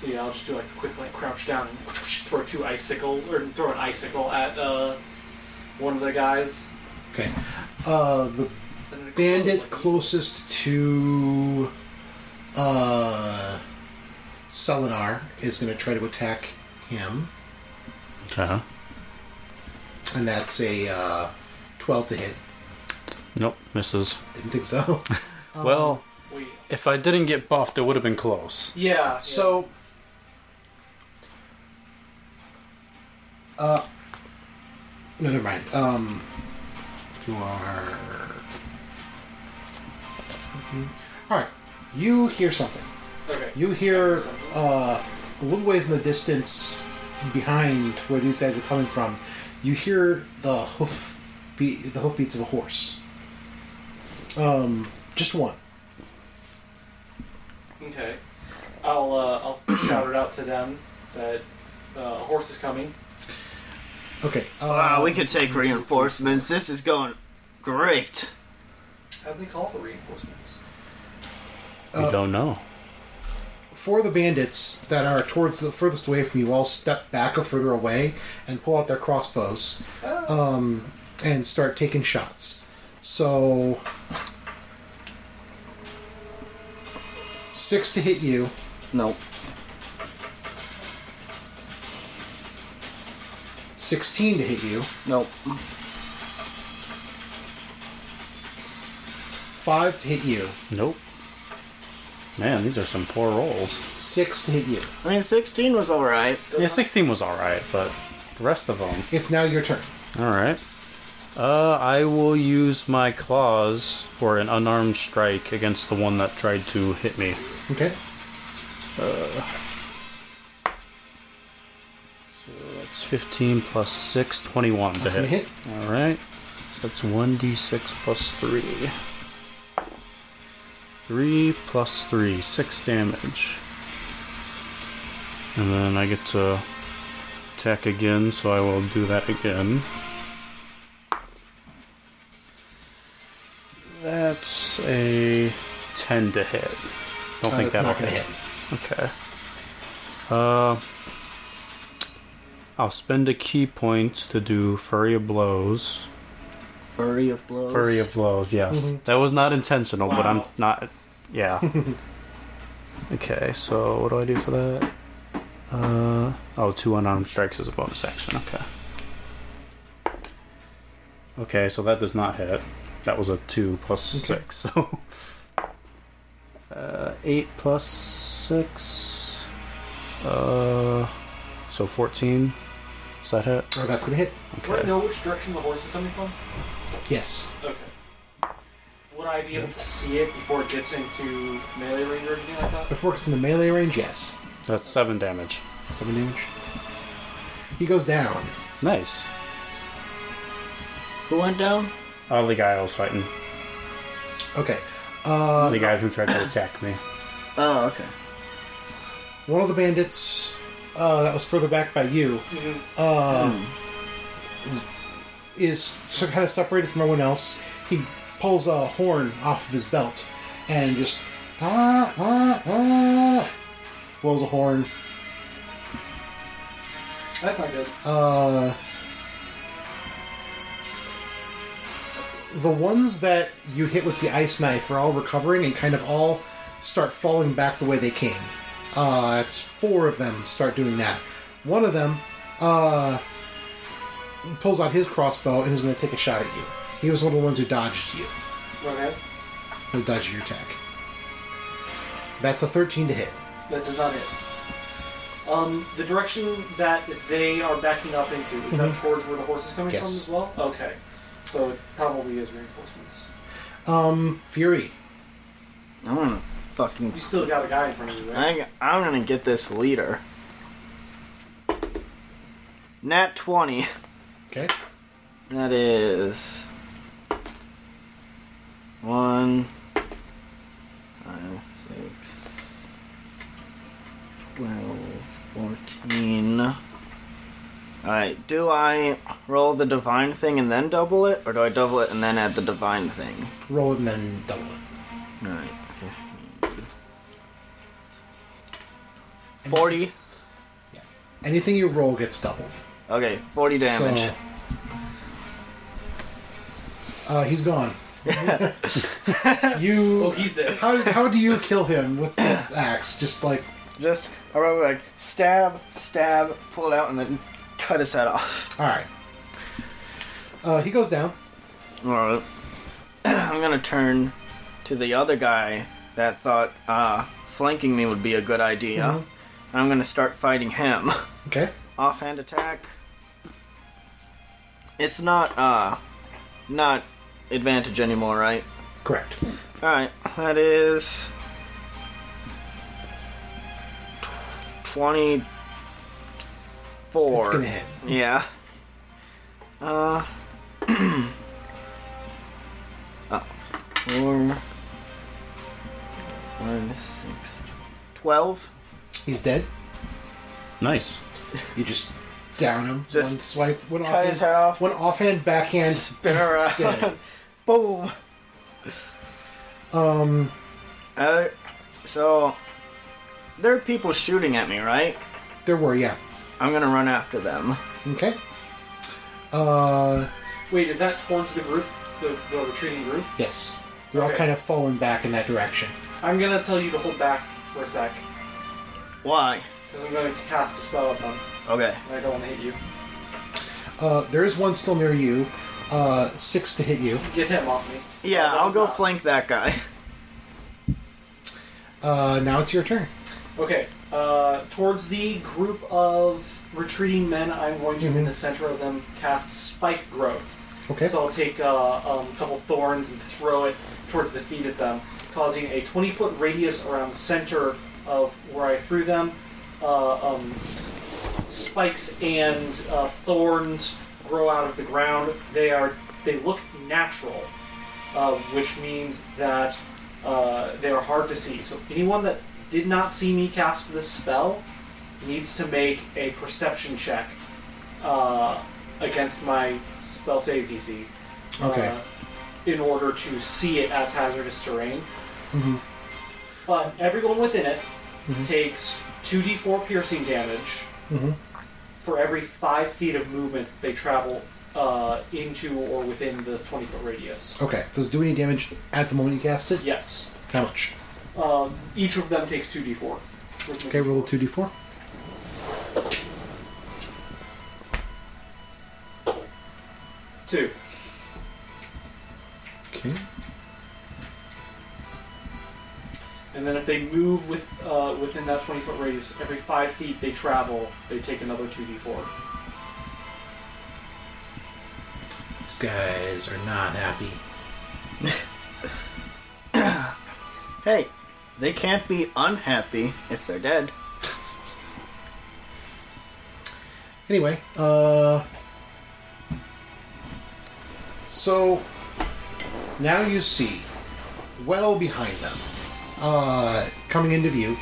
So yeah, I'll just do like a quick like crouch down and throw two icicles or throw an icicle at uh, one of the guys.
okay. Uh, the
And it explodes
bandit
like-
closest to uh Selinar is going to try to attack him,
Okay.
and that's a uh, twelve to hit.
Nope, misses.
Didn't think so. Um,
well,
Wait.
if I didn't get buffed, it would have been close.
Yeah. yeah.
So, uh, no, never mind. Um, you are. mm-hmm. All right, you hear something.
okay.
You hear uh, a little ways in the distance behind where these guys are coming from. You hear the hoof beat, the hoofbeats of a horse. Um, just one.
Okay. I'll uh, I'll shout it out to them that uh, a horse is coming.
Okay. Uh,
Wow, we could take reinforcements. This is going great.
How'd they call for reinforcements?
Uh,
we don't know.
four of the bandits that are towards the furthest away from you all step back or further away and pull out their crossbows. Um, and start taking shots. So six to hit you.
Nope.
16 to hit you.
Nope.
5 to hit you.
Nope. Man, these are some poor rolls.
6 to hit you.
I mean, 16 was alright.
Yeah, 16 was alright, but the rest of them.
It's now your turn.
Alright. Uh, I will use my claws for an unarmed strike against the one that tried to hit me.
Okay.
That's 15 plus 6, 21 to
That's
hit.
gonna hit.
Alright. That's 1d6 plus 3. 3 plus 3, 6 damage. And then I get to attack again, so I will do that again. That's a 10 to hit. Don't
Uh,
think
that's
that'll
not going to hit.
Okay. Uh, I'll spend a key point to do Fury of Blows.
Furry of blows.
Fury of Blows, yes. That was not intentional, but I'm
Wow.
not. Yeah. okay, so what do I do for that? Uh, oh, two unarmed strikes as a bonus action. Okay. Okay, so that does not hit. That was a two plus
Okay.
six, so uh, eight plus six. Uh, so fourteen. Does that hit?
Oh, that's going to hit.
Okay.
Would I know which direction the horse is coming from?
Yes.
Okay. Would I be able to see it before it gets into melee range or anything like that?
Before it's in the melee range, yes.
That's seven damage.
7 damage. He goes down.
Nice.
Who went down?
Oh, the guy I was fighting.
Okay. Uh,
The guy who tried to attack me.
Oh, okay.
one of the bandits uh, that was further back by you uh, is so kind of separated from everyone else. He pulls a horn off of his belt and just ah ah ah blows a horn.
That's not good.
Uh, the ones that you hit with the ice knife are all recovering and kind of all start falling back the way they came. Uh, it's four of them start doing that. One of them uh, pulls out his crossbow and is going to take a shot at you. He was one of the ones who dodged you,
Okay.
who dodged your attack. That's a 13 to hit.
That does not hit. Um, the direction that they are backing up into, is that
Mm-hmm.
towards where the horse is coming
Yes.
from as well? Okay. So it probably is reinforcements.
Um, Fury.
I'm gonna fucking.
You still got a guy in front of you, right?
I, I'm gonna get this leader. Nat 20.
Okay.
That is. One. Five, six. Twelve. Fourteen. Alright, do I roll the divine thing and then double it, or do I double it and then add the divine thing?
Roll it and then double it.
Alright. okay. Forty.
Anything you roll gets doubled.
Okay, forty damage.
So, uh, he's gone. you.
Oh, he's dead.
How, how do you kill him with this axe? Just like
Just I roll like stab, stab, pull it out, and then cut his head off.
all right. Uh, he goes down.
Alright. I'm gonna turn to the other guy that thought uh, flanking me would be a good idea.
Mhm.
And I'm gonna start fighting him.
Okay.
Offhand attack. It's not uh not advantage anymore, right?
Correct.
Alright, that is twenty
It's
four.
gonna hit.
Yeah. Uh. oh. Four. One, six. Twelve.
He's dead.
Nice.
You just down him.
Just
one swipe. One
cut
offhand.
his head off.
One offhand backhand.
Spin around.
Dead.
Boom.
Um.
Uh, so there are people shooting at me, right?
There were yeah.
I'm gonna run after them.
Okay. Uh,
Wait, is that towards the group, the, the retreating group?
Yes. They're all
Okay.
kind of falling back in that direction.
I'm gonna tell you to hold back for a sec,
Why?
because I'm gonna cast a spell at them,
Okay.
and I don't want to hit you.
Uh, there is one still near you. Uh, six to hit you.
Get him off me.
Yeah,
Oh,
I'll
that's
go
not-
flank that guy.
Uh, now it's your turn.
Okay, uh, towards the group of retreating men, I'm going to, in
Mhm.
the center of them, cast Spike Growth.
Okay.
So I'll take uh, um, a couple thorns and throw it towards the feet of them, causing a 20 foot radius around the center of where I threw them. Uh, um, spikes and uh, thorns grow out of the ground. They are they look natural, uh, which means that uh, they are hard to see. So anyone that did not see me cast this spell needs to make a perception check uh, against my spell save DC. uh,
Okay.
in order to see it as hazardous terrain.
Mhm.
But everyone within it takes 2d4 piercing damage
Mhm.
for every 5 feet of movement they travel uh, into or within the 20 foot radius.
Okay. Does it do any damage at the moment you cast it?
Yes.
How much?
Um, each of them takes 2d4.
Okay, roll a 2d4.
Two.
Okay.
And then if they move with, uh, within that 20 foot radius, every 5 feet they travel, they take another 2d4.
These guys are not happy.
Hey, they can't be unhappy if they're dead.
Anyway, uh. So. Now you see, well behind them, uh, coming into view,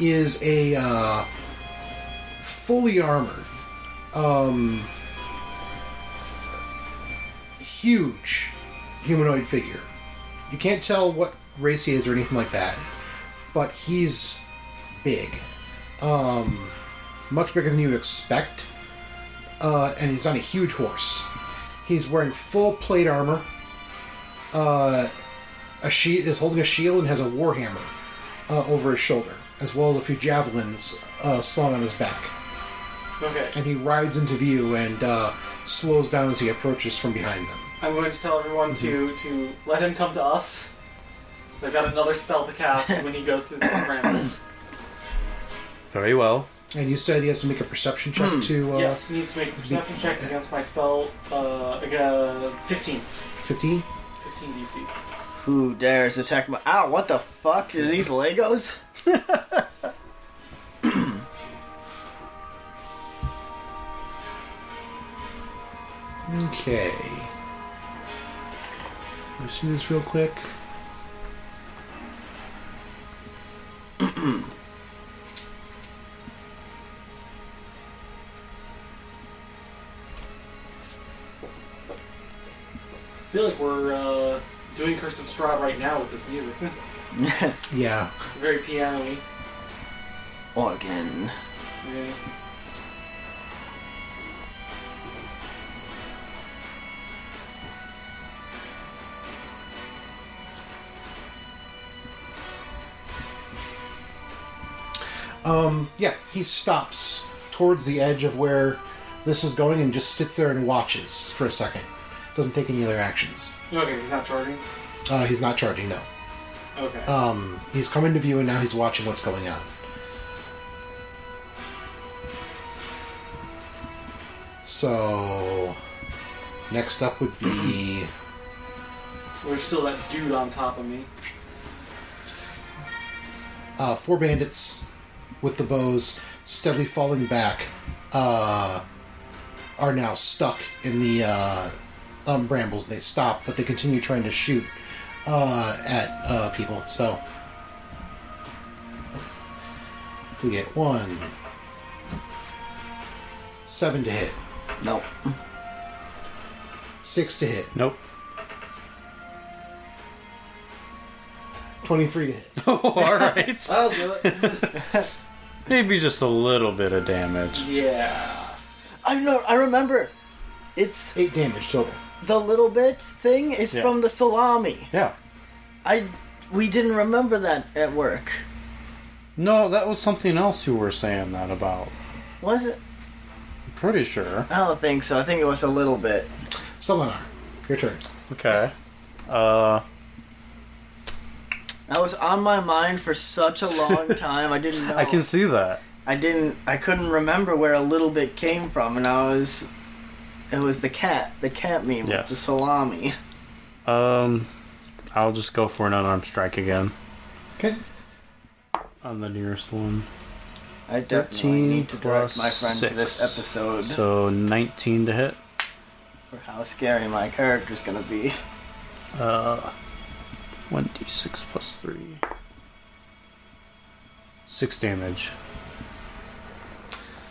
is a uh, fully armored, um, huge humanoid figure. You can't tell what race he is or anything like that, but he's big. Um, much bigger than you would expect. Uh, and he's on a huge horse. He's wearing full plate armor. Uh, a she is holding a shield and has a warhammer uh, over his shoulder, as well as a few javelins uh, slung on his back.
Okay.
And he rides into view and uh, slows down as he approaches from behind them.
I'm going to tell everyone to to let him come to us. So I've got another spell to cast when he goes through the rambles.
Very well.
And you said he has to make a perception check to uh,
yes, he needs to make a perception check against my spell. Uh, ag- uh, 15.
15.
15 DC.
Who dares attack my. Ow, what the fuck? Are these Legos?
Okay. Let me see this real quick.
I feel like we're uh, doing Curse of Strahd right now with this music.
Yeah.
Very piano-y.
Organ.
Yeah.
Um, yeah, he stops towards the edge of where this is going and just sits there and watches for a second. Doesn't take any other actions.
Okay, he's not charging.
Uh, he's not charging, no.
Okay.
Um, he's come into view and now he's watching what's going on. So, next up would be.
There's still that dude on top of me.
uh, four bandits with the bows steadily falling back uh, are now stuck in the uh, um, brambles. They stop, but they continue trying to shoot uh, at uh, people. So we get one, seven to hit,
Nope.
six to hit,
Nope.
23 to hit.
Oh, all right.
That'll do it.
Maybe just a little bit of damage.
yeah.
I know, I remember. It's.
Eight damage total.
the little bit thing is
Yeah.
from the salami.
Yeah.
I we didn't remember that at work.
No, that was something else you were saying that about.
Was it?
I'm pretty sure.
I don't think so. I think it was a little bit.
Selenar, your turn.
Okay. Uh,
That was on my mind for such a long time. I didn't know.
I can see that.
I didn't. I couldn't remember where a little bit came from, and I was. It was the cat. The cat meme with
Yes.
the salami.
Um, I'll just go for an unarmed strike again
Okay.
on the nearest one.
I definitely
13
need to direct
plus
my friend to this
six.
episode
So 19 to hit.
for how scary my character's gonna be.
Uh, 1d6 plus 3. 6 damage.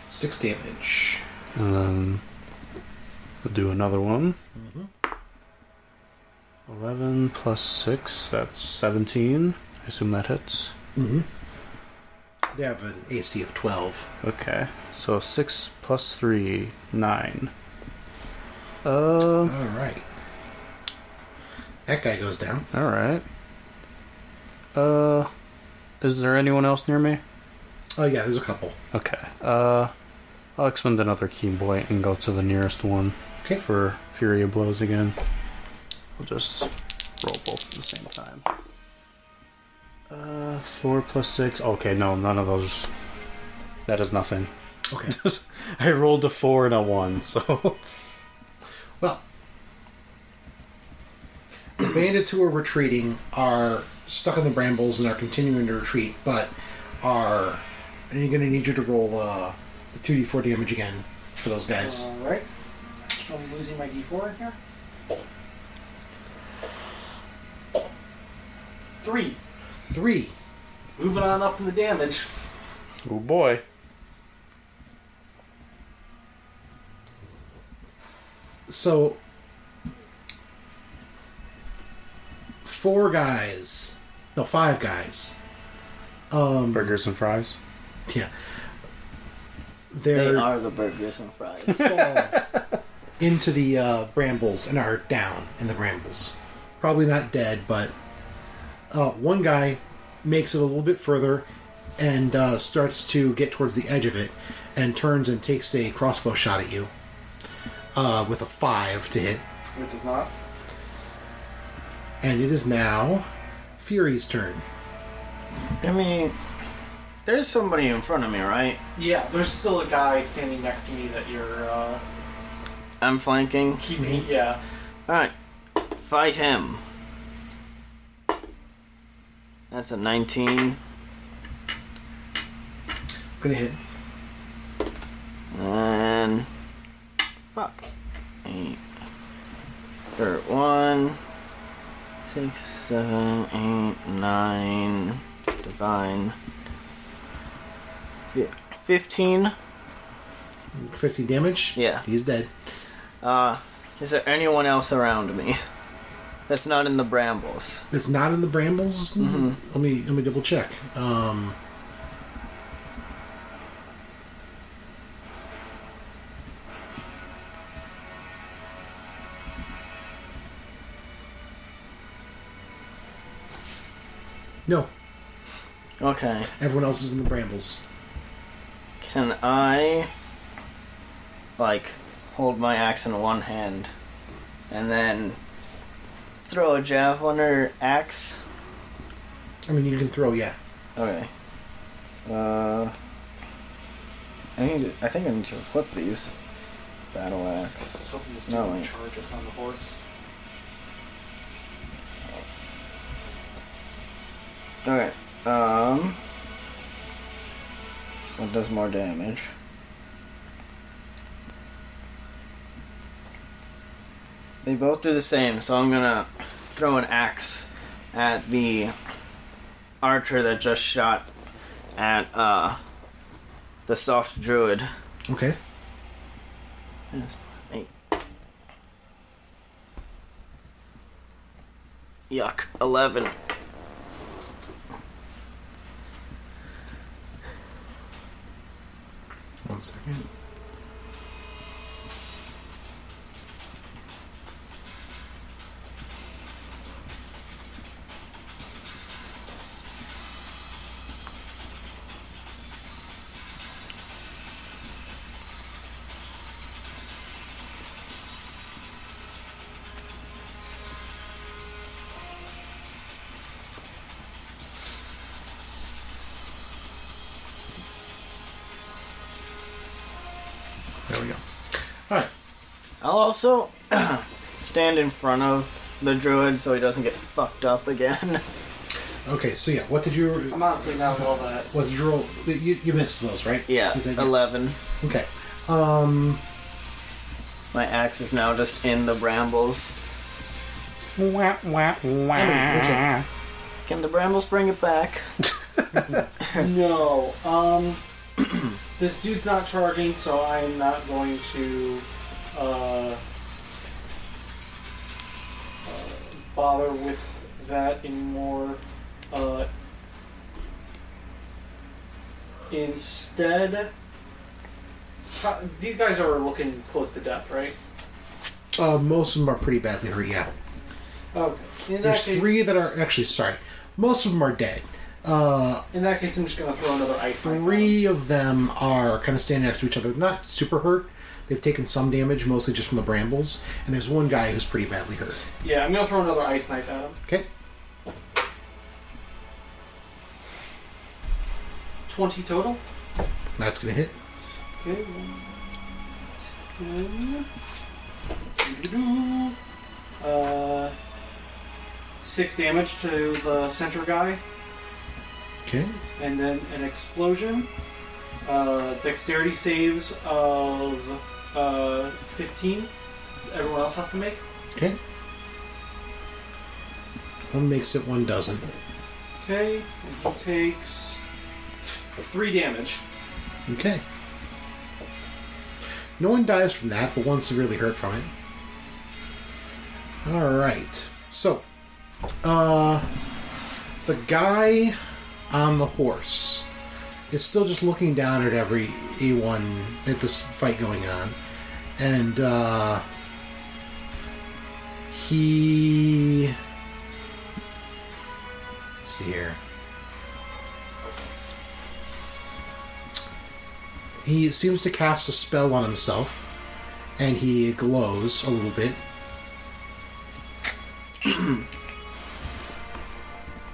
Six damage.
And then Um, we'll do another one. 11 plus 6, that's 17. I assume that hits.
They have an AC of 12.
Okay, so 6 plus 3, 9. Uh,
All right. That guy goes down.
alright. Uh, is there anyone else near me?
Oh, yeah, there's a couple.
Okay, uh, I'll expend another key point and go to the nearest one
Okay.
for Fury of Blows again. We'll just roll both at the same time. Uh, four plus six. Okay, no, none of those. That is nothing.
Okay.
I rolled a four and a one, so
Well, the bandits who are retreating are stuck in the brambles and are continuing to retreat, but are. And you're going to need you to roll uh, the 2d4 damage again for those guys.
All right. I'm losing my D4 here. Three.
Three.
Moving on up in the damage.
oh boy.
So, four guys. No, five guys. Um,
Burgers and fries.
yeah.
They
They're.
are the burgers and fries.
fall into the uh, brambles and are down in the brambles. Probably not dead, but uh, one guy makes it a little bit further and uh, starts to get towards the edge of it and turns and takes a crossbow shot at you uh, with a five to hit.
It does not.
And it is now Fury's turn.
I mean, there's somebody in front of me, right?
Yeah, there's still a guy standing next to me that you're uh,
I'm flanking.
keeping. Yeah.
All right, fight him. That's a 19.
It's gonna hit.
And fuck. Eight. Or one. Six, seven, eight, nine. Divine. Fi- Fifteen.
50 damage.
Yeah.
He's dead.
Uh, is there anyone else around me? That's not in the brambles.
It's not in the brambles.
Mm-hmm.
Let me let me double check. Um, no,
Okay.
everyone else is in the brambles.
Can I, like, hold my axe in one hand and then throw a javelin or axe?
I mean, you can throw. Yeah,
Okay. Uh, I need. To, I think I need to flip these. Battle
I was
axe.
hoping this dude
No,
would
wait.
charge us on the horse.
Okay. Um. What does more damage? They both do the same, so I'm gonna throw an axe at the archer that just shot at uh the soft druid.
okay.
Yuck. Eleven.
One second. There we go. All right.
I'll also stand in front of the druid so he doesn't get fucked up again.
Okay. So yeah, what did you?
I'm honestly not all that.
What did you roll? You, you missed those, right?
yeah,
Is that-
11.
Okay. Um.
My axe is now just in the brambles.
Wah, wah, wah.
Can the brambles bring it back?
No. Um, this dude's not charging, so I'm not going to uh, uh, bother with that anymore. Uh, instead, Pro- these guys are looking close to death, right?
Uh, most of them are pretty badly hurt. Yeah.
Okay. In that
There's
case,
three that are actually sorry. Most of them are dead. Uh,
In that case, I'm just gonna throw another ice. knife at 'em.
three of them are kind of standing next to each other, not super hurt. They've taken some damage, mostly just from the brambles, and there's one guy who's pretty badly hurt.
Yeah, I'm gonna throw another ice knife at him.
Okay,
Twenty total.
that's gonna hit.
Okay. one, two. Doo-doo-doo. Uh, six damage to the center guy,
Okay,
and then an explosion. Uh, dexterity saves of uh, 15. Everyone else has to make.
okay. One makes it, one doesn't.
Okay, and he takes three damage.
Okay. No one dies from that, but one's severely hurt from it. All right. So, uh, the guy on the horse is still just looking down at every E1 at this fight going on, and uh, he. Let's see here. He seems to cast a spell on himself, and he glows a little bit.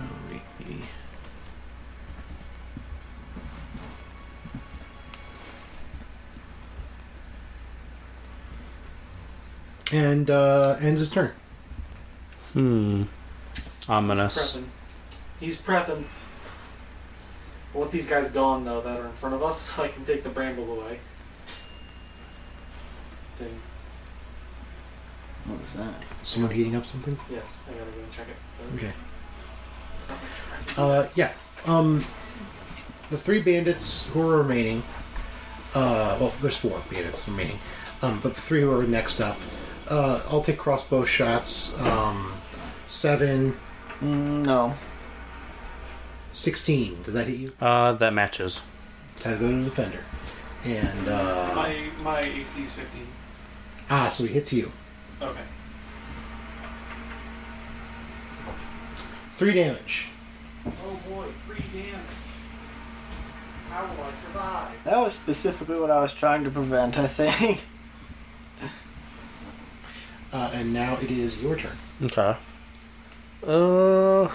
Alrighty. And uh, ends his turn.
Hmm. Ominous.
Prepping. He's prepping. I want these guys gone though that are in front of us so I can take the brambles away. Thing.
What was that?
Someone heating up something?
Yes, I gotta go and check it.
Okay.
It's not much track.
Uh, yeah. Um, the three bandits who are remaining. Uh, well, there's four bandits remaining, um, but the three who are next up. Uh, I'll take crossbow shots. Um, seven,
Mm, no.
16. Does that hit you?
Uh, that matches.
Time to go to the defender. And uh,
My my AC is 15.
ah, so he hits you.
Okay.
Three damage.
Oh boy, three damage. How will I survive?
That was specifically what I was trying to prevent, I think.
Uh, and now it is your turn.
Okay. Uh.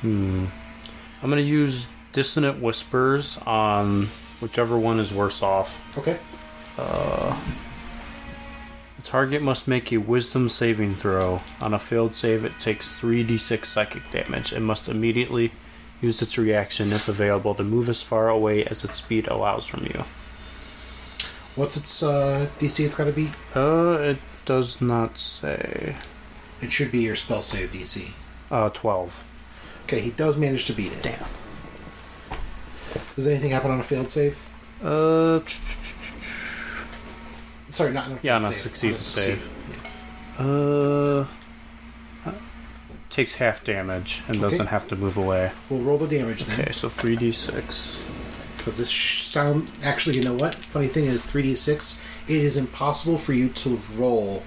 Hmm. I'm gonna use dissonant whispers on whichever one is worse off.
Okay.
The target must make a wisdom saving throw. On a failed save, it takes 3d6 psychic damage and must immediately use its reaction, if available, to move as far away as its speed allows from you.
What's its uh, DC? It's got to be.
Uh, it does not say.
It should be your spell save DC.
Uh, 12.
Okay, he does manage to beat it.
Damn.
Does anything happen on a failed save?
Uh.
Sorry, not enough.
Yeah, on a succeed save. Uh, takes half damage and
Okay.
doesn't have to move away.
We'll roll the damage then.
Okay, so three d six.
Because this sh- sound. Actually, you know what? Funny thing is, 3d6, it is impossible for you to roll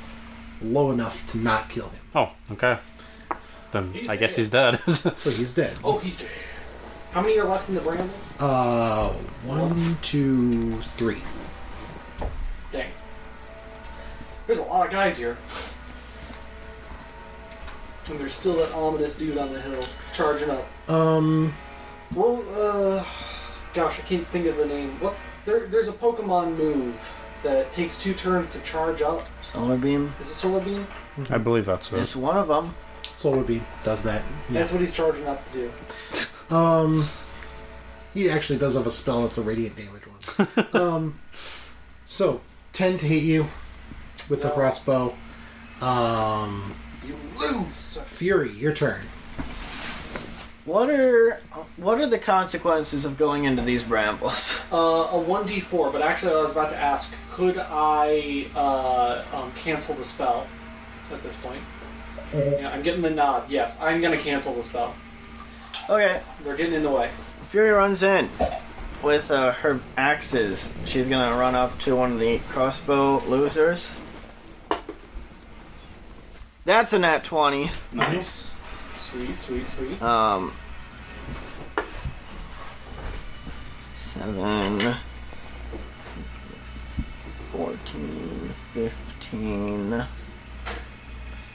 low enough to not kill him.
Oh, okay. Then I guess he's dead.
So he's dead.
Oh, he's dead. How many are left in the brambles?
Uh, one, two, three.
Dang. There's a lot of guys here. And there's still that ominous dude on the hill charging up.
Um,
Well, uh, gosh, I can't think of the name. What's there? There's a Pokemon move that takes two turns to charge up.
Solar beam
Is it Solar Beam?
I believe that's
is
it.
one of them.
Solar Beam does that. Yeah.
That's what he's charging up to do.
Um, he actually does have a spell. It's a radiant damage one. um, so ten to hit you with the
No.
crossbow. Um,
You lose.
Fury, your turn.
What are what are the consequences of going into these brambles?
Uh, a one d four. But actually, I was about to ask, could I uh, um, cancel the spell at this point? Yeah, I'm getting the nod. Yes, I'm gonna cancel the spell.
Okay,
They're getting in the way.
Fury runs in with uh, her axes. She's gonna run up to one of the crossbow losers. That's a nat twenty.
Nice.
Sweet, sweet, sweet.
Um, seven, 14, 15.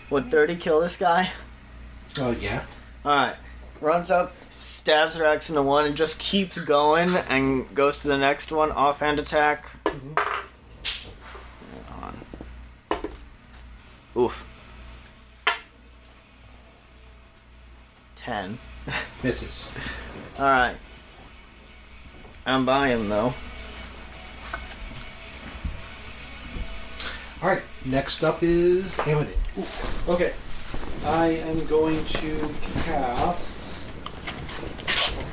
Would 30 kill this guy?
Oh yeah.
Alright. Runs up, stabs her axe into one, and just keeps going and goes to the next one. Offhand attack. Right on. Oof. 10.
Misses.
Alright. I'm buying though.
All right. Next up is Amadin.
Okay. I am going to cast.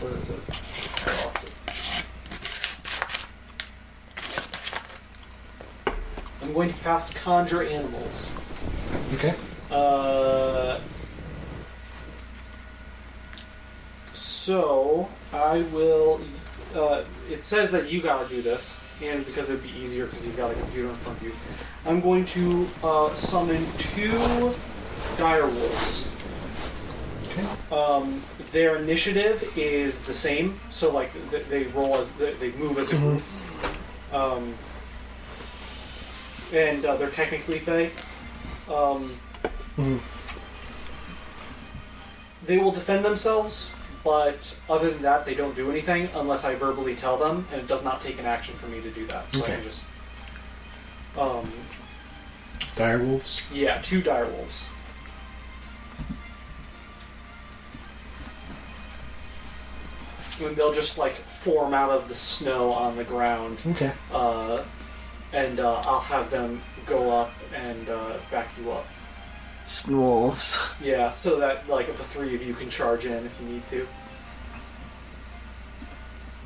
What is it? I lost it. I'm going to cast Conjure Animals.
Okay.
Uh, so I will. Uh, it says that you gotta do this, and because it'd be easier because you've got a computer in front of you, I'm going to uh, summon two dire wolves.
Okay.
Um, their initiative is the same, so like th- they roll as they, they move as a group. Um, and uh, they're technically fey. Um,
Mhm.
They will defend themselves, but other than that, they don't do anything unless I verbally tell them, and it does not take an action for me to do that. So I
Okay.
can just. Um,
Direwolves.
yeah, two dire wolves. And they'll just like form out of the snow on the ground
Okay.
uh, and uh, I'll have them go up and uh, back you up.
Snwolves.
Yeah, so that like the three of you can charge in if you need to.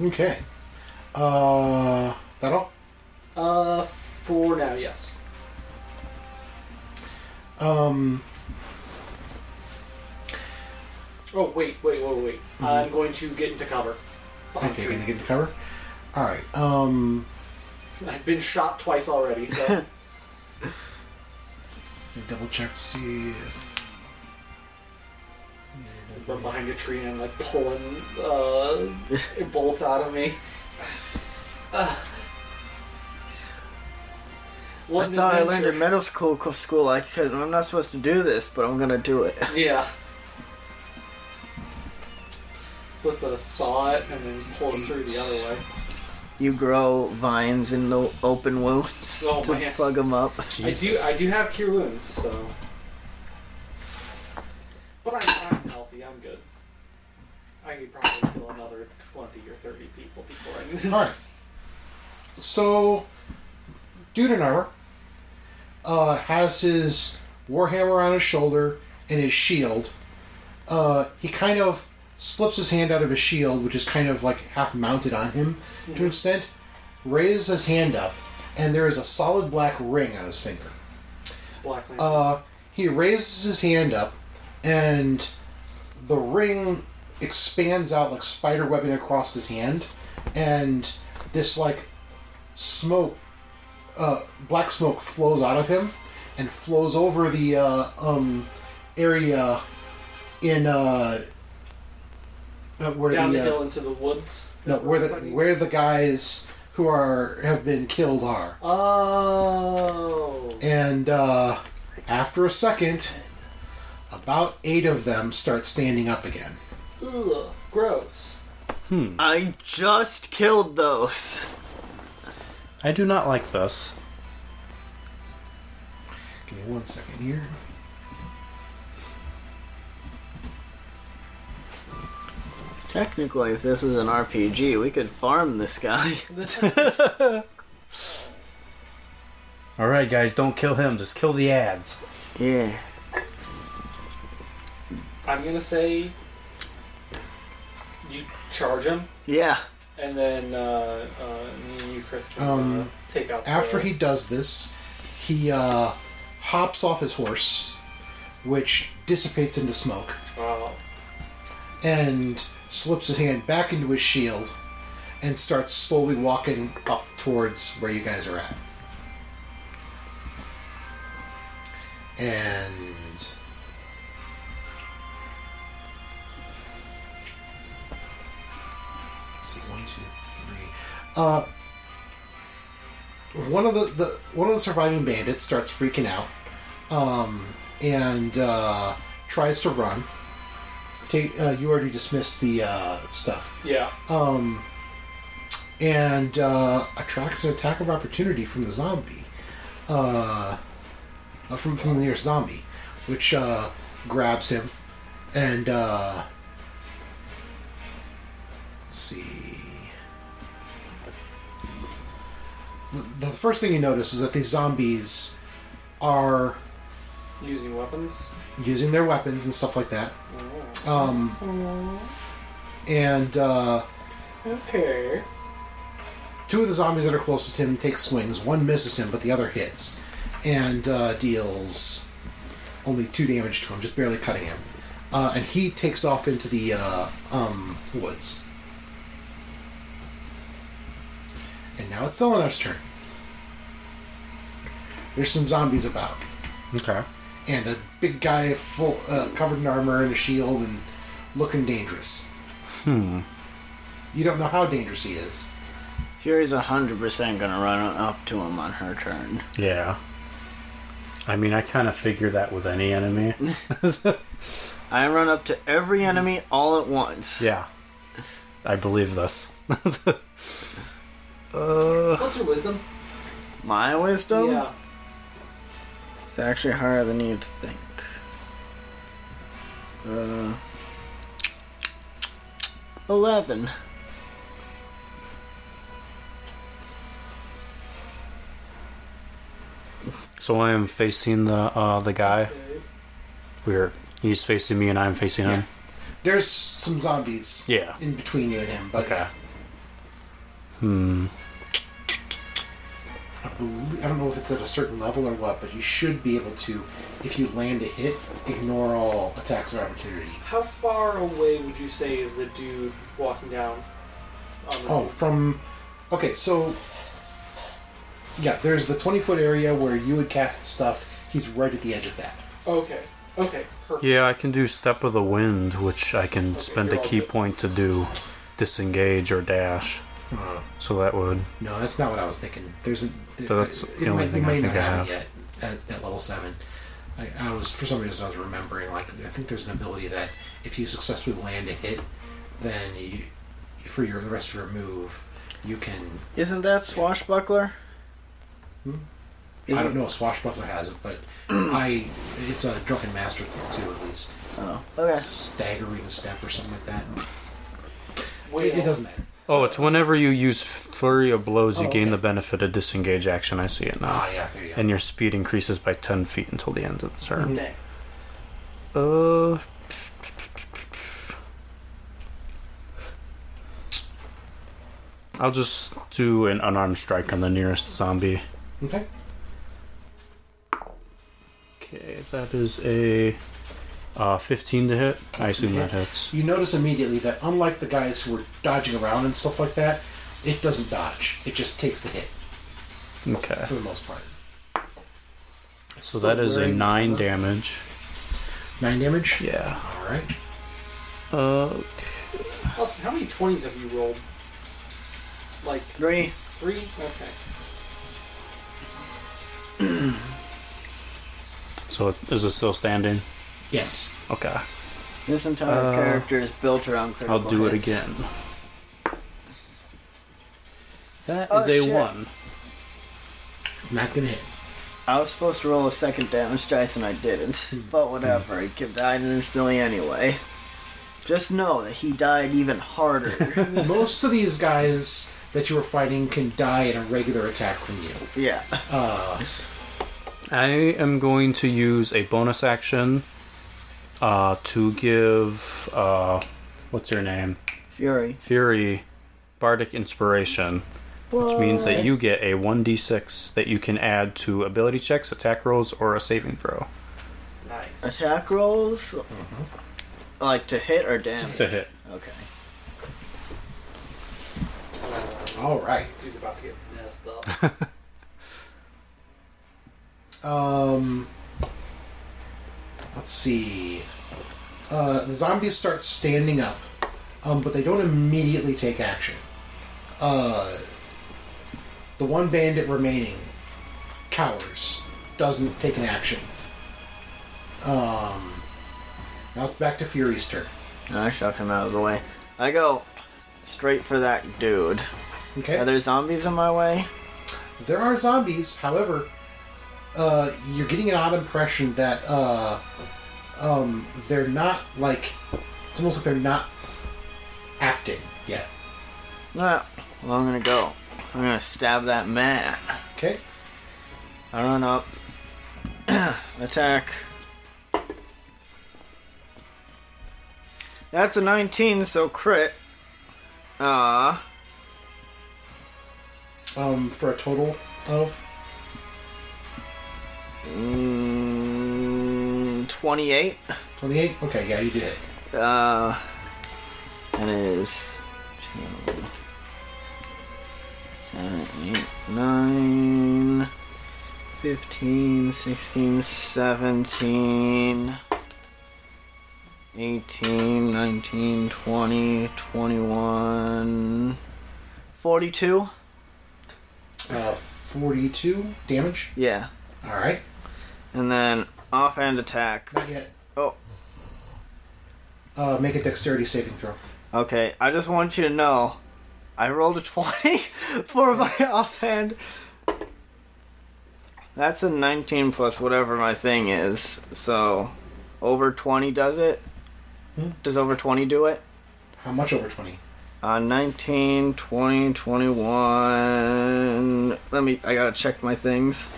Okay. Uh, that all?
Uh, for now, yes.
Um,
Oh wait, wait, wait, wait. I'm going to get into cover. Behind
Mm-hmm. okay.
a tree.
Gonna get the cover. All right. Um,
I've been shot twice already, so
let me double check to see if.
I'm behind a tree and I'm like pulling uh, bolts out of me. Ah. What
I
an
thought I learned in
adventure.
middle school co- school I could I'm not supposed to do this, but I'm gonna do it.
Yeah. Supposed to saw it and then pull it through the other way.
You grow vines in the open wounds
Oh,
to
man.
plug them up.
I do. I do have cure wounds, so. But I'm, I'm healthy. I'm good. I could probably kill another twenty or thirty people before I
All right. So, dude in armor uh, has his warhammer on his shoulder and his shield. Uh, he kind of slips his hand out of his shield, which is kind of like half mounted on him to an extent. Raises his hand up, and there is a solid black ring on his finger.
It's Black Lantern.
Uh, he raises his hand up, and the ring expands out like spider webbing across his hand, and this like smoke, uh, black smoke flows out of him, and flows over the uh, um, area in uh, uh, where
Down
the,
the
uh,
hill into the woods.
no, where the where the guys who are have been killed are.
Oh.
And uh, after a second, about eight of them start standing up again.
Ugh. Gross.
I just killed those.
I do not like this.
Give me one second here.
Technically, if this is an RPG, we could farm this guy.
All right, guys, don't kill him. Just kill the ads.
yeah.
I'm gonna say you charge him,
Yeah.
and then uh, uh, me and you, Chris, can, uh,
Um,
take out.
After
the,
he does this, he uh, hops off his horse, which dissipates into smoke,
uh,
and slips his hand back into his shield, and starts slowly walking up towards where you guys are at. And Let's see, one, two, three. Uh, one of the, the one of the surviving bandits starts freaking out, um, and uh, tries to run. Take, uh, you already dismissed the uh, stuff,
yeah,
um, and uh, attracts an attack of opportunity from the zombie, uh, uh, from from the nearest zombie, which uh, grabs him, and uh, let's see. the first thing you notice is that these zombies are
using weapons.
using their weapons and stuff like that. Um, and uh,
Okay.
two of the zombies that are closest to him take swings. One misses him, but the other hits and uh, deals only two damage to him, just barely cutting him. Uh, and he takes off into the uh, um, woods. And now it's Selenar's turn. There's some zombies about.
Okay.
and a big guy full uh, covered in armor and a shield and looking dangerous. Hmm. You don't know how dangerous he is.
Fury's 100% gonna run up to him on her turn.
Yeah. I mean, I kind of figure that with any enemy.
I run up to every enemy all at once.
yeah. I believe this. Uh,
What's your wisdom?
My wisdom?
Yeah.
It's actually higher than you'd think. Uh, 11.
so I am facing the uh, the guy. We're he's facing me and I'm facing him.
There's some zombies
Yeah.
in between you and him, but
Okay.
I bel- I don't know if it's at a certain level or what, but you should be able to, if you land a hit, ignore all attacks of opportunity.
How far away would you say is the dude walking down? On the
Oh, from. Okay, so. Yeah, there's the 20 foot area where you would cast stuff. He's right at the edge of that.
Okay. Okay. Perfect.
Yeah, I can do Step of the Wind, which I can spend a
you're all
key
good.
point to do disengage or dash.
Uh-huh.
So that would.
No, that's not what I was thinking. There's a. There,
That's
it
the only
might,
thing
we
I
might
think
not
I
it
have.
yet at, at level seven. I, I was for some reason I was remembering like I think there's an ability that if you successfully land a hit, then you for your the rest of your move you can.
Isn't that Swashbuckler?
Hmm? I
Isn't-
don't know if Swashbuckler has it, but I it's a drunken master thing too at least
Oh, okay.
staggering step or something like that.
Wait,
It, it doesn't matter.
Oh, it's whenever you use flurry of blows, you
Oh,
gain
okay.
the benefit of disengage action. I see it now.
Ah, yeah, there you go.
and your speed increases by 10 feet until the end of the turn.
Dang.
Uh, I'll just do an unarmed strike on the nearest zombie.
okay.
Okay, that is a uh, 15 to hit. I assume that hits.
You notice immediately that unlike the guys who were dodging around and stuff like that, it doesn't dodge. It just takes the hit
Okay,
for the most part.
so that is a 9 damage.
Nine damage.
Yeah.
All right.
Uh,
Austin, how many twenties have you rolled? Like
Three.
three? Okay.
so is it still standing?
Yes.
Okay,
This entire
Uh,
character is built around critical
I'll do it
hits.
again. That is
Oh,
a
shit.
one.
It's not gonna hit.
I was supposed to roll a second damage dice and I didn't.
Hmm.
But whatever, he could died instantly anyway. Just know that he died even harder.
Most of these guys that you were fighting can die in a regular attack from you.
yeah.
I am going to use a bonus action uh, to give uh, what's her name
Fury.
Fury bardic inspiration, which means that you get a one d six that you can add to ability checks, attack rolls, or a saving throw
Nice.
Attack rolls? Like to hit or damage?
Mm-hmm. to hit.
Okay.
All right.
Dude's about to get messed up.
Um, let's see. Uh, the zombies start standing up, um, but they don't immediately take action. Uh, the one bandit remaining cowers, doesn't take an action. Um, now it's back to Fury's turn.
I shove him out of the way. I go straight for that dude.
Okay.
Are there zombies in my way?
There are zombies, however, uh, you're getting an odd impression that uh, um, they're not like. It's almost like they're not acting yet.
Nah. Well, I'm gonna go. I'm gonna stab that man.
Okay?
I run up. Attack. That's a 19, so crit. Uh,
Um, for a total of.
mm, 28.
28? Okay, yeah, you did it.
Uh, that is. 2, seven, eight, nine, 15, 16, 17, 18, 19, 20, 21, 42?
Uh, 42 damage.
Yeah.
Alright.
And then offhand attack.
Not yet.
Oh,
Uh, make a dexterity saving throw.
Okay, I just want you to know, I rolled a 20 for my offhand. That's a 19 plus whatever my thing is. So, over 20 does it?
Hmm.
Does over 20 do it?
How much over 20?
Uh, 19, 20, 21. Let me, I gotta check my things.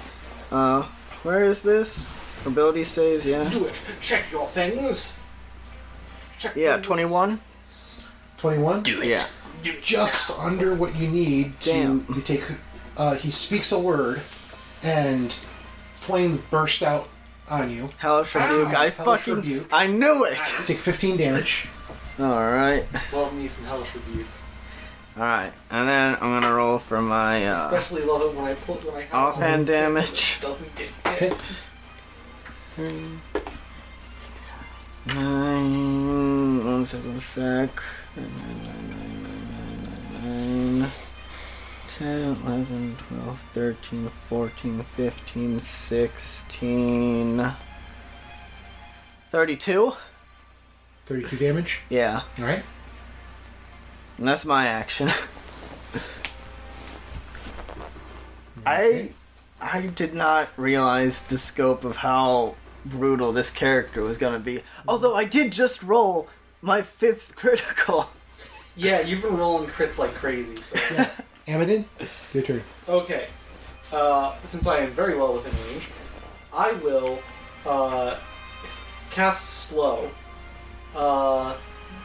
Uh, where is this? Ability stays, yeah.
Do it. Check your things. Check
Yeah,
your-
21?
21?
Yeah.
just under what you need to
Damn.
you take uh, he speaks a word and flames burst out on you
Hellish Rebuke. I
Hellish
fucking.
Rebuke.
I knew it!
take 15 damage
Alright.
Love me some hellish rebuke.
All right, and then I'm gonna roll for my uh,
Especially love it when I pull when I have
offhand
It
damage.
doesn't get hit.
okay
Nine, one second, sec. Nine, nine, nine, nine, nine, nine, nine. 10, 11, 12, 13, 14, 15, 16. 32?
32 damage
Yeah,
all right
and that's my action.
Okay.
I I did not realize the scope of how brutal this character was gonna be. Although I did just roll my fifth critical.
Yeah, you've been rolling crits like crazy. So.
Amadin your turn
Okay. Uh, since I am very well within range, I will uh, cast slow. Uh,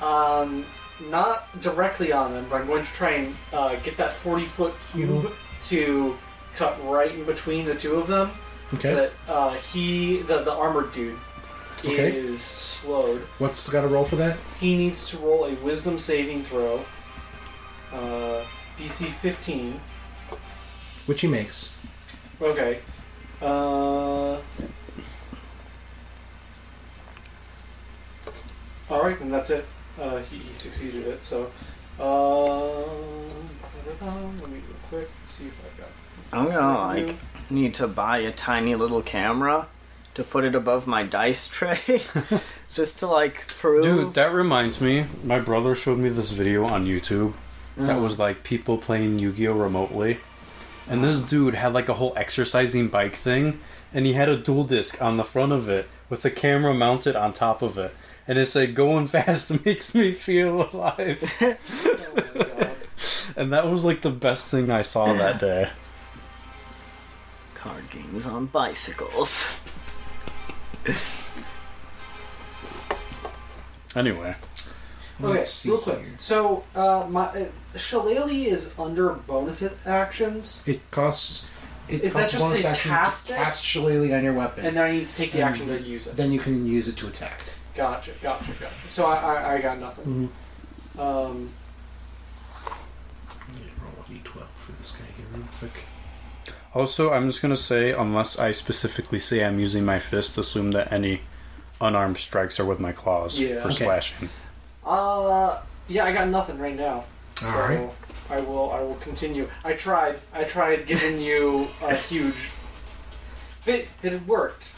um, not directly on them, but I'm going to try and uh, get that 40 foot cube
Mm-hmm.
to cut right in between the two of them, so
okay
that uh, he, the the armored dude,
Okay.
is slowed.
what's got to roll for that
He needs to roll a wisdom saving throw, uh, DC 15.
which he makes
Okay. Uh. All right, and that's it. Uh, he, he succeeded it. So, uh, let me do a quick see if I've got.
I'm gonna like need to buy a tiny little camera to put it above my dice tray, just to like prove.
Dude, that reminds me. My brother showed me this video on YouTube
Oh, Mm.
that was like people playing Yu Gi Oh remotely, and this dude had like a whole exercising bike thing, and he had a dual disc on the front of it with the camera mounted on top of it, and it said "Going fast makes me feel alive," and that was like the best thing I saw that day.
Card games on bicycles.
Anyway,
Okay,
Let's see
real quick.
here.
So, uh, my uh, Shillelagh is under bonus actions,
It costs. It
Is that
costs
just
bonus
to
action
cast
to
it?
cast Shillelagh on your weapon.
and then I need to take the
And
action to use it.
Then you can use it to attack.
Gotcha, gotcha, gotcha. So I, I, I got nothing.
Mm-hmm.
Um,
Let me roll a d12 for this guy here real quick.
also I'm just gonna say unless I specifically say I'm using my fist, assume that any unarmed strikes are with my claws
Yeah.
for
Okay.
slashing.
uh, yeah, I got nothing right now.
All
so
right.
I will, I will continue. I tried, I tried giving you a huge. It, it worked.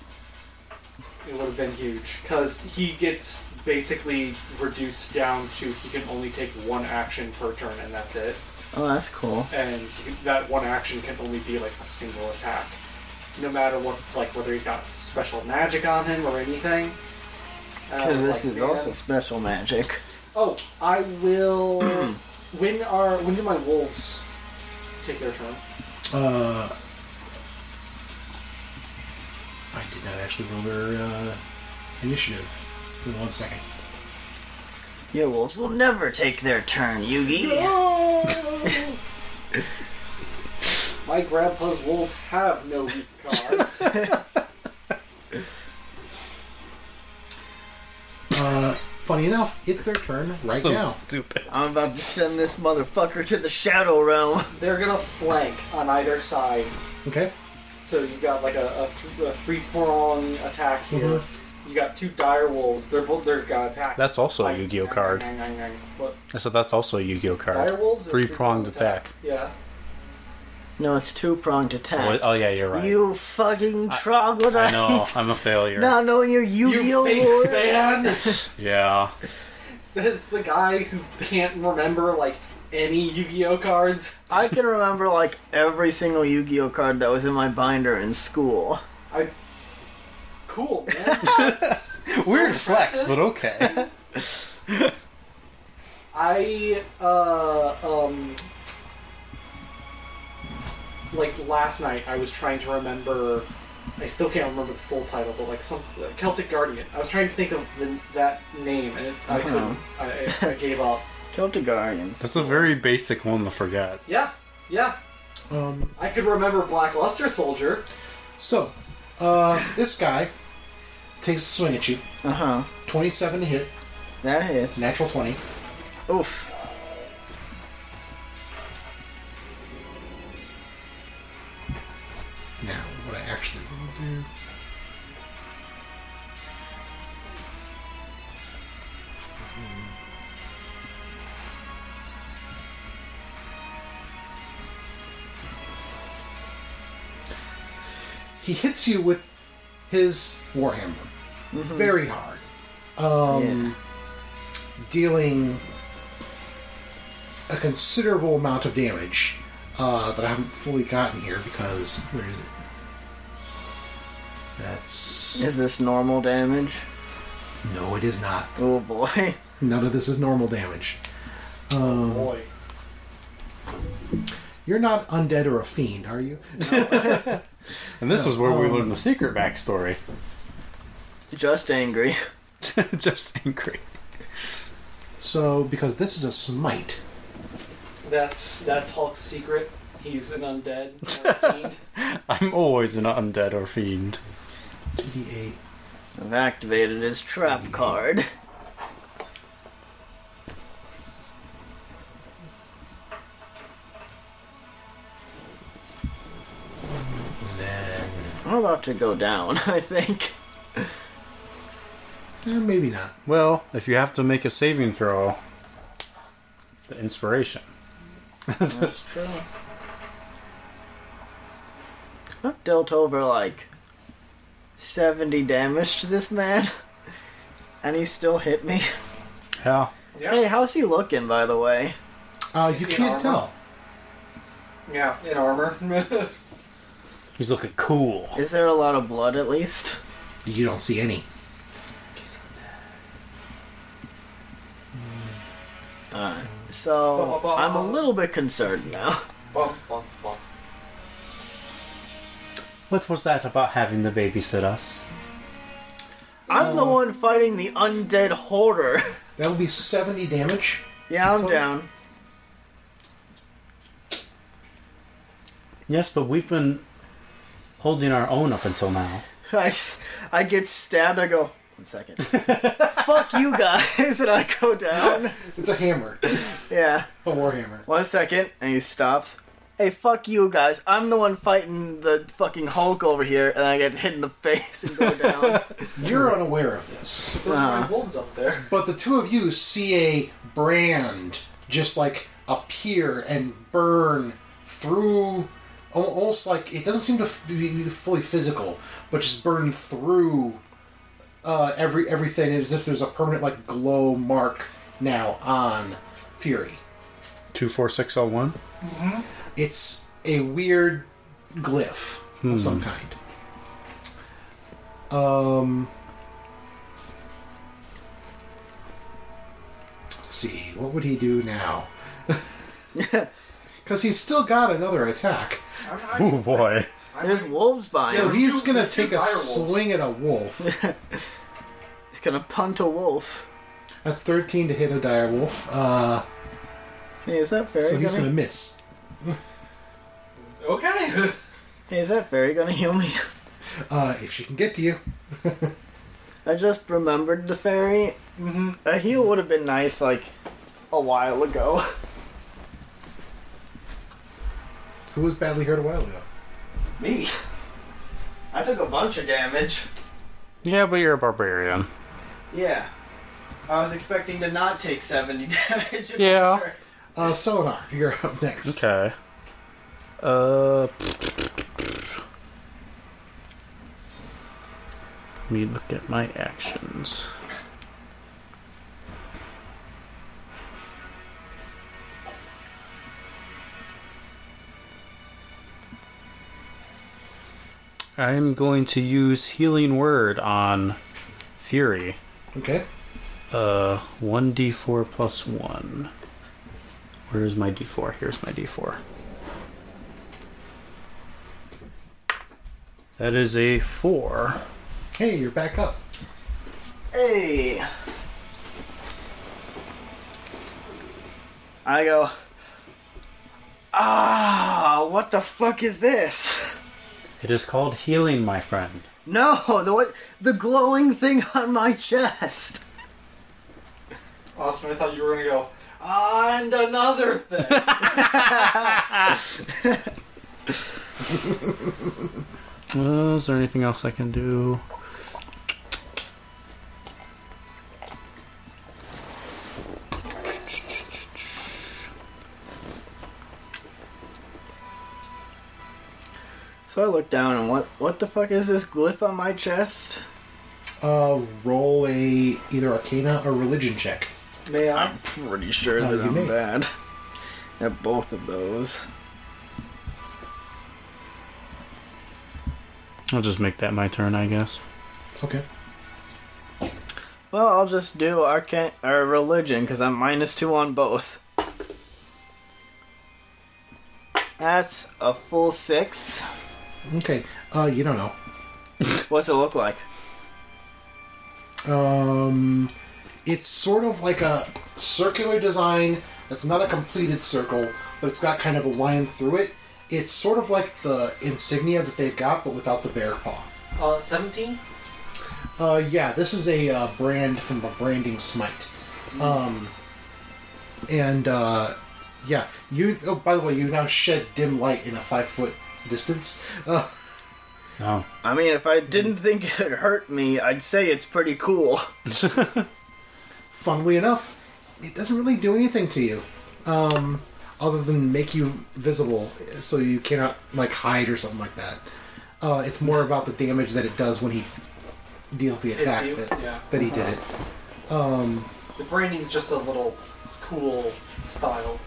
It would have been huge because he gets basically reduced down to he can only take one action per turn, and that's it.
Oh, that's cool.
and you- that one action can only be like a single attack, no matter what, like whether he's got special magic on him or anything. And I was
Because this
like,
is
"Man."
also special magic.
Oh, I will. when are when do my wolves take their turn?
Uh, I did not actually roll their uh, initiative. Give me one second.
Your wolves will never take their turn, Yugi.
my grandpa's wolves have no weak cards.
Uh, funny enough, it's their turn right
so
now.
stupid.
I'm about to send this motherfucker to the Shadow Realm.
They're gonna flank on either side.
Okay.
So you got like a, a, th- a three prong attack here.
Mhm.
You got two dire wolves. They're both they're gonna attack.
That's also a
Like,
Yu-Gi-Oh
nang,
card.
nang, nang, nang. What?
I said that's also a Yu-Gi-Oh
Dire
card.
wolves. or
Three-pronged attack.
Yeah.
No, it's two pronged
Oh,
attack.
oh, yeah, you're right.
You fucking
I-
troglodyte!
I know I'm a failure.
Not knowing your Yu-Gi-Oh
fake
lore.
fan.
Yeah,
Says the guy who can't remember like any Yu-Gi-Oh cards.
I can remember like every single Yu-Gi-Oh card that was in my binder in school.
I. Cool man. That's so
weird flex,
impressive.
but okay.
I uh um like last night I was trying to remember I still can't remember the full title but like some uh, Celtic Guardian. I was trying to think of the, that name and it, I couldn't. I, I, I gave up.
Celtic Guardians.
That's a very basic one to forget.
Yeah. Yeah.
Um,
I could remember Black Luster Soldier.
so, uh, this guy takes a swing at you.
Uh huh.
27 to hit,
That hits.
natural 20.
Oof.
Now, what I actually Mm-hmm. rolled there. He hits you with his warhammer very hard, um, dealing a considerable amount of damage uh, that I haven't fully gotten here because where is it? That's
Is this normal damage?
no, it is not.
Oh boy.
None of this is normal damage.
Oh, Boy.
You're not undead or a fiend, are you?
And this is where we learn the secret backstory.
Just angry.
Just angry.
So, because this is a smite,
That's that's Hulk's secret. He's an undead. a fiend.
I'm always an undead or fiend.
2d8.
I've activated his trap card.
And then.
I'm about to go down, I think.
eh, maybe not.
Well, if you have to make a saving throw, the inspiration.
That's true. I've dealt over like 70 damage to this man, and he still hit me.
Yeah.
Yeah.
Hey, how's he looking, by the way?
Uh, you
In
can't
armor.
tell.
Yeah, in armor.
He's looking cool.
Is there a lot of blood at least?
You don't see any.
Alright. So I'm a little bit concerned now.
bump, bump, bump.
What was that about having the babysit us?
I'm the one fighting the undead hoarder.
That'll be 70 damage.
yeah, I'm down.
Yes, but we've been holding our own up until now.
I, s- I get stabbed. I go one second. Fuck you guys, and I go down.
It's a hammer. A
Yeah.
warhammer.
One second, and he stops. Hey, fuck you guys. I'm the one fighting the fucking Hulk over here, and I get hit in the face and go down.
You're unaware of this.
There's
Ah.
my wolves up there.
But the two of you see a brand just like appear and burn through al- almost like it doesn't seem to f- be fully physical, but just burn through uh, every everything as if there's a permanent like glow mark now on Fury.
24601?
It's a weird glyph of some kind. Um, let's see, what would he do now? Because he's still got another attack.
I'm, I'm,
Oh boy.
There's wolves by
So
him.
he's
two-
gonna
there's two
take a
direwolves.
swing at a wolf.
He's gonna punt a wolf.
That's 13 to hit a dire wolf. Uh,
Hey, is that fairy
so he's
gonna?
gonna miss.
okay.
Hey, is that fairy gonna heal me?
Uh, if she can get to you.
I just remembered the fairy.
mm-hmm.
A heal would have been nice, like a while ago.
Who was badly hurt a while ago?
Me. I took a bunch of damage.
Yeah, but you're a barbarian.
Yeah. I was expecting to not take 70 damage. in
Yeah.
one turn.
Uh, Selenar, you're up next.
Okay. Uh. Let me look at my actions. I'm going to use Healing Word on Fury.
Okay.
Uh, 1d4 plus 1. Where is my d4? Here's my d4. That is a 4.
Hey, you're back up.
Hey. I go, ah, what the fuck is this?
It is called healing, my friend.
No, the what, the glowing thing on my chest.
Austin, I thought you were gonna go. And another thing.
Uh, is there anything else I can do?
So I look down and what what the fuck is this glyph on my chest?
Uh, roll a either Arcana or Religion check.
May I? I'm pretty sure
No,
that
you
I'm
may.
bad at both of those.
I'll just make that my turn, I guess.
Okay.
Well, I'll just do arcan or religion because I'm minus two on both. That's a full six.
Okay. Uh, you don't know.
What's it look like?
Um, it's sort of like a circular design that's not a completed circle, but it's got kind of a line through it. It's sort of like the insignia that they've got, but without the bear paw.
Uh, seventeen.
Uh, yeah, this is a uh, brand from a branding smite. Um, and uh, yeah, you. Oh, by the way, you now shed dim light in a five foot distance. Uh,
Oh.
I mean, if I didn't think it hurt me, I'd say it's pretty cool.
funnily enough, it doesn't really do anything to you, um, other than make you visible, so you cannot like hide or something like that. Uh, it's more about the damage that it does when he deals the
Hits
attack
you,
that,
yeah.
that he did it.
The branding's just a little cool style.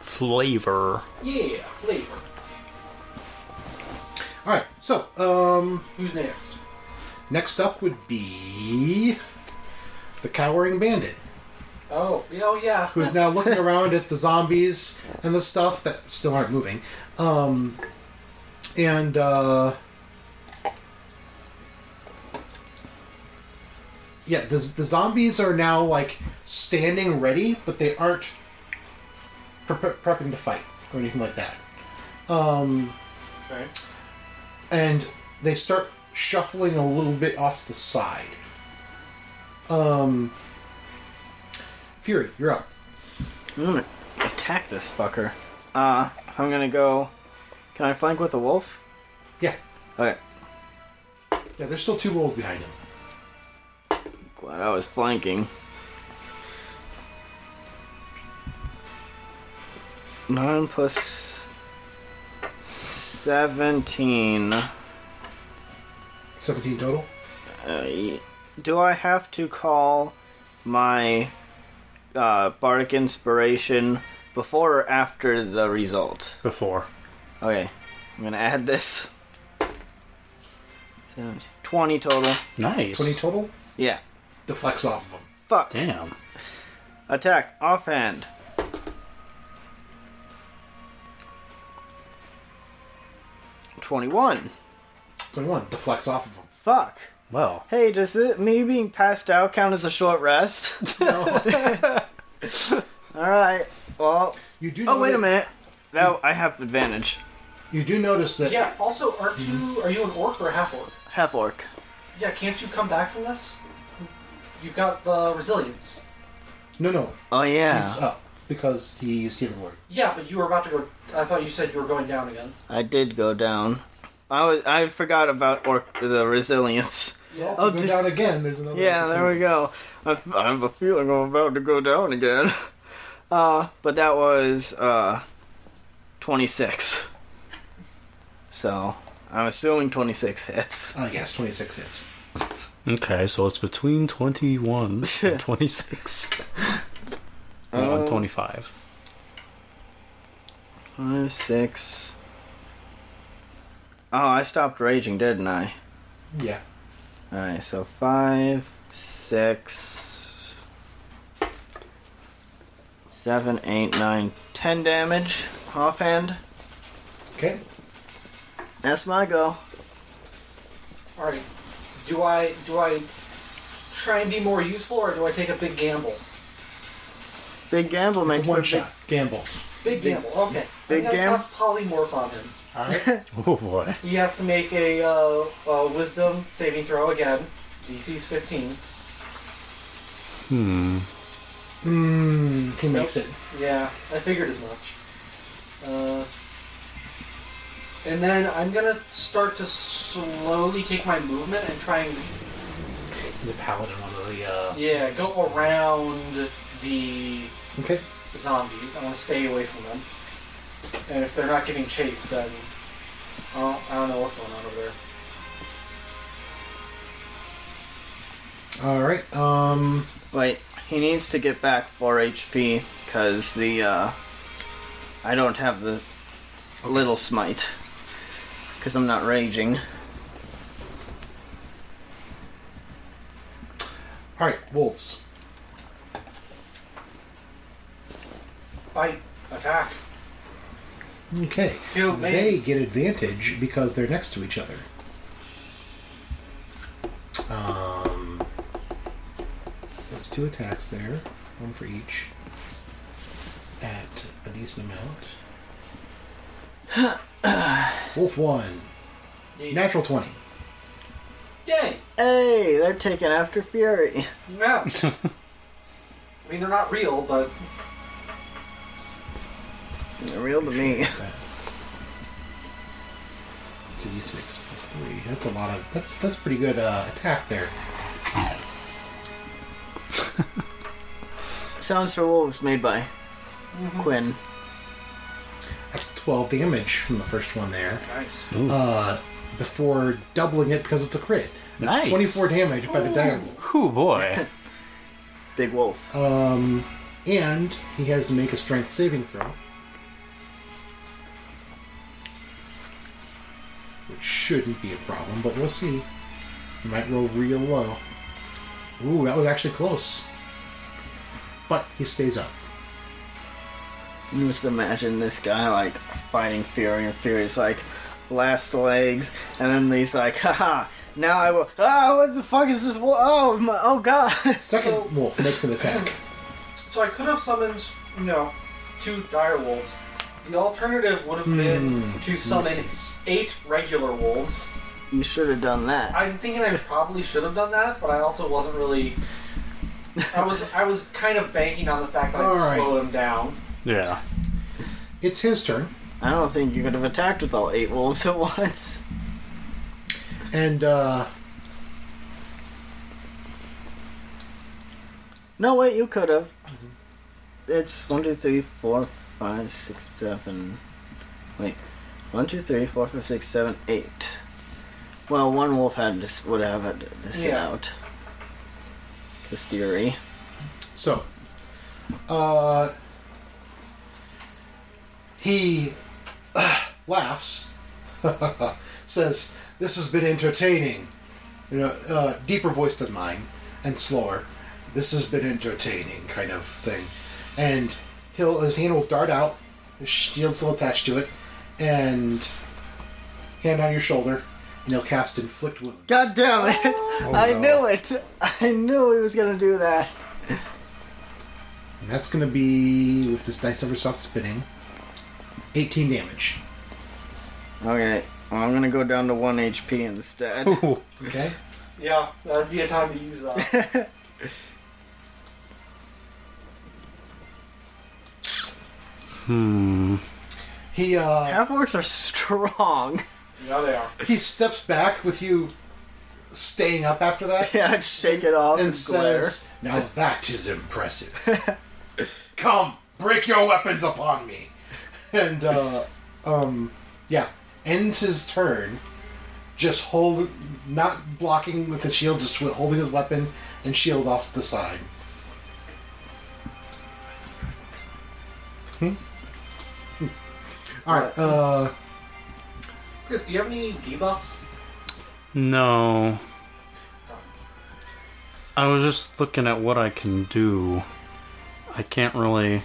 flavor.
Yeah, flavor.
All right. So, um,
Who's next?
next up would be the cowering bandit,
Oh, yeah, oh yeah.
who's now looking around at the zombies and the stuff that still aren't moving. Um, and uh, yeah, the the zombies are now like standing ready, but they aren't pre- pre- prepping to fight or anything like that.
Okay.
and they start shuffling a little bit off the side. Um, Fury, you're up.
I'm gonna attack this fucker. Uh, I'm gonna go. Can I flank with the wolf?
Yeah,
Okay.
yeah. There's still two rolls behind him.
Glad I was flanking. Nine plus seventeen. Uh,
Seventeen total.
y- Uh, do I have to call my uh, bardic inspiration before or after the result?
Before.
Okay, I'm gonna add this. Seven- Twenty total.
Nice.
Twenty total.
Yeah.
Deflects off of him.
Fuck.
Damn.
Attack offhand. Twenty-one.
Twenty-one. Deflects off of him.
Fuck.
Well,
Hey, does it, me being passed out count as a short rest? All right. Well.
You do.
Oh wait a
noti-
minute. No, I have advantage.
You do notice that.
Yeah, also, aren't you, are you an orc or a half orc?
Half orc.
Yeah, can't you come back from this? You've got the resilience.
No, no.
Oh
He's
yeah.
up because he used healing word.
Yeah, but you were about to go. I thought you said you were going down again.
I did go down. I was. I forgot about orc the resilience.
Well, if
Oh,
you go
did-
down again. There's another.
Yeah, there we
opportunity.
go. I, th- I have a feeling I'm about to go down again. Uh, but that was uh, 26. So I'm assuming 26 hits.
Ah, yes, twenty-six hits.
okay, so it's between 21 and 26. Well, and
Um,
25.
5, 6. Oh, I stopped raging, didn't I?
Yeah.
Alright, so 5, 6, 7, 8, 9, 10 damage offhand.
Okay.
That's my go.
All right. Do I do I try and be more useful, or do I take a big gamble?
Big gamble makes
It's a
for
one
big-
shot gamble.
Big gamble. Okay.
big
I'm gonna
gam-
cast polymorph on him.
All right.
Oh boy.
He has to make a uh, uh, wisdom saving throw again. DC's 15.
Hmm.
Mm, he makes it.
Yeah, I figured as much. Uh, and then I'm gonna start to slowly take my movement and try and
He's a paladin. One of the. Uh...
yeah go around the
Okay.
zombies. I want to stay away from them. And if they're not giving chase, then I don't, I don't know what's going on over there.
All right. Um.
Wait, he needs to get back 4 HP because the uh, I don't have the little smite because I'm not raging.
All right. Wolves.
Bite, attack.
Okay.
Kill me.
They get advantage because they're next to each other. Um. So that's two attacks there, one for each, at a decent amount. Wolf one,
Yeah.
natural twenty.
Dang.
Hey, they're taking after Fury.
Yeah. I mean, they're not real, but
They're real to me.
D six plus three. That's a lot of. That's that's pretty good uh, attack there.
Sounds for Wolves made by Quinn.
That's twelve damage from the first one there.
nice.
uh, before doubling it because it's a crit. That's
Nice.
24 damage by the dire
Oh boy.
Big Wolf.
wolf. Um, and he has to make a strength saving throw. shouldn't be a problem, but we'll see. We might roll real low. Ooh, that was actually close. But he stays up.
You just imagine this guy like fighting Fury, and Fury's like last legs, and then he's like, haha, now I will. Ah, what the fuck is this? wo- Oh, my, oh god.
Second
So-
wolf makes an attack.
So I could have summoned, you know, two dire wolves. The alternative would have been to summon
misses.
eight regular wolves.
you should have done that.
I'm thinking I probably should have done that, but I also wasn't really. I was I was kind of banking on the fact that I'd
Alright.
slow him down.
Yeah.
It's his turn,
I don't think you could have attacked with all eight wolves at once.
and uh,
No, wait, you could have. It's one, two, three, four, five, six, seven. Wait, one, two, three, four, five, six, seven, eight. Well, one wolf had this would have had this
Yeah.
out. This fury.
So, uh, he uh, laughs, says, "This has been entertaining." You know, uh, deeper voice than mine, and slower. This has been entertaining, kind of thing. And he'll his hand will dart out, his shield still attached to it, and hand on your shoulder, and he'll cast inflict wounds.
God damn it! I
no.
knew it! I knew he was gonna do that.
And that's going to be, with this dice ever soft spinning, 18 damage.
Okay, well, I'm gonna go down to one HP instead.
Ooh.
Okay?
Yeah, that'd be a time to use that.
Hmm.
He uh,
Half orcs are strong.
yeah, they are.
he steps back with you staying up after that
Yeah, I'd shake it off and,
and
glare.
says, Now that is impressive. Come, break your weapons upon me. And, uh, um, yeah, ends his turn, just hold, not blocking with the shield, just holding his weapon and shield off to the side. Hmm? Hmm. All right, uh,
Chris, do you have any debuffs?
No. I was just looking at what I can do. I can't really.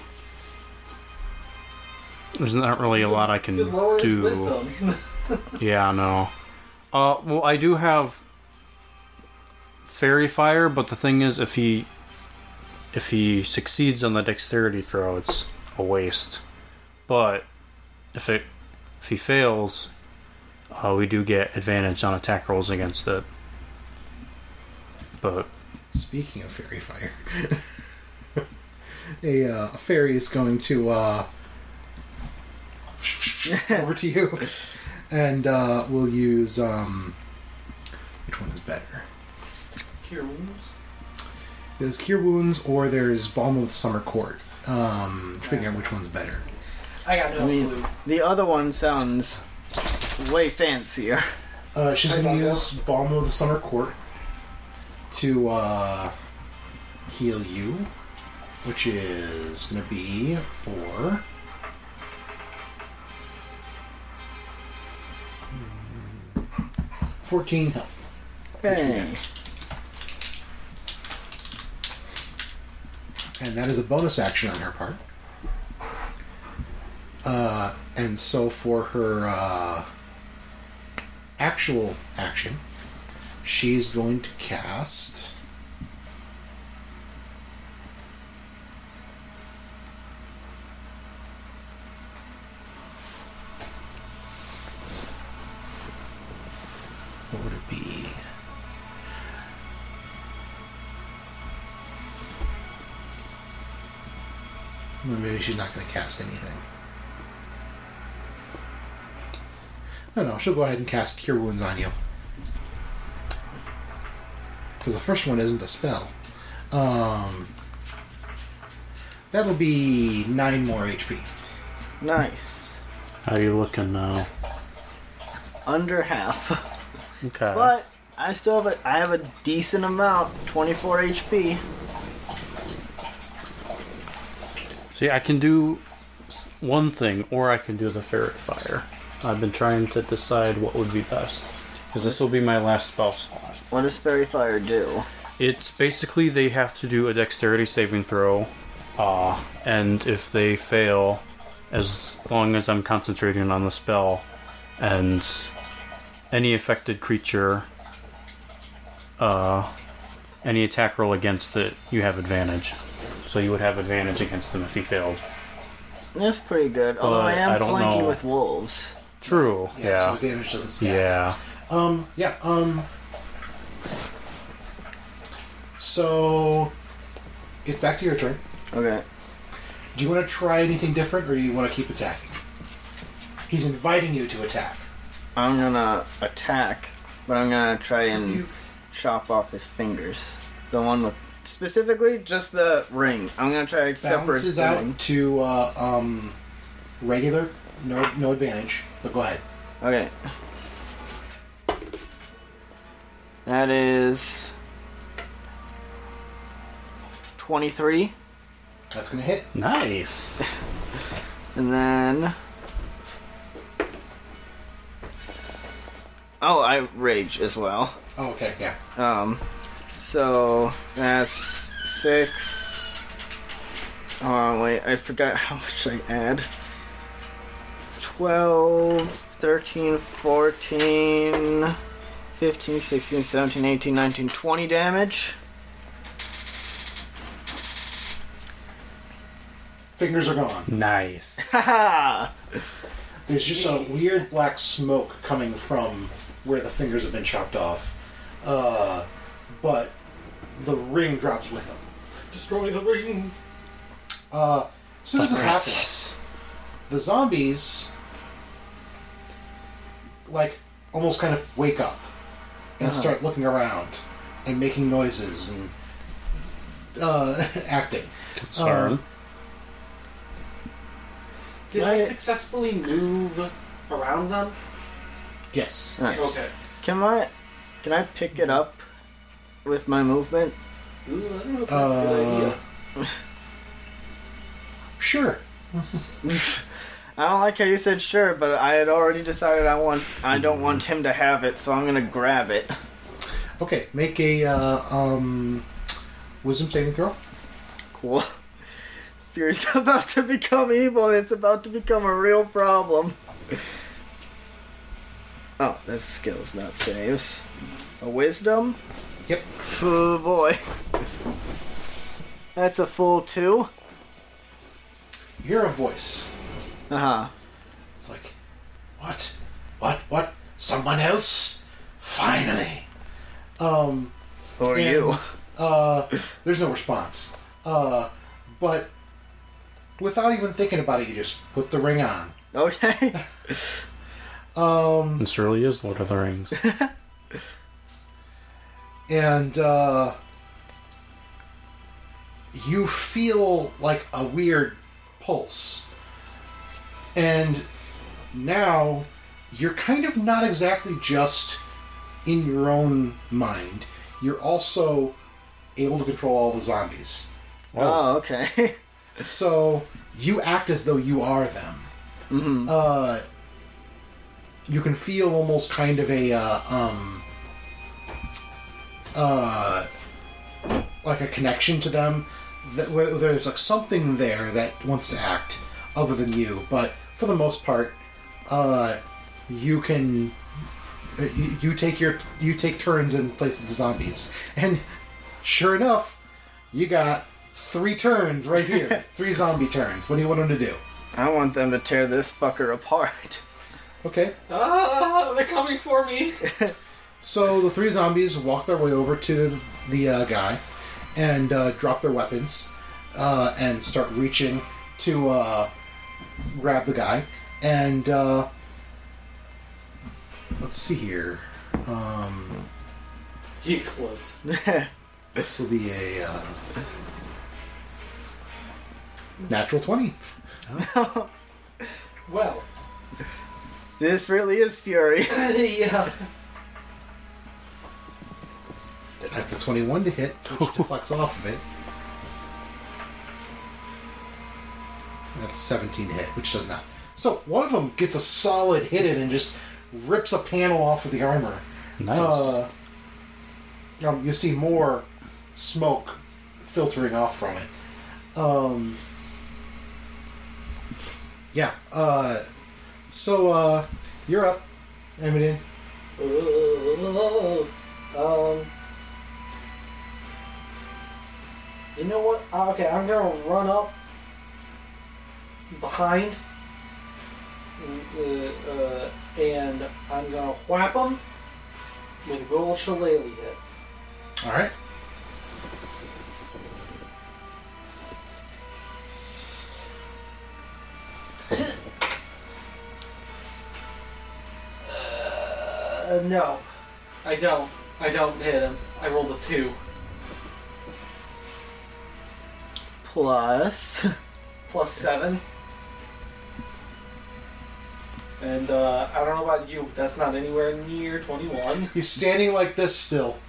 There's not really a lot I can
You could lower his
do.
wisdom.
Yeah, no. Uh, well, I do have fairy fire, but the thing is, if he if he succeeds on the dexterity throw, it's a waste. But if it if he fails, uh, we do get advantage on attack rolls against it. But
Speaking of fairy fire, a, uh, a fairy is going to uh, over to you, and uh, we'll use um, which one is better?
Cure wounds.
There's cure wounds or there's balm of the summer court. Um, to figure out which one's better.
I got no
I mean,
clue.
the other one sounds way fancier.
Uh, she's
I
going
don't
to
know.
use balm of the summer court to uh, heal you, which is going to be for. Hmm. Fourteen health.
Hey.
and that is a bonus action on her part. Uh, and so for her uh, actual action, she's going to cast. What would it be? Well, Maybe she's not going to cast anything. No, no, she'll go ahead and cast Cure Wounds on you. Because the first one isn't a spell. Um, that'll be 9 more HP.
Nice.
how are you looking now?
Under half.
Okay.
But I still have a, I have a decent amount, 24 HP.
See, I can do s- one thing, or I can do the fairy fire. I've been trying to decide what would be best. Because this will be my last spell slot.
What does Fairy Fire do?
It's basically they have to do a dexterity saving throw, uh, and if they fail, as long as I'm concentrating on the spell, and any affected creature, uh, any attack roll against it, you have advantage. So you would have advantage against them if he failed.
That's pretty good. Although
But
I am
I don't
flanking
know.
with wolves.
True.
Yeah, so advantage doesn't
Yeah.
stack.
yeah.
Um, yeah, um. So. It's back to your turn.
Okay.
Do you want to try anything different or do you want to keep attacking? He's inviting you to attack.
I'm gonna attack, but I'm gonna try and
You-
chop off his fingers. The one with specifically just the ring. I'm gonna try to separate
Balances
the ring.
out to uh, um, regular, no, no advantage, but go ahead.
Okay. That is twenty-three,
That's going to hit.
Nice.
and then. Oh, I rage as well.
Oh, okay, yeah.
Um, so that's six. Oh wait, I forgot how much I add. 12, 13, 14, 15, 16, 17, 18, 19, 20 damage.
Fingers are gone.
nice.
Um,
Haha!
There's just a weird black smoke coming from where the fingers have been chopped off. Uh, but the ring drops with them.
Destroy the ring.
Uh, as soon as this happens, the zombies like almost kind of wake up and
Uh-huh.
start looking around and making noises and uh, acting.
Concern.
Did
Yeah,
I
yeah.
successfully move around them?
Yes.
Nice.
Okay.
Can I, can I pick it up with my movement?
Ooh, I don't know if that's a good
Uh,
idea.
sure.
I don't like how you said sure, but I had already decided I want, I don't want him to have it, so I'm gonna grab it.
Okay. Make a uh, um, wisdom saving throw.
Cool. Fear's about to become evil, and it's about to become a real problem. Oh, that's skills, not saves. A wisdom?
Yep.
Oh boy. That's a full two.
You hear a voice.
Uh huh.
It's like, what? What? What? Someone else? Finally. Um.
Or
and,
you.
Uh, there's no response. Uh, but without even thinking about it, you just put the ring on.
Okay.
Um,
This really is Lord of the Rings.
and uh, you feel like a weird pulse. And now you're kind of not exactly just in your own mind. You're also able to control all the zombies. Uh,
oh, okay.
So you act as though you are them. Uh, you can feel almost kind of a uh, um, uh, like a connection to them. That where there's like something there that wants to act other than you, but for the most part, uh, you can. uh, You, you take your you take turns in place of the zombies, and sure enough, you got three turns right here. three zombie turns. What do you want them to do?
I want them to tear this fucker apart.
Okay.
Ah, they're coming for me.
So the three zombies walk their way over to the uh, guy and uh, drop their weapons uh, and start reaching to uh, grab the guy. And uh, let's see here. Um,
He explodes.
this will be a uh, natural 20.
Well,
this really is fury.
yeah.
That's a 21 to hit, which deflects off of it. And That's a 17 to hit, which does not. So one of them gets a solid hit in and just rips a panel off of the armor.
Nice.
Uh, um, you see more smoke filtering off from it. Um, yeah. Uh, so uh, you're up, Eminem.
Um, you know what? Uh, okay, I'm gonna run up behind, uh, uh, and I'm gonna whap him with a good old shillelagh hit.
All right.
Uh, no, I don't. I don't hit him. I rolled a two
Plus.
plus seven. And uh, I don't know about you, but that's not anywhere near 21.
He's standing like this still.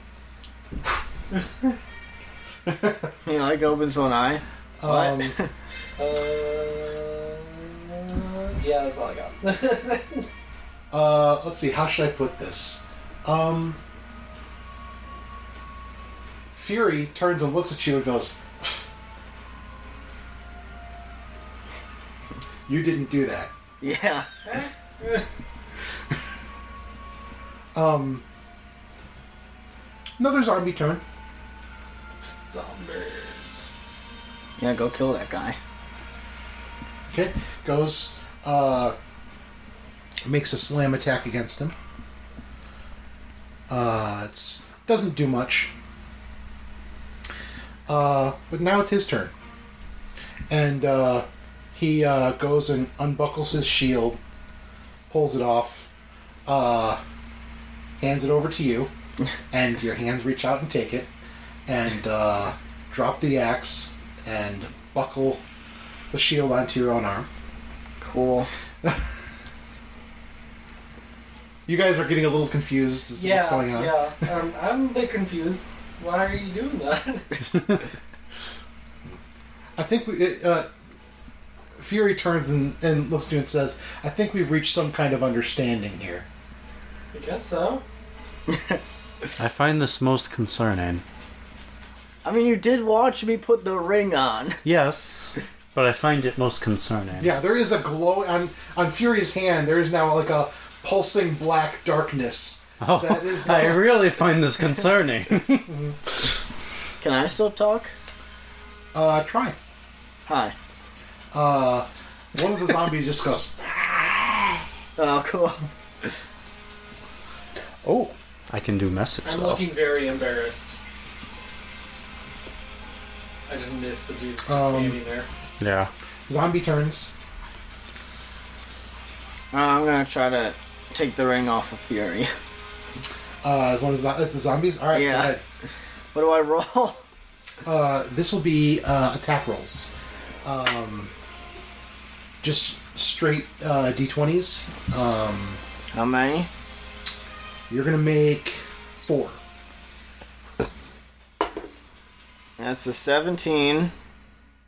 He like opens one eye.
Um,
What?
Uh, yeah, that's all I got.
uh, let's see. How should I put this? Um, Fury turns and looks at you and goes, "You didn't do that."
yeah.
Um, another zombie turn.
Zombies.
Yeah, go kill that guy.
Okay, goes, uh, makes a slam attack against him. Uh, it's doesn't do much. Uh, but now it's his turn, and uh, he uh, goes and unbuckles his shield, pulls it off, uh, hands it over to you, and your hands reach out and take it, and uh, drop the axe and buckle the shield onto your own arm.
Cool.
You guys are getting a little confused as to
Yeah,
what's going on.
yeah. Um, I'm a bit confused. Why are you doing that?
I think we, it, uh, Fury turns and, and looks to you and says, I think we've reached some kind of understanding here.
I guess so.
I find this most concerning.
I mean, you did watch me put the ring on.
Yes, but I find it most concerning.
Yeah, there is a glow on, on Fury's hand. There is now like a pulsing black darkness.
Oh,
That is- uh,
I really find this concerning.
Can I still talk?
Uh, try.
Hi.
Uh, one of the zombies just goes,
Oh, cool.
oh, I can do message
I'm
though.
looking very embarrassed. I just missed the dude just
Um,
standing there.
Yeah.
zombie turns.
Uh, I'm gonna try to take the ring off of Fury.
Uh, is one of the, zo- is the zombies? All right, go
Yeah.
ahead.
What do I roll?
Uh, this will be uh, attack rolls. Um, just straight uh, d20s. Um,
How many?
you're going to make four.
That's a 17.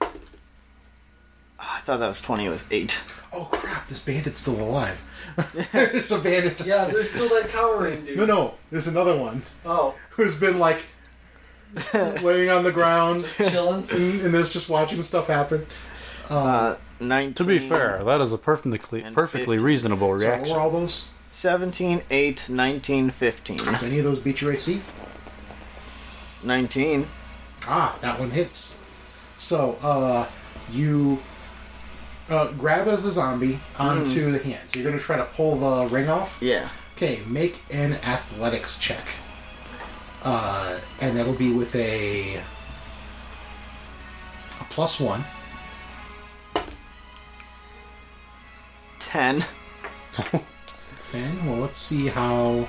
Ah, I thought that was 20, it was 8.
Oh crap, this bandit's still alive. there's a bandit that's.
Yeah, there's still that cowering dude.
no, no, there's another one
Oh,
who's been like laying on the ground
chilling.
and, and this just watching stuff happen.
Uh, 19.
To be fair, that is a perfectly
And
perfectly
50.
reasonable
So what
reaction.
were all those?
17, 8, 19, 15.
Did any of those beat your AC?
19.
Ah, that one hits. So, uh, you uh, grab as the zombie onto the hand. So you're going to try to pull the ring off?
Yeah.
Okay, make an athletics check. Uh, and that'll be with a a plus one.
10.
Ten. Well, let's see how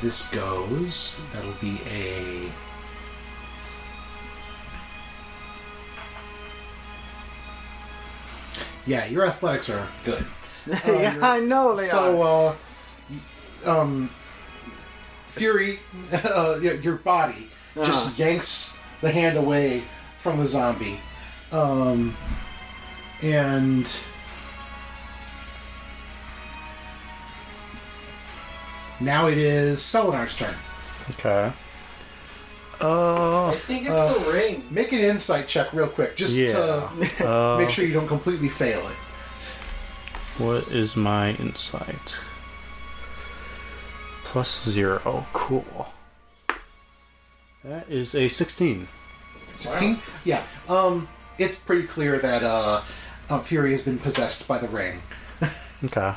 this goes. That'll be a. Yeah, your athletics are good.
Oh,
yeah,
you're-
I know they
so,
are.
uh, y- um, Fury, uh, y- your body
Uh-huh.
just yanks the hand away from the zombie, um, and Now it is Selenar's turn. uh,
Okay. Oh.
I think it's the ring.
Make an insight check real quick, just
Yeah.
to
Uh,
make sure you don't completely fail it.
What is my insight? Plus zero. Cool. That is a 16.
16 yeah um it's pretty clear that uh, uh fury has been possessed by the ring
Okay.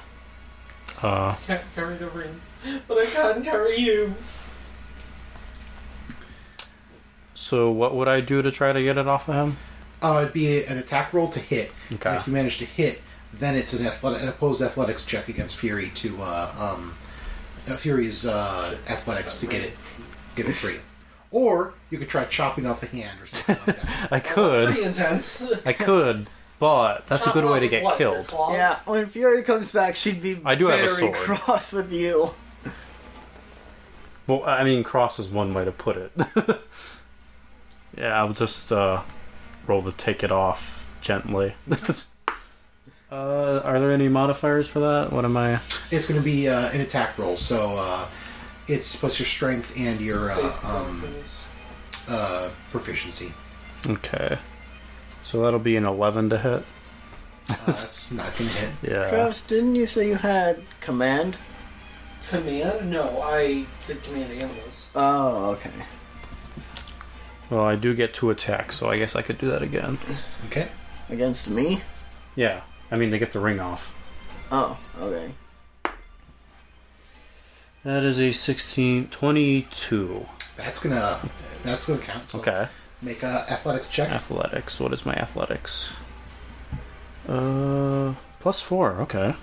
Uh,
Can't carry the ring, but I can carry you.
so what would I do to try to get it off of him?
uh it'd be an attack roll to hit
Okay.
and if you manage to hit then it's an athletic an opposed athletics check against fury to uh um uh, fury's uh athletics to get it get it free or you could try chopping off the hand or something like that
I
Pretty
could.
intense.
I could, but that's a
Chop
good way
off
to get
what, your
killed.
claws?
Yeah, when Fury comes back, she'd be
I do have
very
a sword.
cross with you.
Well, I mean, cross is one way to put it. yeah, I'll just uh, roll to take it off gently. uh, are there any modifiers for that? What am I?
it's going to be uh, an attack roll so uh it's plus your strength and your uh,
Basically,
um, uh, proficiency.
Okay. So that'll be an 11 to hit.
Uh, that's not going to hit.
Yeah.
Travis, didn't you say you had command?
Command? No, I could command animals.
Oh, okay.
Well, I do get two attacks, so I guess I could do that again.
Okay.
Against me?
Yeah. I mean, to get the ring off.
Oh, okay.
That is a 16, 22.
That's gonna that's gonna count. So
Okay.
Make a athletics check.
Athletics. What is my athletics? Uh, plus four. Okay.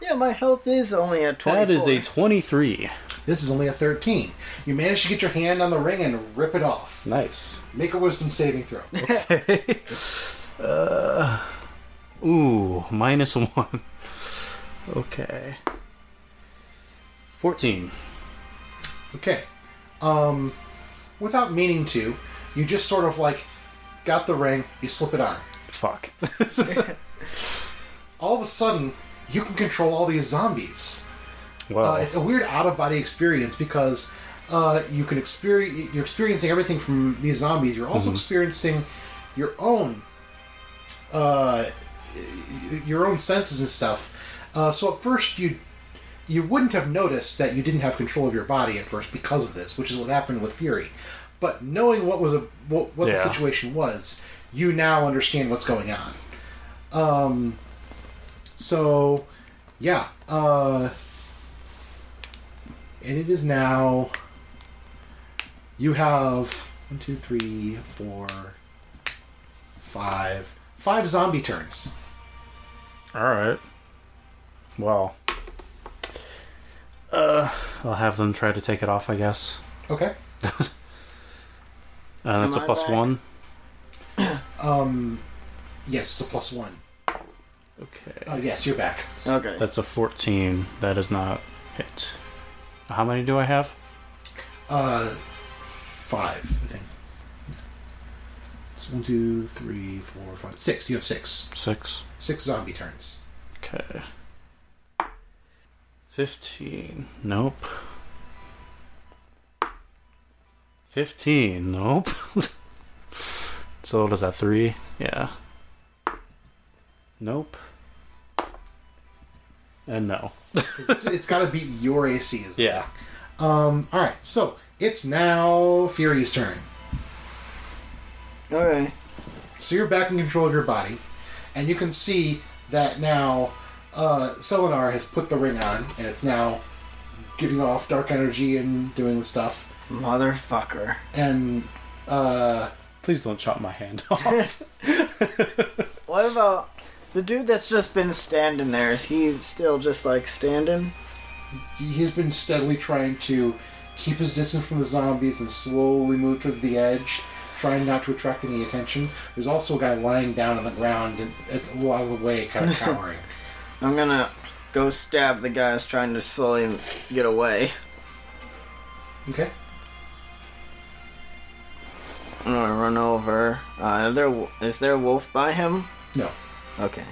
Yeah, my health is only at 24.
That is a 23.
This is only a thirteen. You manage to get your hand on the ring and rip it off.
Nice.
Make a wisdom saving throw.
Ooh, minus one. Okay. 14.
Okay. Um, without meaning to, you just sort of like got the ring. You slip it on.
Fuck.
All of a sudden, you can control all these zombies.
Well,
Uh, it's a weird out of body experience because uh, you can experience you're experiencing everything from these zombies. You're also experiencing your own uh, y- your own senses and stuff. Uh, so at first you you wouldn't have noticed that you didn't have control of your body at first because of this, which is what happened with Fury. But knowing what was a what, what the
Yeah.
situation was, you now understand what's going on. Um, so yeah, uh, and it is now. You have one, two, three, four, five, five zombie turns.
Alright. Well. Uh, I'll have them try to take it off, I guess.
Okay.
Uh, that's a
I
plus
back?
one.
Um, yes, it's a plus one.
Okay.
Oh, yes, you're back.
Okay.
That's a 14. That is not hit. How many do I have?
Uh, five, I think. So one, two, three, four, five, six. You have six.
Six.
Six zombie turns.
Okay. 15. Nope. 15. Nope. so what is that? Three? Yeah. Nope. And no.
It's, it's got to beat your AC, is the
Yeah.
thing. Um. All right. So it's now Fury's turn.
Okay.
So you're back in control of your body, and you can see that now uh, Selenar has put the ring on, and it's now giving off dark energy and doing the stuff.
Motherfucker.
And uh,
Please don't chop my hand off.
What about the dude that's just been standing there? Is he still just like standing?
he- he's been steadily trying to keep his distance from the zombies and slowly move to the edge, trying not to attract any attention. There's also a guy lying down on the ground and it's a little out of the way, kind of cowering.
I'm gonna go stab the guy that's trying to slowly get away.
Okay.
I'm gonna run over. Uh, are there, is there a wolf by him?
No.
Okay.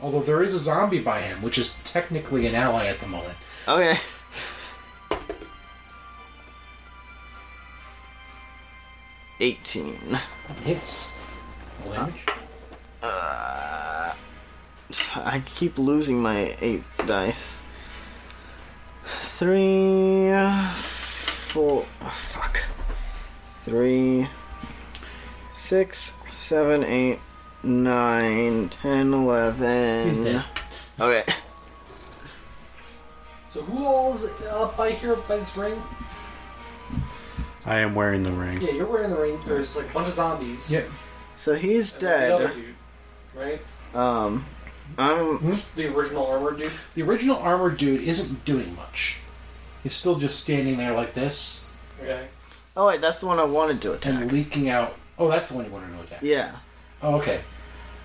Although there is a zombie by him, which is technically an ally at the moment.
Okay. Eighteen.
Hits. Roll damage.
I keep losing my eight dice. Three, uh, four, oh, fuck. Three, six, seven, eight, nine, ten, eleven.
He's dead.
Okay.
So who all's up by here by this ring?
I am wearing the ring.
Yeah, you're wearing the ring. There's like a bunch of zombies.
Yeah.
So he's
And then the other
dead.
dude, right?
Um,
Hmm?
I'm.
The original armored dude.
The original armored dude isn't doing much. He's still just standing there like this
Okay.
Oh wait, that's the one I wanted to attack.
and leaking out. Oh, that's the one you wanted to attack.
Yeah.
Oh, okay.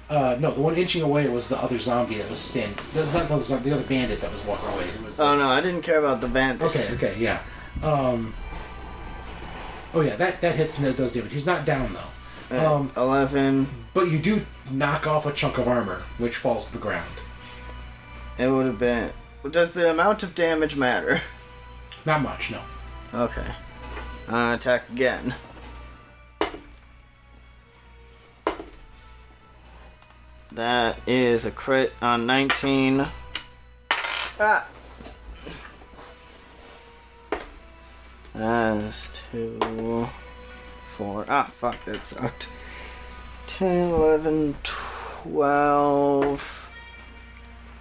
Uh, no, the one inching away was the other zombie that was standing. The, not the, other zombie, the other bandit that was walking away. It was
Oh no, I didn't care about the bandits.
Okay, okay, yeah. Um, oh yeah, that that hits and it does damage. He's not down though,
Uh,
Um,
Eleven.
but you do knock off a chunk of armor, which falls to the ground.
It would have been. Does the amount of damage matter?
Not much, no.
Okay. I'm gonna attack again. That is a crit on 19. Ah! That's two, four. Ah, fuck, that sucked. 10, 11, 12,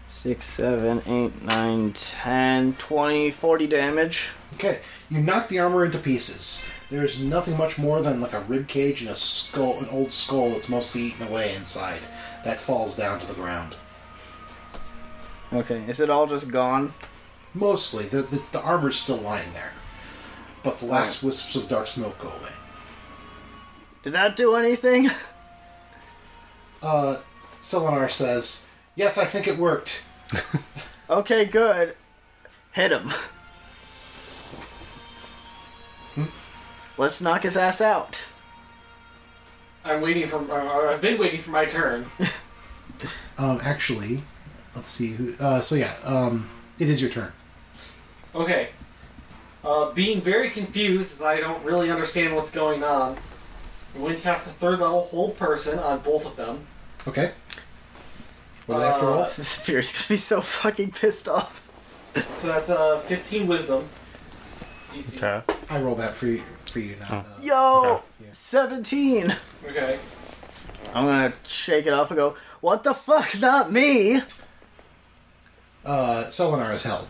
6, 7, 8, 9, 10, 20, 40 damage.
Okay, you knock the armor into pieces. There's nothing much more than like a rib cage and a skull, an old skull that's mostly eaten away inside, that falls down to the ground.
Okay, is it all just gone?
Mostly, the the, the armor's still lying there, but the last wisps of dark smoke go away.
Did that do anything?
Uh, Selenar says, "Yes, I think it worked."
Okay, good. Hit him.
Hmm?
Let's knock his ass out.
I'm waiting for. Uh, I've been waiting for my turn.
Um, actually, let's see who. Uh, so yeah, um, it is your turn.
Okay.
Uh, being very confused as I don't really understand what's going on, I'm going to cast a third level whole person on both of them.
Okay. What do they have to roll?
This Spear's gonna be so fucking pissed off.
So that's uh, 15 wisdom. DC.
Okay.
I roll that for you. For you now. though.
Yo,
Okay.
Yeah.
17.
Okay.
I'm gonna shake it off and go, what the fuck, not me?
Uh, Selenar is held.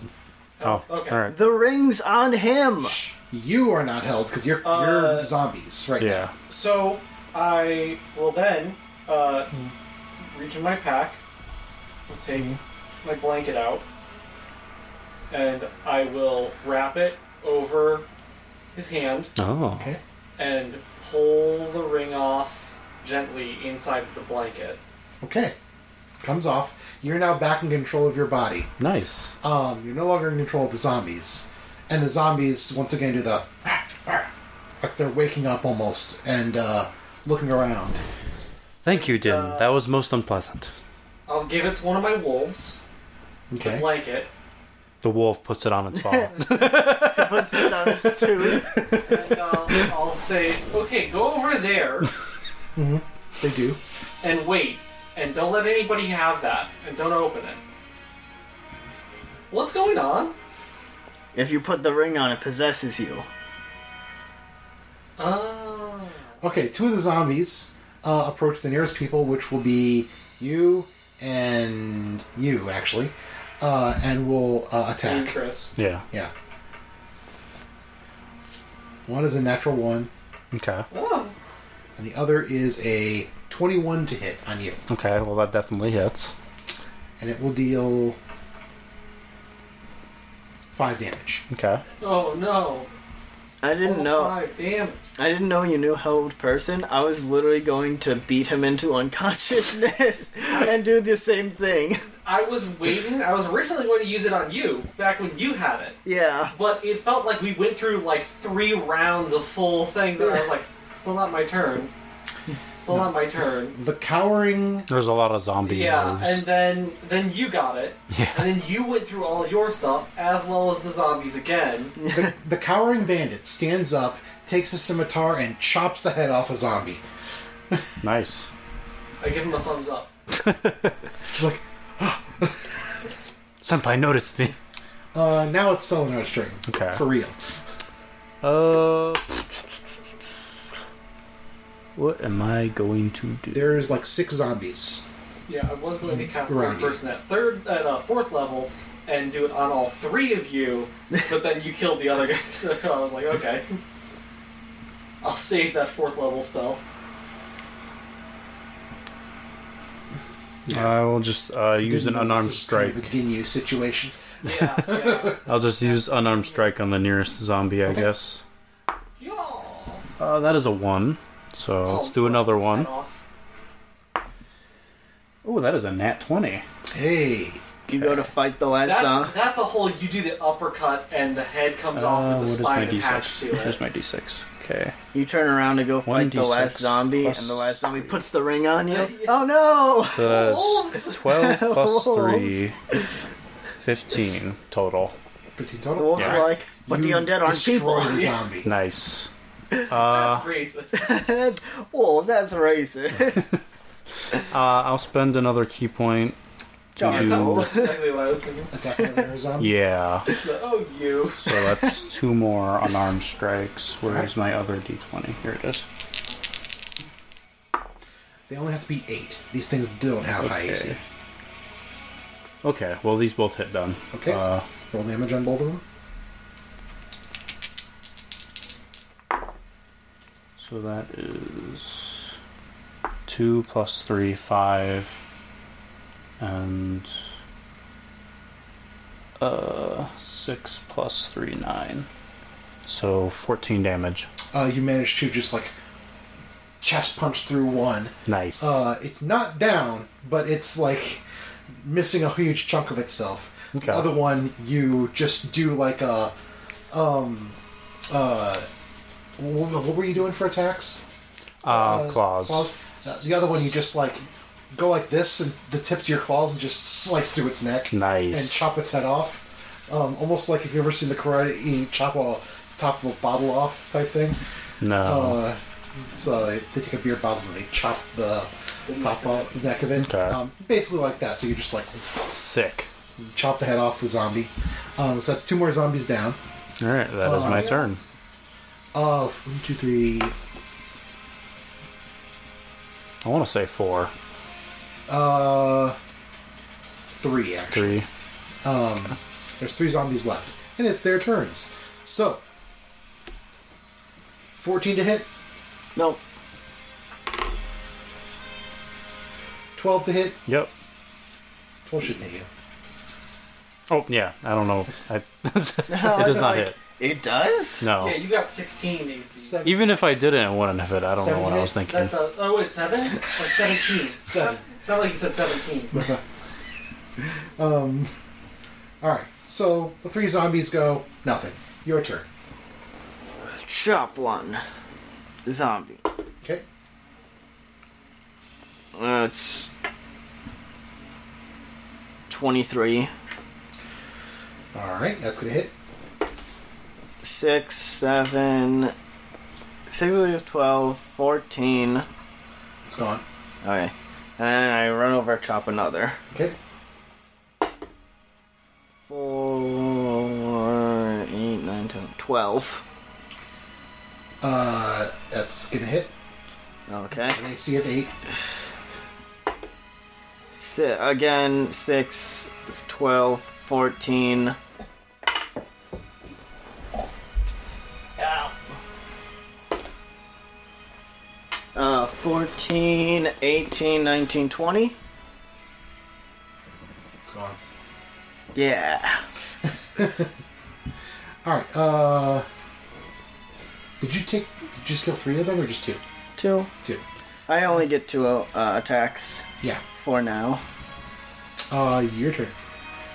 Oh,
okay.
all right.
The ring's on him.
You are not held because you're
Uh,
you're zombies right now.
Yeah.
So I will then uh, reach in my pack, I'll take my blanket out, and I will wrap it over his hand
Oh.
Okay.
and pull the ring off gently inside the blanket.
Okay. Comes off. You're now back in control of your body.
Nice.
Um, you're no longer in control of the zombies, and the zombies once again do the like they're waking up almost and uh, looking around.
Thank you, Din. that was most unpleasant.
I'll give it to one of my wolves, the
Okay.
blanket,
The wolf puts it on its paw.
Puts it on his tooth.
and I'll, I'll say, okay, go over there
They do.
and wait, and don't let anybody have that, and don't open it. What's going on?
If you put the ring on, it possesses you.
Oh.
Okay, two of the zombies uh, approach the nearest people, which will be you and you, actually, uh, and will uh,
And
attack.
Chris.
yeah.
Yeah. One is a natural one,
Okay.
Oh.
and the other is a 21 to hit on you.
Okay. Well, that definitely hits.
And it will deal 5 damage.
Okay.
Oh no.
I didn't
Oh
Level
know.
Five. Damn.
I didn't know you knew held person. I was literally going to beat him into unconsciousness and do the same thing.
I was waiting. I was originally going to use it on you back when you had it,
Yeah.
but it felt like we went through like three rounds of full things, and I was like, still not my turn. Still not my turn.
The cowering.
There's a lot of zombie
Yeah,
moves.
and then then you got it.
Yeah.
And then you went through all your stuff as well as the zombies again.
The, the cowering bandit stands up, takes a scimitar, and chops the head off a zombie.
nice.
I give him a thumbs up.
He's like,
Senpai noticed me.
uh, now it's Selenar's turn.
Okay.
For real.
Uh. What am I going to do?
There's like six zombies.
Yeah, I was going to cast
Right.
third person at third at uh, fourth level and do it on all three of you, but then you killed the other guy, so I was like, okay. I'll save that fourth level spell.
I will just uh, use an
Didn't know
unarmed
this was kind
strike.
of a Ginyu situation.
Yeah, yeah.
I'll just use unarmed strike on the nearest zombie, I guess.
Yaw.
Uh, that is a one. So let's do another one. Oh, that is a nat 20.
Hey.
You go to fight the last
That's,
zombie.
that's a whole you do the uppercut and the head comes
Uh,
off
what
with
is
the
my
spine attached
d6?
to it. Oh,
Here's my d6. Okay.
You turn around to go fight the
1d6
last zombie,
plus
and the last zombie puts the ring on you.
Yeah.
Oh no!
So that's
Wolves!
12 plus
Wolves.
3. 15 total.
15
The
total?
wolf's
Alright.
are like, but
You
the undead aren't
destroy
people.
the zombie.
Nice. Uh,
That's racist.
that's wolves. That's racist.
Uh, I'll spend another key point to
Darn
do.
That's exactly what I was thinking.
Attack another zombie.
Yeah.
Oh, you.
So that's two more unarmed strikes. Where's my other d20? Here it is.
They only have to be eight. These things don't have high
Okay.
AC.
Okay, well, these both hit then.
Okay.
Uh,
Roll damage on both of them.
so that is 2 plus 3, 5. And. Uh, 6 plus 3, 9. So 14 damage.
Uh, you manage to just like chest punch through one.
Nice.
Uh, it's not down, but it's like missing a huge chunk of itself.
Okay.
The other one, you just do like a, um, uh, wh- wh- what were you doing for attacks?
uh, claws.
Claws? Uh, the other one, you just like go like this, and the tips of your claws and just slice through its neck.
Nice.
And chop its head off, um, almost like if you have ever seen the karate you chop a top of a bottle off type thing.
No.
Uh, so they, they take a beer bottle and they chop the top off the neck of it.
Okay.
Um, basically like that. So you just like
Sick.
chop the head off the zombie. Um, so that's two more zombies down.
Alright, that is
Uh,
my turn.
Uh, one, two, three.
I want to say 4.
Uh, three actually.
3.
There's three zombies left, and it's their turns. So, fourteen to hit,
no.
twelve to hit.
Yep.
Twelve shouldn't hit you.
Oh, yeah. I don't know. I, it
I
does
was
not
like,
hit.
It does.
No.
Yeah, you got 16 AC.
Seven.
Even if I didn't, it wouldn't have hit. I don't know what I was thinking.
That, does- oh, wait, 7? Like 17.
Seven.
It's not like you said 17.
All right. So the three zombies go nothing. Your turn.
Chop one zombie.
Okay.
Uh, it's twenty-three,
All right. That's gonna hit.
six, seven, six, twelve, fourteen.
It's gone.
Okay. And then I run over, chop another.
Okay.
Four, eight, nine, ten, twelve.
Uh, that's gonna hit.
Okay.
An AC of eight.
Si- again, six, twelve, fourteen. Ow. Uh, 14, 18, 19, 20.
It's gone.
Yeah.
All right. Uh, did you take? Did you just kill three of them or just two?
Two.
Two.
I only get two uh, attacks
Yeah.
for now.
Uh, your turn.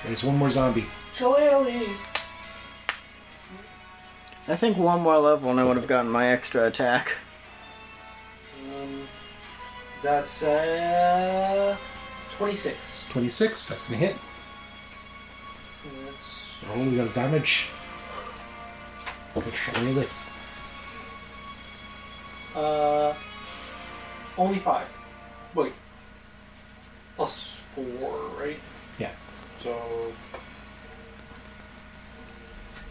There's one more zombie.
Shillelagh!
I think one more level and I would have gotten my extra attack.
Um, That's uh, 26.
26, that's going to hit.
That's
Oh, we got a damage. That's a shot, really.
uh, only 5. Wait. Plus 4, right?
Yeah.
So.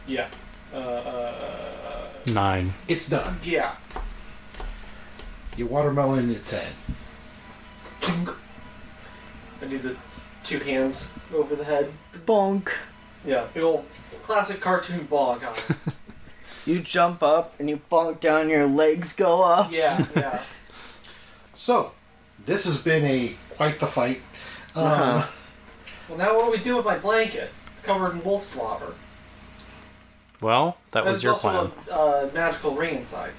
Yeah. Uh, uh,
Nine.
It's done.
yeah.
You watermelon its head.
I do the two hands over the head.
Bonk.
Yeah, big old classic cartoon bonk on it.
You jump up and you bonk down, your legs go up.
Yeah, yeah.
So, this has been a quite the fight. Um,
Uh-huh.
Well, now what do we do with my blanket? It's covered in wolf slobber.
Well, that
There's
was your plan.
also a uh, magical ring inside.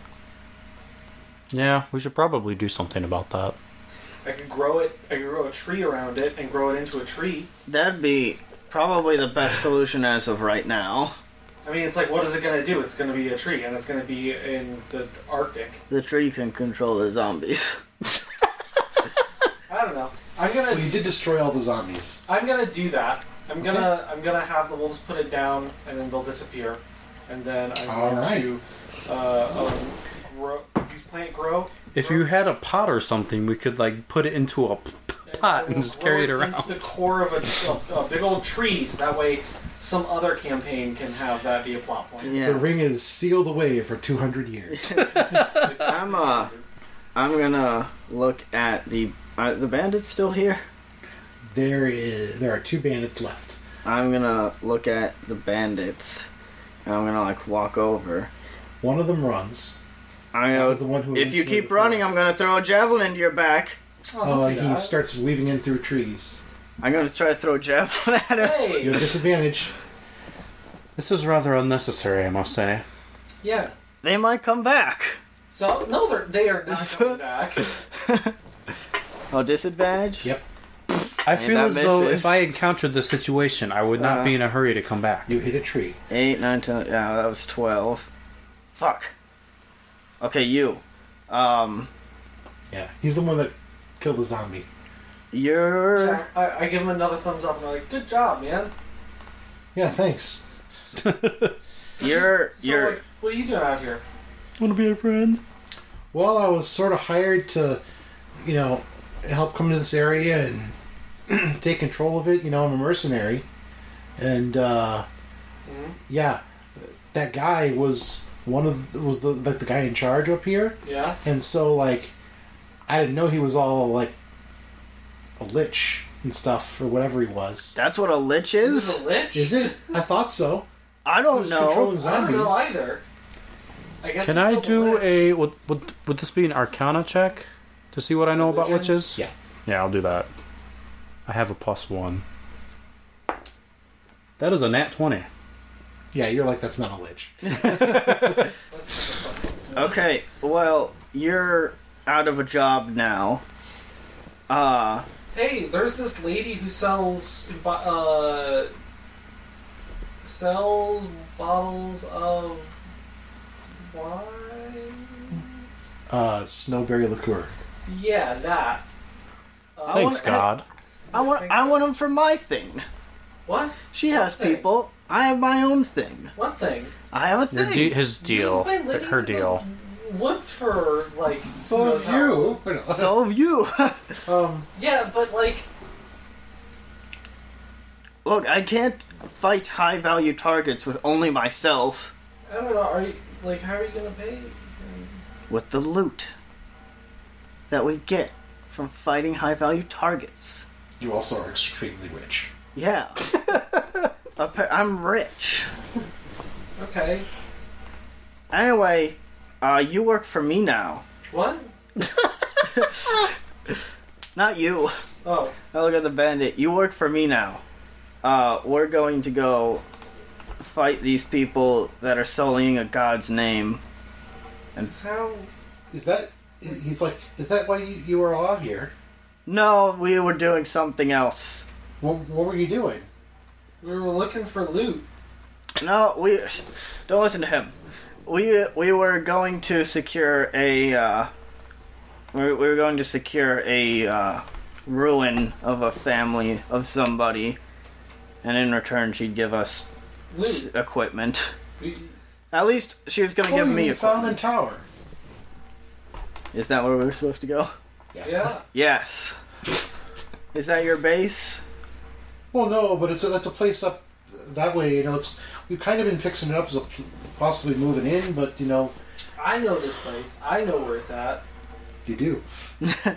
Yeah, we should probably do something about that.
I could grow it. I could grow a tree around it and grow it into a tree.
That'd be probably the best solution as of right now.
I mean, it's like, what is it gonna do? It's gonna be a tree, and it's gonna be in the Arctic.
The tree can control the zombies.
I don't know. I'm
Well, you
gonna.
did destroy all the zombies.
I'm gonna do that. I'm gonna. I'm gonna have the wolves put it down, and then they'll disappear. And then I'm
All
going
right.
to uh, um, grow. These plant grow.
If you had a pot or something, we could like put it into a p-
and
pot
we'll
and just
grow
carry it
Into the
around.
core of a, a, a big old tree, so that way some other campaign can have that be a plot point.
The
Yeah.
ring is sealed away for 200 years.
I'm uh, I'm gonna look at the are the bandits still here.
there is there are two bandits left.
I'm gonna look at the bandits, and I'm gonna like walk over.
One of them runs.
I
That
know.
was the one who was
If you
injured
keep
before.
running, I'm gonna throw a javelin into your back.
don't
Uh,
do
he
that.
starts weaving in through trees.
I'm gonna try to throw a javelin at him.
You
Hey.
have disadvantage.
This is rather unnecessary, I must say.
Yeah.
They might come back.
So no, they're they are not coming back.
Oh, disadvantage.
Yep.
I feel
that
as though
misses.
if I encountered this situation, I would not be in a hurry to come back.
You hit a tree.
Eight, nine, ten. Yeah, that was twelve. Fuck. Okay, you. Um,
Yeah. He's the one that killed the zombie.
you're.
Yeah, I, I give him another thumbs up, and I'm like, "Good job, man."
Yeah, thanks.
You're
So,
you're
like, what are you doing out here?
Want to be a friend?
Well, I was sort of hired to, you know, help come to this area and take control of it. You know, I'm a mercenary. And, uh,
Mm-hmm.
yeah, that guy was one of the, was the, like the guy in charge up here.
Yeah.
And so, like, I didn't know he was all, like, a lich and stuff or whatever he was.
that's what a lich
Is
is?
a lich?
Is it? I thought so.
I don't
Who's controlling
know.
I don't
zombies?
know either. I guess.
Can
we
I
killed the
do
lich.
a would, would would this be an Arcana check to see what I know about
Religion?
witches?
Yeah.
yeah, I'll do that. I have a plus one. That is a nat twenty.
Yeah, you're like, that's not a lich.
That's-
Okay, well, you're out of a job now. Uh
Hey, there's this lady who sells who bu- uh sells bottles of wine.
Uh, snowberry liqueur.
Yeah, that. Uh,
Thanks,
wanna-
God.
I want
think
I
so.
want them for my thing.
What?
She has
thing?
people. I have my own thing.
One thing.
I have a
Your
thing.
de- his deal,
You've been
th-
living
her
in the
deal.
What's for like?
So
knows
if
how-
you.
so have you.
um,
Yeah, but like,
Look, I can't fight high value targets with only myself
I don't know. Are you like? How are you gonna pay?
with the loot that we get from fighting high value targets.
you also are extremely rich.
Yeah. Appa- I'm rich.
Okay.
Anyway, uh, you work for me now.
What?
Not you.
Oh,
I look at the bandit. You work for me now. Uh, we're going to go fight these people that are sullying a god's name.
is this how?
Is that? He's like, is that why you, you were all out here?
No, we were doing something else.
What, what were you doing?
We were looking for loot.
No, we don't listen to him. We we were going to secure a uh, We're, we're going to secure a uh, ruin of a family of somebody, and in return, she'd give us s-
Loot.
equipment.
We-
At least she was going to give
oh,
me
you found the
equipment.
tower.
Is that where we were supposed to go?
Yeah.
Yes. Is that your base?
Well, no, but it's a, it's a place up that way. You know, it's we've kind of been fixing it up as a, possibly moving in, but you know,
I know this place. I know where it's at.
you do.
All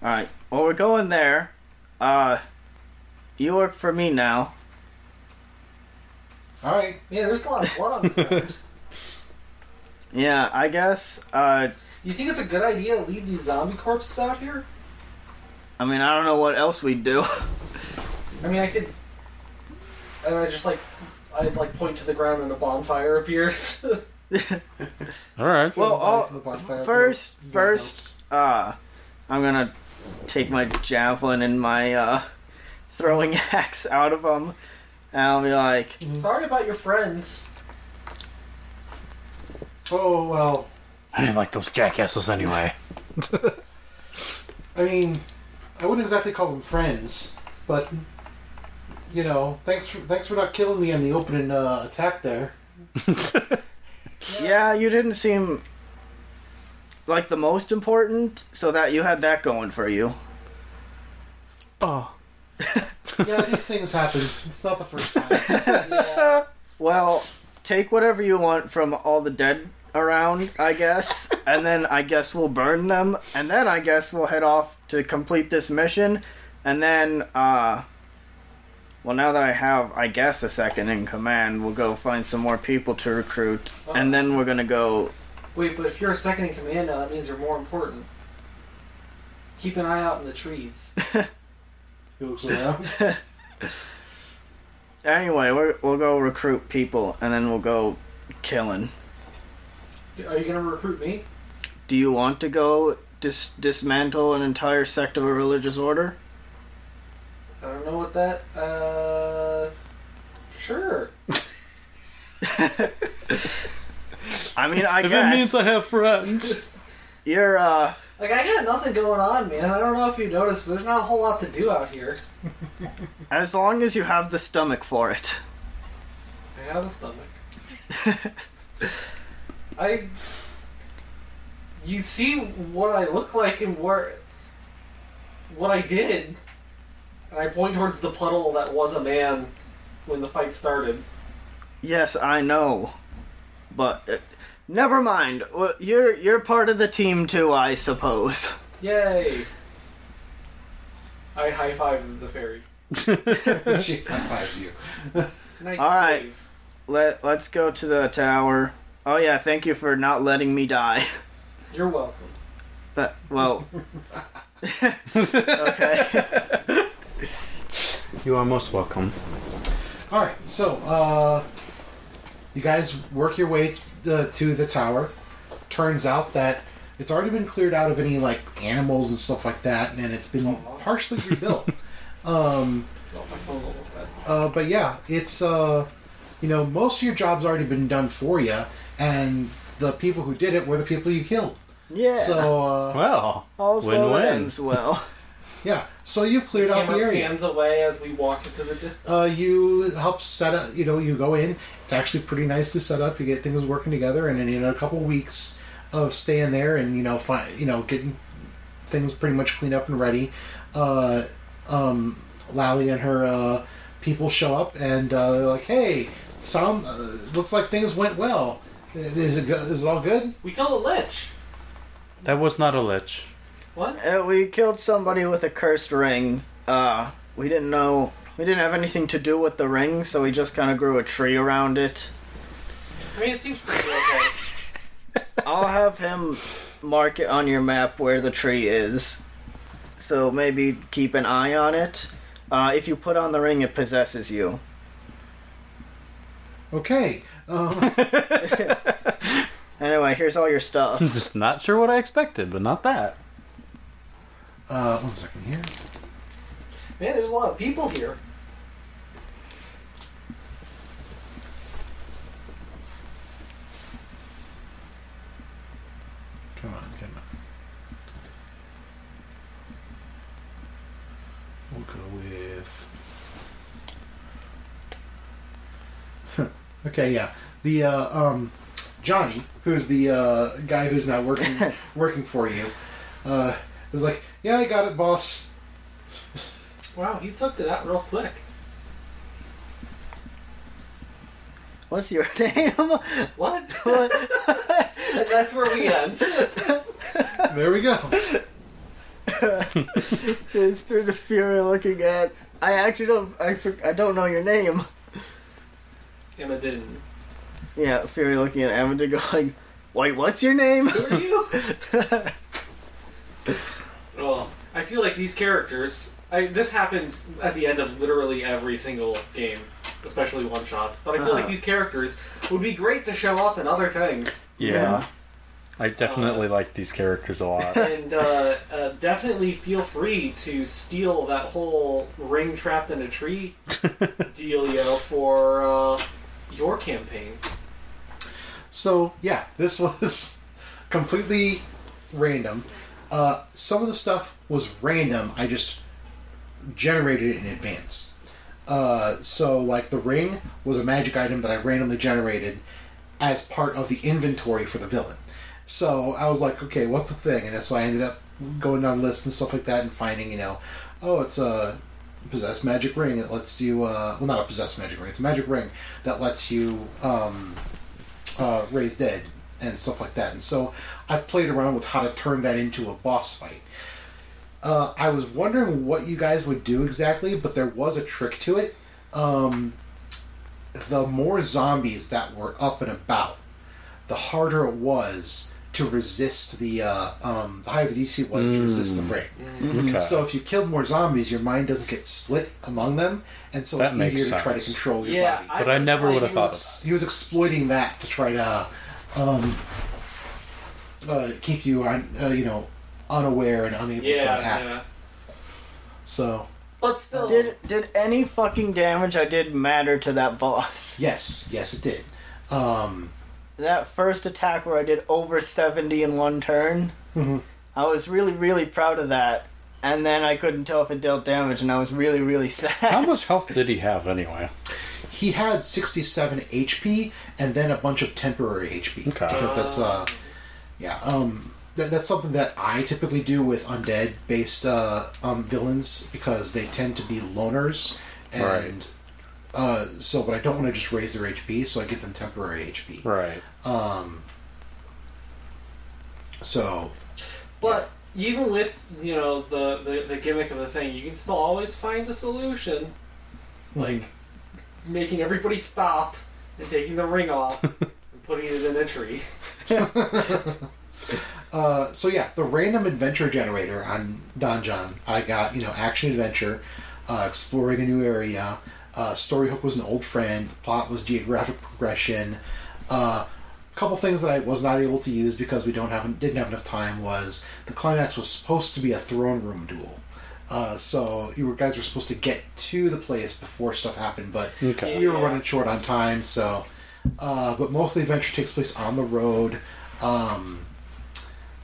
right. Well, we're going there. Uh, you work for me now.
All right.
Man, there's a lot of blood on the ground.
Yeah, I guess. Uh,
You think it's a good idea to leave these zombie corpses out here?
I mean, I don't know what else we'd do.
I mean, I could. And I just like, I like point to the ground and a bonfire appears.
All right.
Well,
Bodies
all-
in the bonfire.
first,
Blow- blow
first, uh, I'm gonna take my javelin and my uh, throwing axe out of them, and I'll be like,
Sorry about your friends.
notes. Oh well.
I didn't like those jackasses anyway.
I mean, I wouldn't exactly call them friends, but you know, thanks for thanks for not killing me in the opening uh, attack there.
Oh,
"Yeah, you didn't seem like the most important, so that you had that going for you."
oh.
Yeah, these things happen. It's not the first time.
Well, take whatever you want from all the dead around, I guess, and then I guess we'll burn them, and then I guess we'll head off to complete this mission, and then, uh. Well, now that I have, I guess, a second in command, we'll go find some more people to recruit,
Uh-huh.
and then we're gonna go.
Wait, but if you're a second in command now, that means you're more important. Keep an eye out in the trees.
He looks around.
Anyway, we're, we'll go recruit people, and then we'll go killing.
Are you gonna recruit me?
Do you want to go dis- dismantle an entire sect of a religious order?
I don't know what that. Uh, sure.
I mean, I
If
guess
it means I have friends.
you're uh,
Like I got nothing going on, man. I don't know if you noticed, but there's not a whole lot to do out here.
As long as you have the stomach for it.
I have a stomach. I. You see what I look like and where. What I did. And I point towards the puddle that was a man when the fight started.
Yes, I know. But uh, never mind. Well, You're you're part of the team too, I suppose.
Yay! I high five the fairy.
she advise you.
Nice
All right.
save.
Let let's go to the tower. Oh yeah, thank you for not letting me die.
You're welcome.
That- well, okay.
You are most welcome.
All right, so uh, you guys work your way uh, to the tower. Turns out that it's already been cleared out of any like animals and stuff like that, and it's been partially rebuilt.
Oh, my phone's almost dead.
Uh, but yeah, it's uh, you know most of your job's already been done for you, and the people who did it were the people you killed.
Yeah.
So uh,
Well,
all's
win-win.
well that ends well.
yeah, so you've cleared out the
Camera
area.
pans away as we walk into the distance.
Uh, you help set up. You know, you go in. It's actually pretty nicely set up. You get things working together, and then you know, a couple weeks of staying there, and you know, fi- you know, getting things pretty much cleaned up and ready. Uh, um, Lally and her uh, people show up, and uh, they're like, "Hey, some uh, looks like things went well. Is it go- is it all good?
We killed a lich!
that was not a lich.
What?
Uh, we killed somebody with a cursed ring. Uh, we didn't know. We didn't have anything to do with the ring, so we just kind of grew a tree around it.
I mean, it seems pretty okay.
I'll have him mark it on your map where the tree is. So maybe keep an eye on it. Uh, if you put on the ring, it possesses you.
Okay." Um,
Anyway, here's all your
I'm
stuff.
just not sure what I expected, but not that.
uh, one second here.
Man, there's a lot of people here.
Come on, come on. Okay, yeah. The uh, um, Johnny, who's the uh, guy who's now working working for you, uh, is like, "Yeah, I got it, boss."
Wow, you took to that real quick.
What's your name?
What?
What?
and that's where we end.
There we go.
Just through the fury looking at. I actually don't. I, for- I don't know your name.
Emma didn't.
Yeah, fury looking at Amanda going, "Wait, what's your name?"
Who are you? Well, I feel like these characters. I, this happens at the end of literally every single game, especially one shots. But I feel like
Uh-huh.
these characters would be great to show up in other things,
Yeah.
Yeah.
I definitely like these characters a lot.
and uh, uh, definitely feel free to steal that whole ring trapped in a tree dealio for uh, your campaign.
So yeah, this was completely random. Uh, some of the stuff was random. I just generated it in advance. Uh, so like the ring was a magic item that I randomly generated as part of the inventory for the villain. So I was like, okay, what's the thing? And so I ended up going down lists and stuff like that and finding, you know, oh, it's a possessed magic ring that lets you, uh, well, not a possessed magic ring, it's a magic ring that lets you um, uh, raise dead and stuff like that. And so I played around with how to turn that into a boss fight. Uh, I was wondering what you guys would do exactly, but there was a trick to it. Um, the more zombies that were up and about, the harder it was to resist the uh, um, the higher the DC was to resist the ring.
Okay.
So if you killed more zombies, your mind doesn't get split among them, and so
That
it's
makes
easier to try to
sense.
control your body
But I
was
never
like-
would have
he was
thought of
ex- he was exploiting that to try to um, uh, keep you on uh, you know unaware and unable to
Yeah,
act
yeah.
so
But still,
Did did any fucking damage I did matter to that boss?
yes yes it did um,
That first attack where I did over seventy in one turn,
Mhm.
I was really really proud of that. And then I couldn't tell if it dealt damage, and I was really really sad.
How much health did he have anyway?
he had 67 hp and then a bunch of temporary hp
Okay.
because that's uh yeah um that, that's something that i typically do with undead based uh, um, villains because they tend to be loners and
Right.
uh, so but i don't want to just raise their hp so i give them temporary hp
Right.
So
But even with you know the, the the gimmick of the thing, you can still always find a solution, like making everybody stop and taking the ring off and putting it in a tree.
uh, so yeah, the random adventure generator on Donjon, I got you know action adventure, uh, exploring a new area. Uh, story hook was an old friend. The plot was geographic progression. A uh, couple things that I was not able to use because we don't have didn't have enough time was the climax was supposed to be a throne room duel. Uh, so you were- guys were supposed to get to the place before stuff happened, but
Okay.
we were
Yeah.
running short on time. So, uh, but most of the adventure takes place on the road. Um,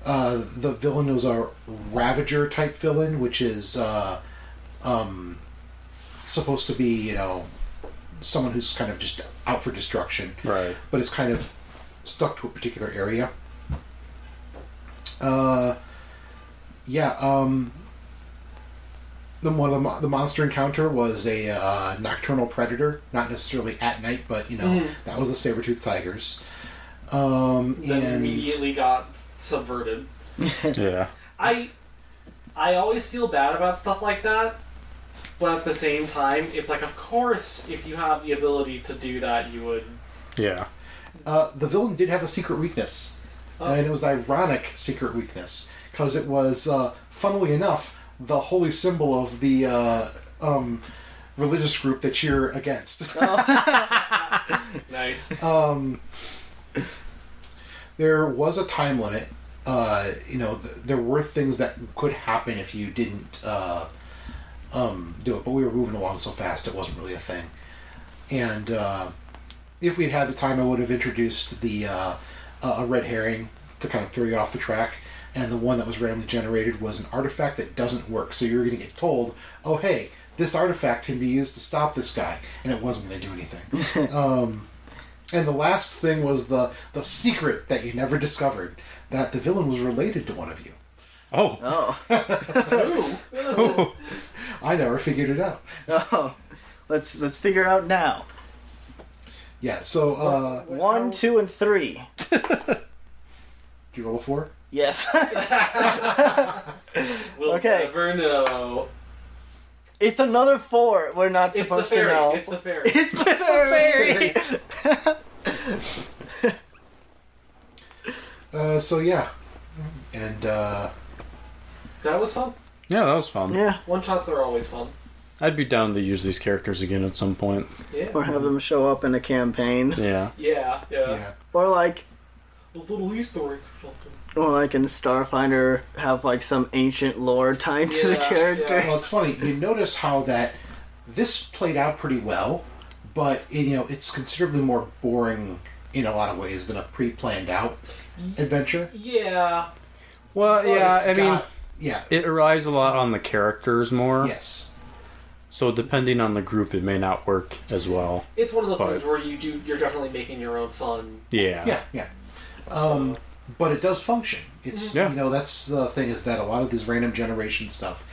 uh, the villain was a Ravager type villain, which is uh, um, supposed to be you know someone who's kind of just out for destruction,
Right.
but is kind of stuck to a particular area. Uh, yeah. Um, the one of the, mo- the monster encounter was a uh, nocturnal predator, not necessarily at night, but you know that was the saber tooth tigers. Um,
Then
and
immediately got subverted.
Yeah.
I I always feel bad about stuff like that, but at the same time, it's like of course if you have the ability to do that, you would.
Yeah.
uh, the villain did have a secret weakness, and it was ironic secret weakness because it was, uh, funnily enough, the holy symbol of the uh, um, religious group that you're against.
Nice.
Uh,
there was a time limit. Uh, you know, th- there were things that could happen if you didn't uh, um, do it, but we were moving along so fast it wasn't really a thing. And uh, if we'd had the time, I would have introduced the uh, uh, a red herring to kind of throw you off the track. And the one that was randomly generated was an artifact that doesn't work. So you're going to get told, "Oh, hey, this artifact can be used to stop this guy," and it wasn't going to do anything. And the last thing was the the secret that you never discovered that the villain was related to one of you.
Oh,
Oh.
I never figured it out.
Oh. Let's let's figure out now.
Yeah. So uh,
One, two, and three.
do you roll a four?
Yes.
We'll
Okay.
never know.
it's another four. We're not
It's the
supposed
fairy.
to know.
It's the fairy.
It's the
fairy.
fairy.
Uh, so yeah, and uh,
that was fun.
yeah, that was fun.
yeah.
One shots are always fun.
I'd be down to use these characters again at some point.
Yeah.
Or have them show up in a campaign.
Yeah.
Yeah. Yeah.
yeah,
Or like
Those little Easter eggs or something.
or like in Starfinder have like some ancient lore tied to the
Yeah,
character.
yeah.
Well, it's funny. You notice how that this played out pretty well, but it, you know it's considerably more boring in a lot of ways than a pre-planned out adventure.
Yeah.
Well, yeah.
It's
I mean,
got- yeah,
it relies a lot on the characters more.
yes,
So depending on the group, it may not work as well.
It's one of those
But-
things where you do. You're definitely making your own fun.
Yeah.
yeah, yeah. Um, but it does function. It's
Yeah.
you know that's the thing is that a lot of these random generation stuff.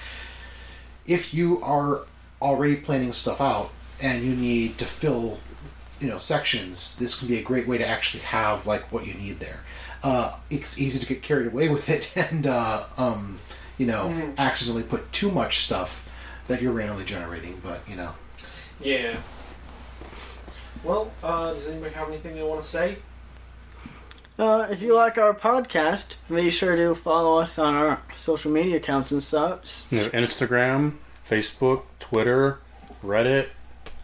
If you are already planning stuff out and you need to fill, you know, sections, this can be a great way to actually have like what you need there. Uh, it's easy to get carried away with it and uh, um, you know accidentally put too much stuff that you're randomly generating. But you know,
Yeah. Well, uh, does anybody have anything they want to say?
Uh, if you like our podcast, be sure to follow us on our social media accounts and such.
You know, Instagram, Facebook, Twitter, Reddit.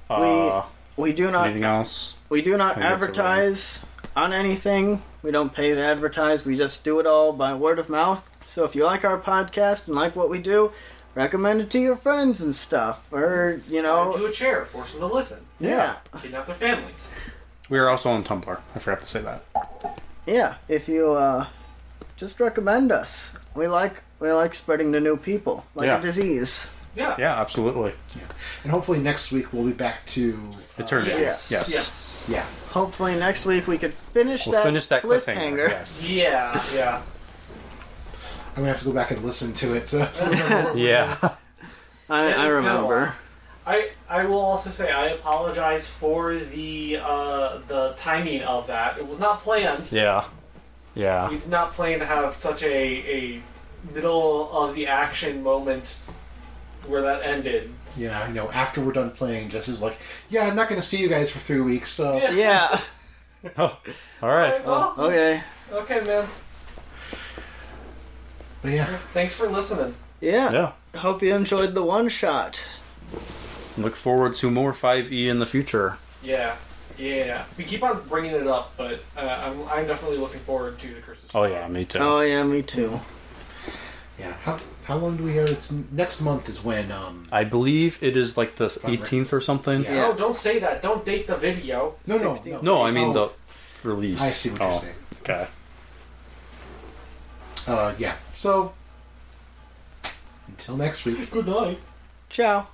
Uh,
We do not
anything else?
we do not
I think that's
advertise on anything. We don't pay to advertise. We just do it all by word of mouth. So if you like our podcast and like what we do, recommend it to your friends and stuff, or you
Do
know,
a chair. Force them to listen.
yeah,
Kidnap their families.
We are also on Tumblr. I forgot to say that.
yeah. If you uh, just recommend us, we like we like spreading to new people, like
Yeah.
a disease.
Yeah.
Yeah, absolutely.
and hopefally next week we'll be back to
Eternity.
Yes.
Yes.
Yes.
yeah.
Hopefully next week we could finish
We'll
that,
finish that cliffhanger.
cliffhanger.
Yes.
Yeah. Yeah.
I'm gonna have to go back and listen to it. To remember what we-
Yeah.
I,
Yeah,
I
it's been a
remember.
while. I, I will also say I apologize for the uh, the timing of that. It was not planned.
yeah.
We
Yeah.
did not plan to have such a, a middle of the action moment where that ended.
Yeah, you know, after we're done playing, Jess is like, "Yeah, I'm not going to see you guys for three weeks." So
Yeah.
Yeah.
Oh, all right.
Well,
okay.
okay, man.
but yeah,
Thanks for listening.
Yeah.
Yeah.
Hope you enjoyed the one shot.
Look forward to more 5e in the future.
Yeah. Yeah. We keep on bringing it up, but uh, I'm, I'm definitely looking forward to the Curses.
Oh, yeah, me too.
Oh yeah, me too.
yeah. How, how long do we have? It's next month is when. Um,
I believe it is like the 18th or something.
Yeah.
No, don't say that. Don't date the video.
no, no, no,
16.
No, I mean
Oh,
the release.
I see what
oh,
you're saying.
Okay.
Uh, yeah. So until next week.
Good night.
Ciao.